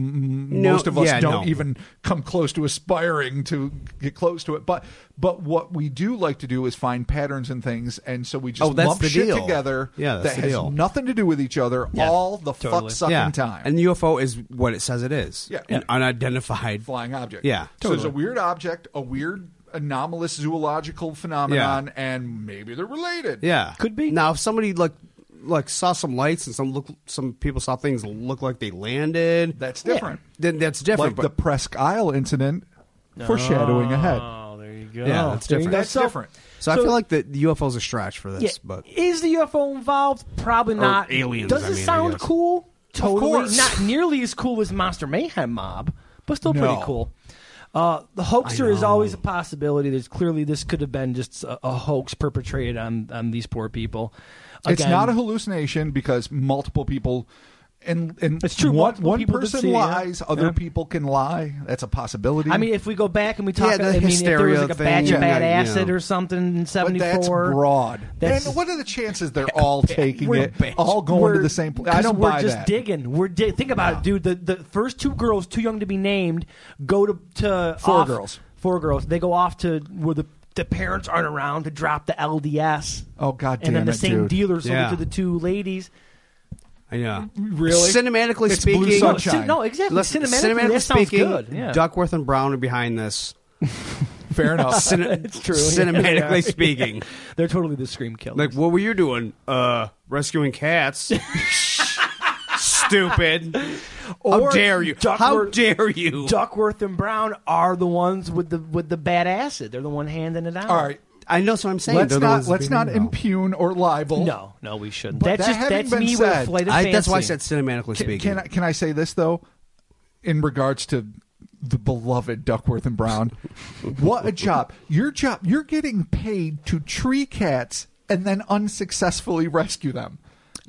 [SPEAKER 3] m-
[SPEAKER 2] No,
[SPEAKER 3] Most of us
[SPEAKER 2] yeah,
[SPEAKER 3] don't
[SPEAKER 2] no.
[SPEAKER 3] even come close to aspiring to get close to it. But but what we do like to do is find patterns and things, and so we just
[SPEAKER 2] Oh, that's
[SPEAKER 3] lump
[SPEAKER 2] the
[SPEAKER 3] shit
[SPEAKER 2] deal.
[SPEAKER 3] together
[SPEAKER 2] Yeah, that's
[SPEAKER 3] that
[SPEAKER 2] the
[SPEAKER 3] has
[SPEAKER 2] deal.
[SPEAKER 3] nothing to do with each other
[SPEAKER 1] Yeah,
[SPEAKER 3] all the
[SPEAKER 1] totally.
[SPEAKER 3] fuck sucking
[SPEAKER 2] yeah.
[SPEAKER 3] time.
[SPEAKER 2] And UFO is what it says it is.
[SPEAKER 3] Yeah.
[SPEAKER 2] An unidentified.
[SPEAKER 3] flying object.
[SPEAKER 2] Yeah,
[SPEAKER 3] So there's a
[SPEAKER 2] totally.
[SPEAKER 3] weird object, a weird anomalous zoological phenomenon, and maybe they're related.
[SPEAKER 2] Yeah.
[SPEAKER 1] Could be.
[SPEAKER 2] Now, if somebody like like saw some lights and some look some people saw things look like they landed,
[SPEAKER 3] That's different.
[SPEAKER 2] then that's different.
[SPEAKER 3] Like the
[SPEAKER 2] but
[SPEAKER 3] Presque Isle incident foreshadowing ahead.
[SPEAKER 1] Oh, there you go.
[SPEAKER 2] Yeah, that's
[SPEAKER 1] There you
[SPEAKER 2] different.
[SPEAKER 1] go.
[SPEAKER 3] That's
[SPEAKER 1] So-
[SPEAKER 3] different.
[SPEAKER 2] so, I
[SPEAKER 1] so-
[SPEAKER 2] feel like the, the UFO's a stretch for this,
[SPEAKER 1] Yeah.
[SPEAKER 2] but
[SPEAKER 1] Is the UFO involved? Probably not.
[SPEAKER 2] aliens,
[SPEAKER 1] Does
[SPEAKER 2] I
[SPEAKER 1] it
[SPEAKER 2] mean, I
[SPEAKER 1] sound
[SPEAKER 2] guess.
[SPEAKER 1] cool? Totally.
[SPEAKER 3] course.
[SPEAKER 1] Not nearly as cool as Monster Mayhem Mob, but still pretty
[SPEAKER 3] No.
[SPEAKER 1] cool. Uh, the hoaxer
[SPEAKER 2] I
[SPEAKER 1] is
[SPEAKER 2] know.
[SPEAKER 1] always a possibility. There's clearly this could have been just a, a hoax perpetrated on on these poor people.
[SPEAKER 3] It's
[SPEAKER 1] Again,
[SPEAKER 3] not a hallucination because multiple people and and
[SPEAKER 1] It's true.
[SPEAKER 3] One,
[SPEAKER 1] Multiple
[SPEAKER 3] one
[SPEAKER 1] people did
[SPEAKER 3] person
[SPEAKER 1] see it, yeah.
[SPEAKER 3] lies, other
[SPEAKER 1] Yeah.
[SPEAKER 3] people can lie. That's a possibility.
[SPEAKER 1] I mean, if we go back and we talk,
[SPEAKER 4] Yeah, the
[SPEAKER 1] I mean, if there was like a batch
[SPEAKER 4] hysteria thing,
[SPEAKER 1] of bad
[SPEAKER 4] yeah, yeah.
[SPEAKER 1] acid or something in
[SPEAKER 3] but
[SPEAKER 1] '74.
[SPEAKER 3] that's broad.
[SPEAKER 1] That's-
[SPEAKER 3] and what are the chances they're all taking
[SPEAKER 1] We're
[SPEAKER 3] it, all going to
[SPEAKER 1] We're-
[SPEAKER 3] the same place? I
[SPEAKER 1] 'cause
[SPEAKER 3] don't
[SPEAKER 1] we're
[SPEAKER 3] buy
[SPEAKER 1] just
[SPEAKER 3] that.
[SPEAKER 1] digging. We're dig- think about it, dude. The the first two girls, too young to be named, go to to
[SPEAKER 3] Four
[SPEAKER 1] off-
[SPEAKER 3] girls.
[SPEAKER 1] Four girls. They go off to where the the parents aren't around to drop the LDS.
[SPEAKER 3] Oh, God
[SPEAKER 1] And then
[SPEAKER 3] damn
[SPEAKER 1] the
[SPEAKER 3] it,
[SPEAKER 1] same
[SPEAKER 3] dude.
[SPEAKER 1] dealers sold
[SPEAKER 4] Yeah.
[SPEAKER 1] it to the two ladies.
[SPEAKER 4] I know.
[SPEAKER 3] Really?
[SPEAKER 4] Cinematically
[SPEAKER 3] It's
[SPEAKER 4] speaking,
[SPEAKER 3] Blue
[SPEAKER 1] No,
[SPEAKER 3] Sunshine.
[SPEAKER 1] cin- no, exactly.
[SPEAKER 4] Listen,
[SPEAKER 1] cinematically, that sounds
[SPEAKER 4] speaking,
[SPEAKER 1] good. Yeah.
[SPEAKER 4] Duckworth and Brown are behind this.
[SPEAKER 3] Fair enough.
[SPEAKER 4] Cine-
[SPEAKER 1] true, yeah.
[SPEAKER 4] Cinematically
[SPEAKER 1] Yeah.
[SPEAKER 4] speaking,
[SPEAKER 1] They're totally the scream killers.
[SPEAKER 4] like what were you doing? Uh, rescuing cats. Stupid. How
[SPEAKER 1] Or
[SPEAKER 4] dare you? How
[SPEAKER 1] Duckworth-
[SPEAKER 4] dare you?
[SPEAKER 1] Duckworth and Brown are the ones with the with the bad acid. They're the one handing it out.
[SPEAKER 3] all right,
[SPEAKER 4] I know, so I'm saying
[SPEAKER 3] let's
[SPEAKER 4] they're the
[SPEAKER 3] not
[SPEAKER 4] ones
[SPEAKER 3] let's not
[SPEAKER 4] behind them.
[SPEAKER 3] impugn or libel.
[SPEAKER 1] No, no, we shouldn't.
[SPEAKER 3] But
[SPEAKER 1] that's
[SPEAKER 3] that
[SPEAKER 1] just
[SPEAKER 3] having
[SPEAKER 1] that's
[SPEAKER 3] been
[SPEAKER 1] me with a
[SPEAKER 3] said,
[SPEAKER 1] flight of
[SPEAKER 4] I, that's why I
[SPEAKER 1] fancy.
[SPEAKER 4] said cinematically
[SPEAKER 3] Can,
[SPEAKER 4] speaking.
[SPEAKER 3] can I can I say this though, in regards to the beloved Duckworth and Brown? what a job! Your job. You're getting paid to tree cats and then unsuccessfully rescue them.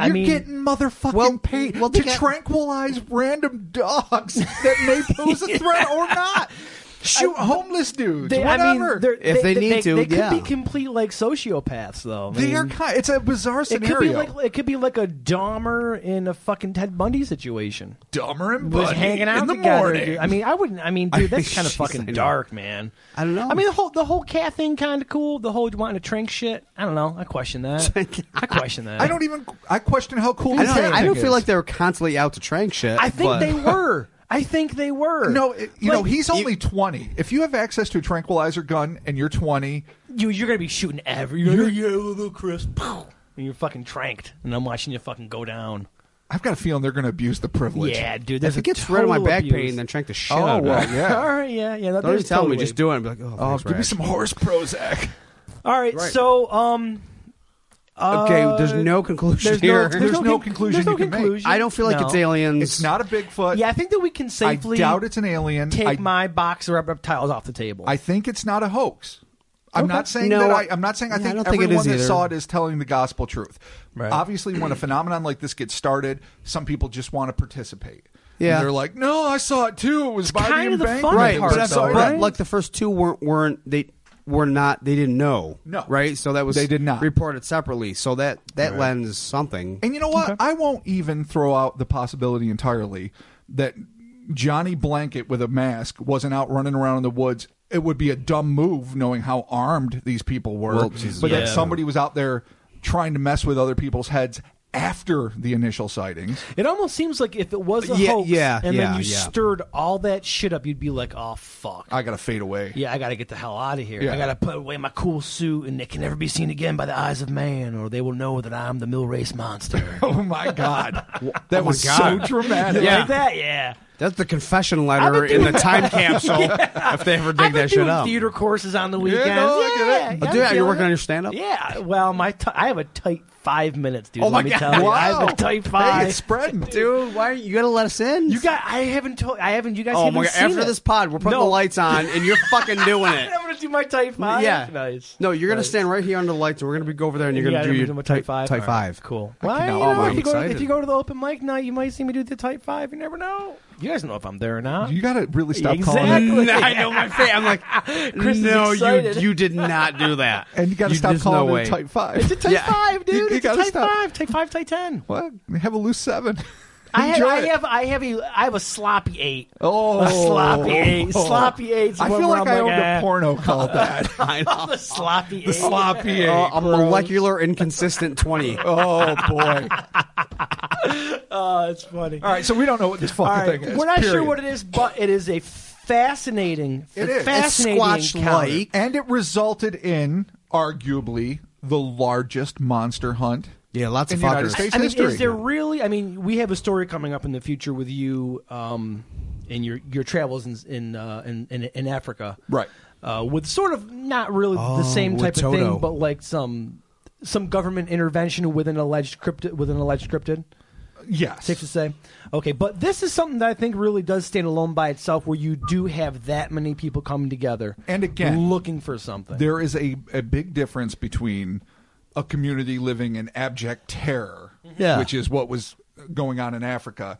[SPEAKER 1] I
[SPEAKER 3] You're
[SPEAKER 1] mean-
[SPEAKER 3] getting motherfucking
[SPEAKER 4] Well,
[SPEAKER 3] paid
[SPEAKER 4] well,
[SPEAKER 3] to
[SPEAKER 4] they got-
[SPEAKER 3] tranquilize random dogs that may pose a threat or not. Shoot homeless dudes,
[SPEAKER 1] They, I mean,
[SPEAKER 3] whatever.
[SPEAKER 1] they're-
[SPEAKER 4] If they need to,
[SPEAKER 1] they could
[SPEAKER 4] yeah.
[SPEAKER 1] be complete like sociopaths, though. I
[SPEAKER 3] They
[SPEAKER 1] mean,
[SPEAKER 3] are kind. It's a bizarre
[SPEAKER 1] It could be
[SPEAKER 3] scenario.
[SPEAKER 1] like it could be like a Dahmer in a fucking Ted Bundy situation.
[SPEAKER 3] Dumber and
[SPEAKER 1] Was
[SPEAKER 3] Buddy
[SPEAKER 1] hanging out
[SPEAKER 3] in the
[SPEAKER 1] together.
[SPEAKER 3] morning.
[SPEAKER 1] dude. I mean, I wouldn't. I mean, dude, that's kind of
[SPEAKER 4] Jeez,
[SPEAKER 1] fucking
[SPEAKER 4] I know.
[SPEAKER 1] dark, man.
[SPEAKER 4] I don't know.
[SPEAKER 1] I mean, the whole the whole cat thing kind of cool. The whole wanting to drink shit. I don't know. I question that. I question that.
[SPEAKER 3] I don't even. I question how cool.
[SPEAKER 4] I
[SPEAKER 3] the
[SPEAKER 4] don't, I
[SPEAKER 3] thing
[SPEAKER 4] don't
[SPEAKER 3] is.
[SPEAKER 4] feel like they were constantly out to trank shit.
[SPEAKER 1] I think
[SPEAKER 4] but-
[SPEAKER 1] they were. I think they were.
[SPEAKER 3] No, it- you know
[SPEAKER 1] Like,
[SPEAKER 3] he's only twenty. If you have access to a tranquilizer gun and you're twenty,
[SPEAKER 1] you you're gonna be shooting every you're, you're little Chris, pow, and you're fucking tranked, and I'm watching you fucking go down.
[SPEAKER 3] I've got a feeling they're going to abuse the privilege.
[SPEAKER 1] Yeah, dude.
[SPEAKER 4] If
[SPEAKER 1] there's
[SPEAKER 4] it
[SPEAKER 1] a
[SPEAKER 4] gets rid of my
[SPEAKER 1] total
[SPEAKER 4] back
[SPEAKER 1] abuse.
[SPEAKER 4] pain, then trank the shit
[SPEAKER 3] Oh,
[SPEAKER 4] out of
[SPEAKER 3] well,
[SPEAKER 4] it.
[SPEAKER 3] yeah.
[SPEAKER 1] All right, yeah, yeah. that-
[SPEAKER 4] Don't
[SPEAKER 1] there's
[SPEAKER 4] even tell me.
[SPEAKER 1] totally-
[SPEAKER 4] Just do it. and be like, oh,
[SPEAKER 3] Oh,
[SPEAKER 4] thanks,
[SPEAKER 3] give me
[SPEAKER 4] Rag.
[SPEAKER 3] some horse Prozac.
[SPEAKER 1] All right,
[SPEAKER 4] Right.
[SPEAKER 1] so um,
[SPEAKER 4] Okay, there's
[SPEAKER 1] uh,
[SPEAKER 4] no conclusion
[SPEAKER 1] there's
[SPEAKER 4] here.
[SPEAKER 1] no, there's,
[SPEAKER 3] There's
[SPEAKER 1] no,
[SPEAKER 3] no
[SPEAKER 1] con-
[SPEAKER 3] conclusion
[SPEAKER 1] There's no
[SPEAKER 3] you can make.
[SPEAKER 1] conclusion.
[SPEAKER 4] I don't feel like
[SPEAKER 1] No.
[SPEAKER 4] it's aliens.
[SPEAKER 3] It's not a Bigfoot.
[SPEAKER 1] Yeah, I think that we can
[SPEAKER 3] I
[SPEAKER 1] safely
[SPEAKER 3] doubt it's an alien.
[SPEAKER 1] take
[SPEAKER 3] I,
[SPEAKER 1] my box of reptiles off the table.
[SPEAKER 3] I think it's not a hoax. I'm
[SPEAKER 1] Okay.
[SPEAKER 3] not saying
[SPEAKER 4] No,
[SPEAKER 3] that. I, I'm not saying. I
[SPEAKER 4] yeah, I
[SPEAKER 3] think
[SPEAKER 4] don't think it
[SPEAKER 3] everyone
[SPEAKER 4] is
[SPEAKER 3] that
[SPEAKER 4] either.
[SPEAKER 3] saw it is telling the gospel truth.
[SPEAKER 1] Right.
[SPEAKER 3] Obviously, when a phenomenon like this gets started, some people just want to participate.
[SPEAKER 4] Yeah.
[SPEAKER 3] and they're like, "No, I saw it too. It was by
[SPEAKER 1] kind
[SPEAKER 3] the
[SPEAKER 1] of the
[SPEAKER 3] embankment."
[SPEAKER 1] fun
[SPEAKER 4] right,
[SPEAKER 1] part,
[SPEAKER 4] but,
[SPEAKER 1] though,
[SPEAKER 4] but,
[SPEAKER 1] right?
[SPEAKER 4] like the first two weren't weren't they were not they didn't know.
[SPEAKER 3] No.
[SPEAKER 4] right? So that was
[SPEAKER 3] They did not.
[SPEAKER 4] reported separately. So that that lends something.
[SPEAKER 3] And you know what? I won't even throw out the possibility entirely that Johnny Blanket with a mask wasn't out running around in the woods. It would be a dumb move knowing how armed these people were,
[SPEAKER 4] Well, Jesus,
[SPEAKER 3] but
[SPEAKER 1] yeah.
[SPEAKER 3] that somebody was out there trying to mess with other people's heads after the initial sightings.
[SPEAKER 1] It almost seems like if it was a
[SPEAKER 4] Yeah,
[SPEAKER 1] hoax,
[SPEAKER 4] yeah,
[SPEAKER 1] and
[SPEAKER 4] yeah,
[SPEAKER 1] then you
[SPEAKER 4] yeah.
[SPEAKER 1] stirred all that shit up, you'd be like, "Oh fuck,
[SPEAKER 3] I got to fade away.
[SPEAKER 1] yeah, I gotta get the hell out of here.
[SPEAKER 3] Yeah.
[SPEAKER 1] I gotta put away my cool suit, and it can never be seen again by the eyes of man, or they will know that I'm the mill race monster."
[SPEAKER 3] Oh my god, that
[SPEAKER 4] my
[SPEAKER 3] was
[SPEAKER 4] God.
[SPEAKER 3] so dramatic.
[SPEAKER 4] Yeah.
[SPEAKER 1] like that, yeah.
[SPEAKER 4] That's the confession
[SPEAKER 1] I've been
[SPEAKER 4] letter in
[SPEAKER 1] doing-
[SPEAKER 4] the time capsule. If they ever dig
[SPEAKER 1] I've been
[SPEAKER 4] that
[SPEAKER 1] doing
[SPEAKER 4] shit up,
[SPEAKER 1] theater courses on the weekends.
[SPEAKER 3] no, I get it.
[SPEAKER 1] yeah,
[SPEAKER 3] Oh,
[SPEAKER 1] I'm
[SPEAKER 4] dude, are you
[SPEAKER 1] feeling
[SPEAKER 4] working
[SPEAKER 1] it.
[SPEAKER 4] on your stand-up?
[SPEAKER 1] Yeah. Well, my t- I have a tight five minutes, dude.
[SPEAKER 4] Oh my
[SPEAKER 1] let me
[SPEAKER 4] God.
[SPEAKER 1] tell you, I have
[SPEAKER 3] Wow.
[SPEAKER 1] a tight
[SPEAKER 3] Hey,
[SPEAKER 1] five.
[SPEAKER 3] it's spreading.
[SPEAKER 4] dude, why you gotta let us in?
[SPEAKER 1] you got? I haven't told. I haven't. You guys.
[SPEAKER 4] oh
[SPEAKER 1] haven't
[SPEAKER 4] my god!
[SPEAKER 1] Seen
[SPEAKER 4] After
[SPEAKER 1] it.
[SPEAKER 4] this pod, we're putting
[SPEAKER 1] No.
[SPEAKER 4] the lights on, and you're fucking doing it.
[SPEAKER 1] I'm gonna do my tight five.
[SPEAKER 4] yeah,
[SPEAKER 1] Nice.
[SPEAKER 4] No, you're gonna
[SPEAKER 1] Nice.
[SPEAKER 4] stand right here under the lights, and we're gonna be go over there, and you're
[SPEAKER 1] Yeah,
[SPEAKER 4] gonna
[SPEAKER 1] I'm
[SPEAKER 4] do
[SPEAKER 1] do
[SPEAKER 4] your
[SPEAKER 1] my type five.
[SPEAKER 4] Type
[SPEAKER 1] All right,
[SPEAKER 4] five.
[SPEAKER 1] Cool. Well,
[SPEAKER 3] cannot-
[SPEAKER 1] you
[SPEAKER 4] oh,
[SPEAKER 1] know,
[SPEAKER 4] I'm
[SPEAKER 1] if, you go,
[SPEAKER 4] excited.
[SPEAKER 1] if you go to the open mic night, you might see me do the type five. You never know. You guys know if I'm there or not.
[SPEAKER 3] You got to really stop calling it.
[SPEAKER 1] Exactly.
[SPEAKER 4] No, I know my face. I'm like,
[SPEAKER 1] Chris is
[SPEAKER 4] no, you
[SPEAKER 1] excited.
[SPEAKER 4] you did not do that,
[SPEAKER 3] And you got to stop
[SPEAKER 4] there's
[SPEAKER 3] calling
[SPEAKER 4] no
[SPEAKER 3] it
[SPEAKER 4] way.
[SPEAKER 3] Type
[SPEAKER 1] It's
[SPEAKER 3] Five.
[SPEAKER 1] a type
[SPEAKER 4] Yeah.
[SPEAKER 1] five, dude.
[SPEAKER 3] You-
[SPEAKER 1] it's
[SPEAKER 3] you
[SPEAKER 1] a
[SPEAKER 3] gotta
[SPEAKER 1] type
[SPEAKER 3] stop.
[SPEAKER 1] five. Type five. Type ten.
[SPEAKER 3] What? Have a loose seven.
[SPEAKER 1] I have,
[SPEAKER 3] Enjoy
[SPEAKER 1] I
[SPEAKER 3] it.
[SPEAKER 1] have I have a I have a sloppy eight.
[SPEAKER 3] Oh,
[SPEAKER 1] a sloppy eight. Sloppy eight.
[SPEAKER 3] I feel like "Eh." I owned a
[SPEAKER 1] porn.
[SPEAKER 3] porno called that.
[SPEAKER 4] I know.
[SPEAKER 1] The sloppy eight.
[SPEAKER 3] sloppy eight.
[SPEAKER 4] Uh, a molecular inconsistent twenty.
[SPEAKER 3] oh boy!
[SPEAKER 1] Oh, it's funny.
[SPEAKER 3] All right, so we don't know what this fucking
[SPEAKER 1] All right.
[SPEAKER 3] thing is.
[SPEAKER 1] We're not sure
[SPEAKER 3] period.
[SPEAKER 1] what it is, but it is a fascinating,
[SPEAKER 3] It is.
[SPEAKER 1] fascinating
[SPEAKER 4] It's
[SPEAKER 1] encounter.
[SPEAKER 4] squatch-like.
[SPEAKER 3] and it resulted in arguably the largest monster hunt.
[SPEAKER 4] Yeah, lots
[SPEAKER 3] in
[SPEAKER 4] of
[SPEAKER 3] United
[SPEAKER 4] fuckers.
[SPEAKER 3] States
[SPEAKER 1] I mean,
[SPEAKER 3] history.
[SPEAKER 1] is there really? I mean, we have a story coming up in the future with you um, in your your travels in in uh, in, in, in Africa,
[SPEAKER 3] Right.
[SPEAKER 1] Uh, with sort of not really
[SPEAKER 4] Oh,
[SPEAKER 1] the same
[SPEAKER 4] with
[SPEAKER 1] type of
[SPEAKER 4] Toto.
[SPEAKER 1] thing, but like some some government intervention with an alleged cryptid with an alleged cryptid.
[SPEAKER 3] Yes.
[SPEAKER 1] Safe to say, okay. But this is something that I think really does stand alone by itself, where you do have that many people coming together
[SPEAKER 3] And again,
[SPEAKER 1] looking for something.
[SPEAKER 3] there is a, a big difference between a community living in abject terror,
[SPEAKER 1] Mm-hmm.
[SPEAKER 4] Yeah.
[SPEAKER 3] which is what was going on in Africa,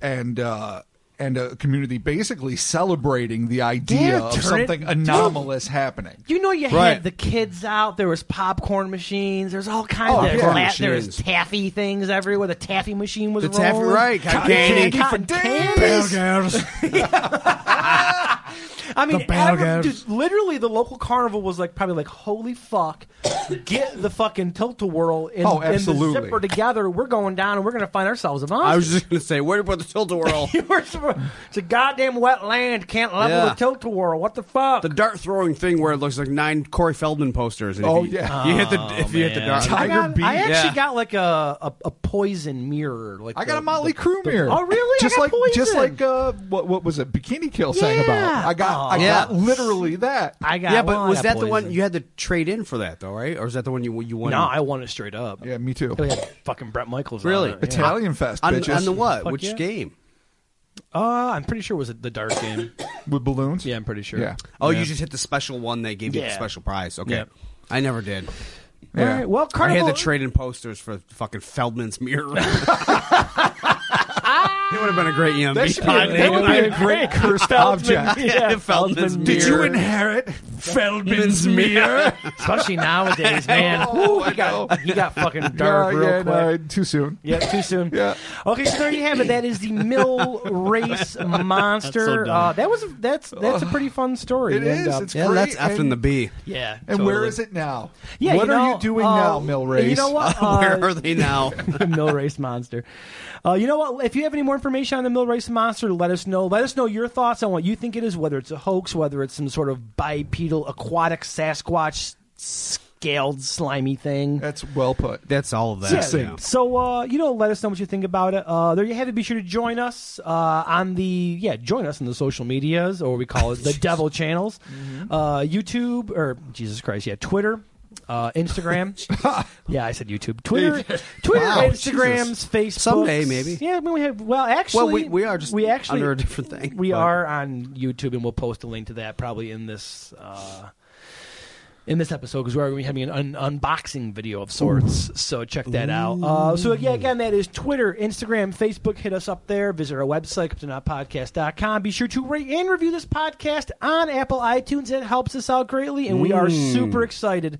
[SPEAKER 3] and uh, and a community basically celebrating the idea
[SPEAKER 1] Yeah,
[SPEAKER 3] of
[SPEAKER 1] turn it-
[SPEAKER 3] something anomalous happening.
[SPEAKER 1] You know, you
[SPEAKER 2] Right.
[SPEAKER 1] had the kids out. There was popcorn machines. There's all kinds
[SPEAKER 3] Oh,
[SPEAKER 1] of
[SPEAKER 3] popcorn
[SPEAKER 1] la- there was
[SPEAKER 2] machines.
[SPEAKER 1] taffy things everywhere. The taffy machine was
[SPEAKER 2] The taffy-
[SPEAKER 1] rolling.
[SPEAKER 2] right, cotton candy for
[SPEAKER 1] cotton candy.
[SPEAKER 4] girls.
[SPEAKER 1] I mean,
[SPEAKER 4] The bell
[SPEAKER 1] every-
[SPEAKER 4] goes.
[SPEAKER 1] dude, literally, the local carnival was like probably like, "Holy fuck, get the fucking tilt a whirl and,
[SPEAKER 3] Oh,
[SPEAKER 1] and the
[SPEAKER 3] absolutely.
[SPEAKER 1] zipper together. We're going down and we're gonna find ourselves a monster."
[SPEAKER 2] I was just gonna say, where do you put the tilt a whirl?
[SPEAKER 1] it's a goddamn wet land. Can't level
[SPEAKER 2] Yeah.
[SPEAKER 1] the tilt a whirl. What the fuck?
[SPEAKER 2] the dart throwing thing where it looks like nine Corey Feldman posters. And
[SPEAKER 3] Oh,
[SPEAKER 2] if you,
[SPEAKER 3] yeah.
[SPEAKER 2] you hit the if you hit the
[SPEAKER 1] Man.
[SPEAKER 2] dart.
[SPEAKER 1] I, got-
[SPEAKER 3] Tiger
[SPEAKER 1] I
[SPEAKER 3] Beat.
[SPEAKER 1] actually
[SPEAKER 2] Yeah.
[SPEAKER 1] got like a, a, a poison mirror. Like
[SPEAKER 3] I got
[SPEAKER 1] the-
[SPEAKER 3] a Motley
[SPEAKER 1] the-
[SPEAKER 3] Crue mirror.
[SPEAKER 1] Oh, really? I
[SPEAKER 3] Just
[SPEAKER 1] got
[SPEAKER 3] like just
[SPEAKER 1] poison.
[SPEAKER 3] like uh, what what was it? Bikini Kill sang
[SPEAKER 1] Yeah.
[SPEAKER 3] about. I got I
[SPEAKER 1] Oh.
[SPEAKER 3] got
[SPEAKER 2] Yeah.
[SPEAKER 3] literally that.
[SPEAKER 1] I got.
[SPEAKER 2] yeah, but
[SPEAKER 1] well, I
[SPEAKER 2] was
[SPEAKER 1] got
[SPEAKER 2] that the one
[SPEAKER 1] poison.
[SPEAKER 2] you had to trade in for that though, right? Or is that the one you you won?
[SPEAKER 1] No, I won it straight up.
[SPEAKER 3] yeah, me too.
[SPEAKER 1] They had fucking Brett Michaels. on
[SPEAKER 2] Really?
[SPEAKER 1] it, yeah.
[SPEAKER 3] Italian fest,
[SPEAKER 2] on,
[SPEAKER 3] bitches.
[SPEAKER 2] on the what?
[SPEAKER 1] Fuck
[SPEAKER 2] Which
[SPEAKER 1] yeah.
[SPEAKER 2] game?
[SPEAKER 1] Uh, I'm pretty sure it was the dark game.
[SPEAKER 3] with balloons.
[SPEAKER 1] yeah, I'm pretty sure.
[SPEAKER 3] yeah.
[SPEAKER 2] Oh, you just hit the special one they gave you the
[SPEAKER 1] Yeah.
[SPEAKER 2] special prize. Okay,
[SPEAKER 1] Yeah.
[SPEAKER 2] I never did.
[SPEAKER 1] All
[SPEAKER 3] Yeah.
[SPEAKER 1] right. Well,
[SPEAKER 2] I
[SPEAKER 1] Carnival.
[SPEAKER 2] had to trade in posters for fucking Feldman's mirror. it would have been a great E EMB.
[SPEAKER 3] That should be a- that would be a great cursed object.
[SPEAKER 1] Yeah,
[SPEAKER 2] Feldman's
[SPEAKER 1] Feldman
[SPEAKER 2] Did you
[SPEAKER 1] mirror.
[SPEAKER 2] in-
[SPEAKER 3] inherit Feldman's
[SPEAKER 2] mirror?
[SPEAKER 1] Especially nowadays, man.
[SPEAKER 3] Oh,
[SPEAKER 1] Woo,
[SPEAKER 3] I
[SPEAKER 1] he got
[SPEAKER 3] know.
[SPEAKER 1] he got fucking
[SPEAKER 3] Yeah,
[SPEAKER 1] dark real
[SPEAKER 3] yeah,
[SPEAKER 1] quick.
[SPEAKER 3] no, too soon.
[SPEAKER 1] Yeah, too soon.
[SPEAKER 3] Yeah.
[SPEAKER 1] Okay, so there you have it. That is the mill race monster.
[SPEAKER 4] so dumb.
[SPEAKER 1] uh, that was that's that's a pretty fun story.
[SPEAKER 3] It
[SPEAKER 1] And,
[SPEAKER 3] is.
[SPEAKER 1] uh,
[SPEAKER 3] It's
[SPEAKER 2] yeah,
[SPEAKER 3] great.
[SPEAKER 2] that's F
[SPEAKER 3] and,
[SPEAKER 2] and the B.
[SPEAKER 1] yeah.
[SPEAKER 3] And
[SPEAKER 1] totally.
[SPEAKER 3] where is it now?
[SPEAKER 1] Yeah,
[SPEAKER 3] what
[SPEAKER 1] you
[SPEAKER 3] are
[SPEAKER 1] know,
[SPEAKER 3] you doing
[SPEAKER 1] uh,
[SPEAKER 3] now, Milrace?
[SPEAKER 1] You know what?
[SPEAKER 3] Oh,
[SPEAKER 1] Uh,
[SPEAKER 2] Where are they now?
[SPEAKER 1] the mill race monster. Uh, you know what? If you have any more information on the mill race monster, let us know. Let us know your thoughts on what you think it is, whether it's a hoax, whether it's some sort of bipedal aquatic Sasquatch scaled slimy thing.
[SPEAKER 3] That's well put.
[SPEAKER 2] That's all of that.
[SPEAKER 3] Succinct.
[SPEAKER 1] So uh, you know, let us know what you think about it. Uh, there you have it. Be sure to join us uh, on the yeah, join us on the social medias, or we call it the Devil Channels,
[SPEAKER 2] Mm-hmm.
[SPEAKER 1] uh, YouTube or Jesus Christ, yeah, Twitter. Uh, Instagram, yeah, I said YouTube, Twitter, Twitter,
[SPEAKER 2] Wow,
[SPEAKER 1] Instagrams, Facebook.
[SPEAKER 2] Someday, maybe.
[SPEAKER 1] Yeah, I mean, we have. Well, actually,
[SPEAKER 2] Well, we, we are just
[SPEAKER 1] we actually
[SPEAKER 2] under a different thing.
[SPEAKER 1] we
[SPEAKER 2] but-
[SPEAKER 1] are on YouTube, and we'll post a link to that probably in this uh, in this episode because we're going to be having an un- unboxing video of sorts. So check that out. Uh, so yeah, again, that is Twitter, Instagram, Facebook. Hit us up there. Visit our website, kryptonotpodcast.com. Be sure to rate and review this podcast on Apple iTunes. It helps us out greatly, and we are super excited.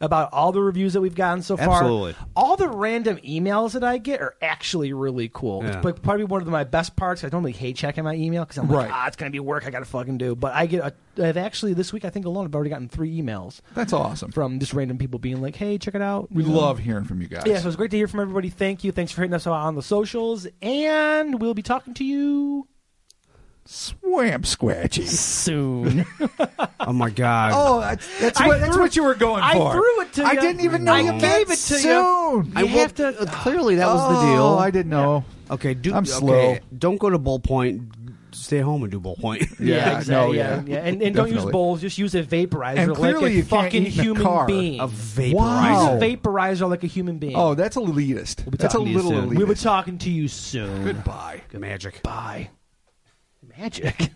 [SPEAKER 1] About all the reviews that we've gotten so far,
[SPEAKER 2] Absolutely.
[SPEAKER 1] all the random emails that I get are actually really cool. It's
[SPEAKER 2] Yeah.
[SPEAKER 1] like probably one of my best parts. I normally hate checking my email because I'm like,
[SPEAKER 3] Right.
[SPEAKER 1] ah, it's gonna be work. I gotta fucking do. But I get, a, I've actually this week I think alone I've already gotten three emails
[SPEAKER 3] That's awesome.
[SPEAKER 1] from just random people being like, hey, check it out.
[SPEAKER 3] We
[SPEAKER 1] you know.
[SPEAKER 3] love hearing from you guys.
[SPEAKER 1] Yeah, so it's great to hear from everybody. Thank you. Thanks for hitting us out on the socials, and we'll be talking to you
[SPEAKER 3] Swamp Squatchy.
[SPEAKER 1] soon.
[SPEAKER 2] Oh my god.
[SPEAKER 3] Oh, that's, that's,
[SPEAKER 1] I
[SPEAKER 3] what, that's
[SPEAKER 1] threw-
[SPEAKER 3] what you were going
[SPEAKER 1] I
[SPEAKER 3] for.
[SPEAKER 1] threw it to
[SPEAKER 3] I
[SPEAKER 1] ya.
[SPEAKER 3] didn't even know
[SPEAKER 1] I
[SPEAKER 3] you
[SPEAKER 1] gave
[SPEAKER 3] meant
[SPEAKER 1] it to ya.
[SPEAKER 3] soon.
[SPEAKER 1] I have to-
[SPEAKER 2] uh, clearly, that was the deal.
[SPEAKER 3] Oh, I didn't know.
[SPEAKER 2] Okay, do
[SPEAKER 3] I'm
[SPEAKER 2] okay,
[SPEAKER 3] slow.
[SPEAKER 2] Don't go to Bull Point. Stay home and do Bull Point.
[SPEAKER 3] Yeah, no, yeah.
[SPEAKER 1] yeah. And, and don't use
[SPEAKER 3] Definitely.
[SPEAKER 1] bowls. Just use a vaporizer.
[SPEAKER 3] And
[SPEAKER 1] like
[SPEAKER 3] clearly
[SPEAKER 1] a
[SPEAKER 3] you can't
[SPEAKER 1] fucking
[SPEAKER 3] eat in a
[SPEAKER 1] human
[SPEAKER 3] car.
[SPEAKER 1] being.
[SPEAKER 2] A vaporizer.
[SPEAKER 3] Wow.
[SPEAKER 1] Use a vaporizer like a human being.
[SPEAKER 3] Oh, that's elitist. that's a
[SPEAKER 2] talking to you
[SPEAKER 3] little
[SPEAKER 2] soon.
[SPEAKER 3] elitist.
[SPEAKER 1] we were talking to you soon.
[SPEAKER 2] Goodbye. Magic.
[SPEAKER 1] Bye. Magic.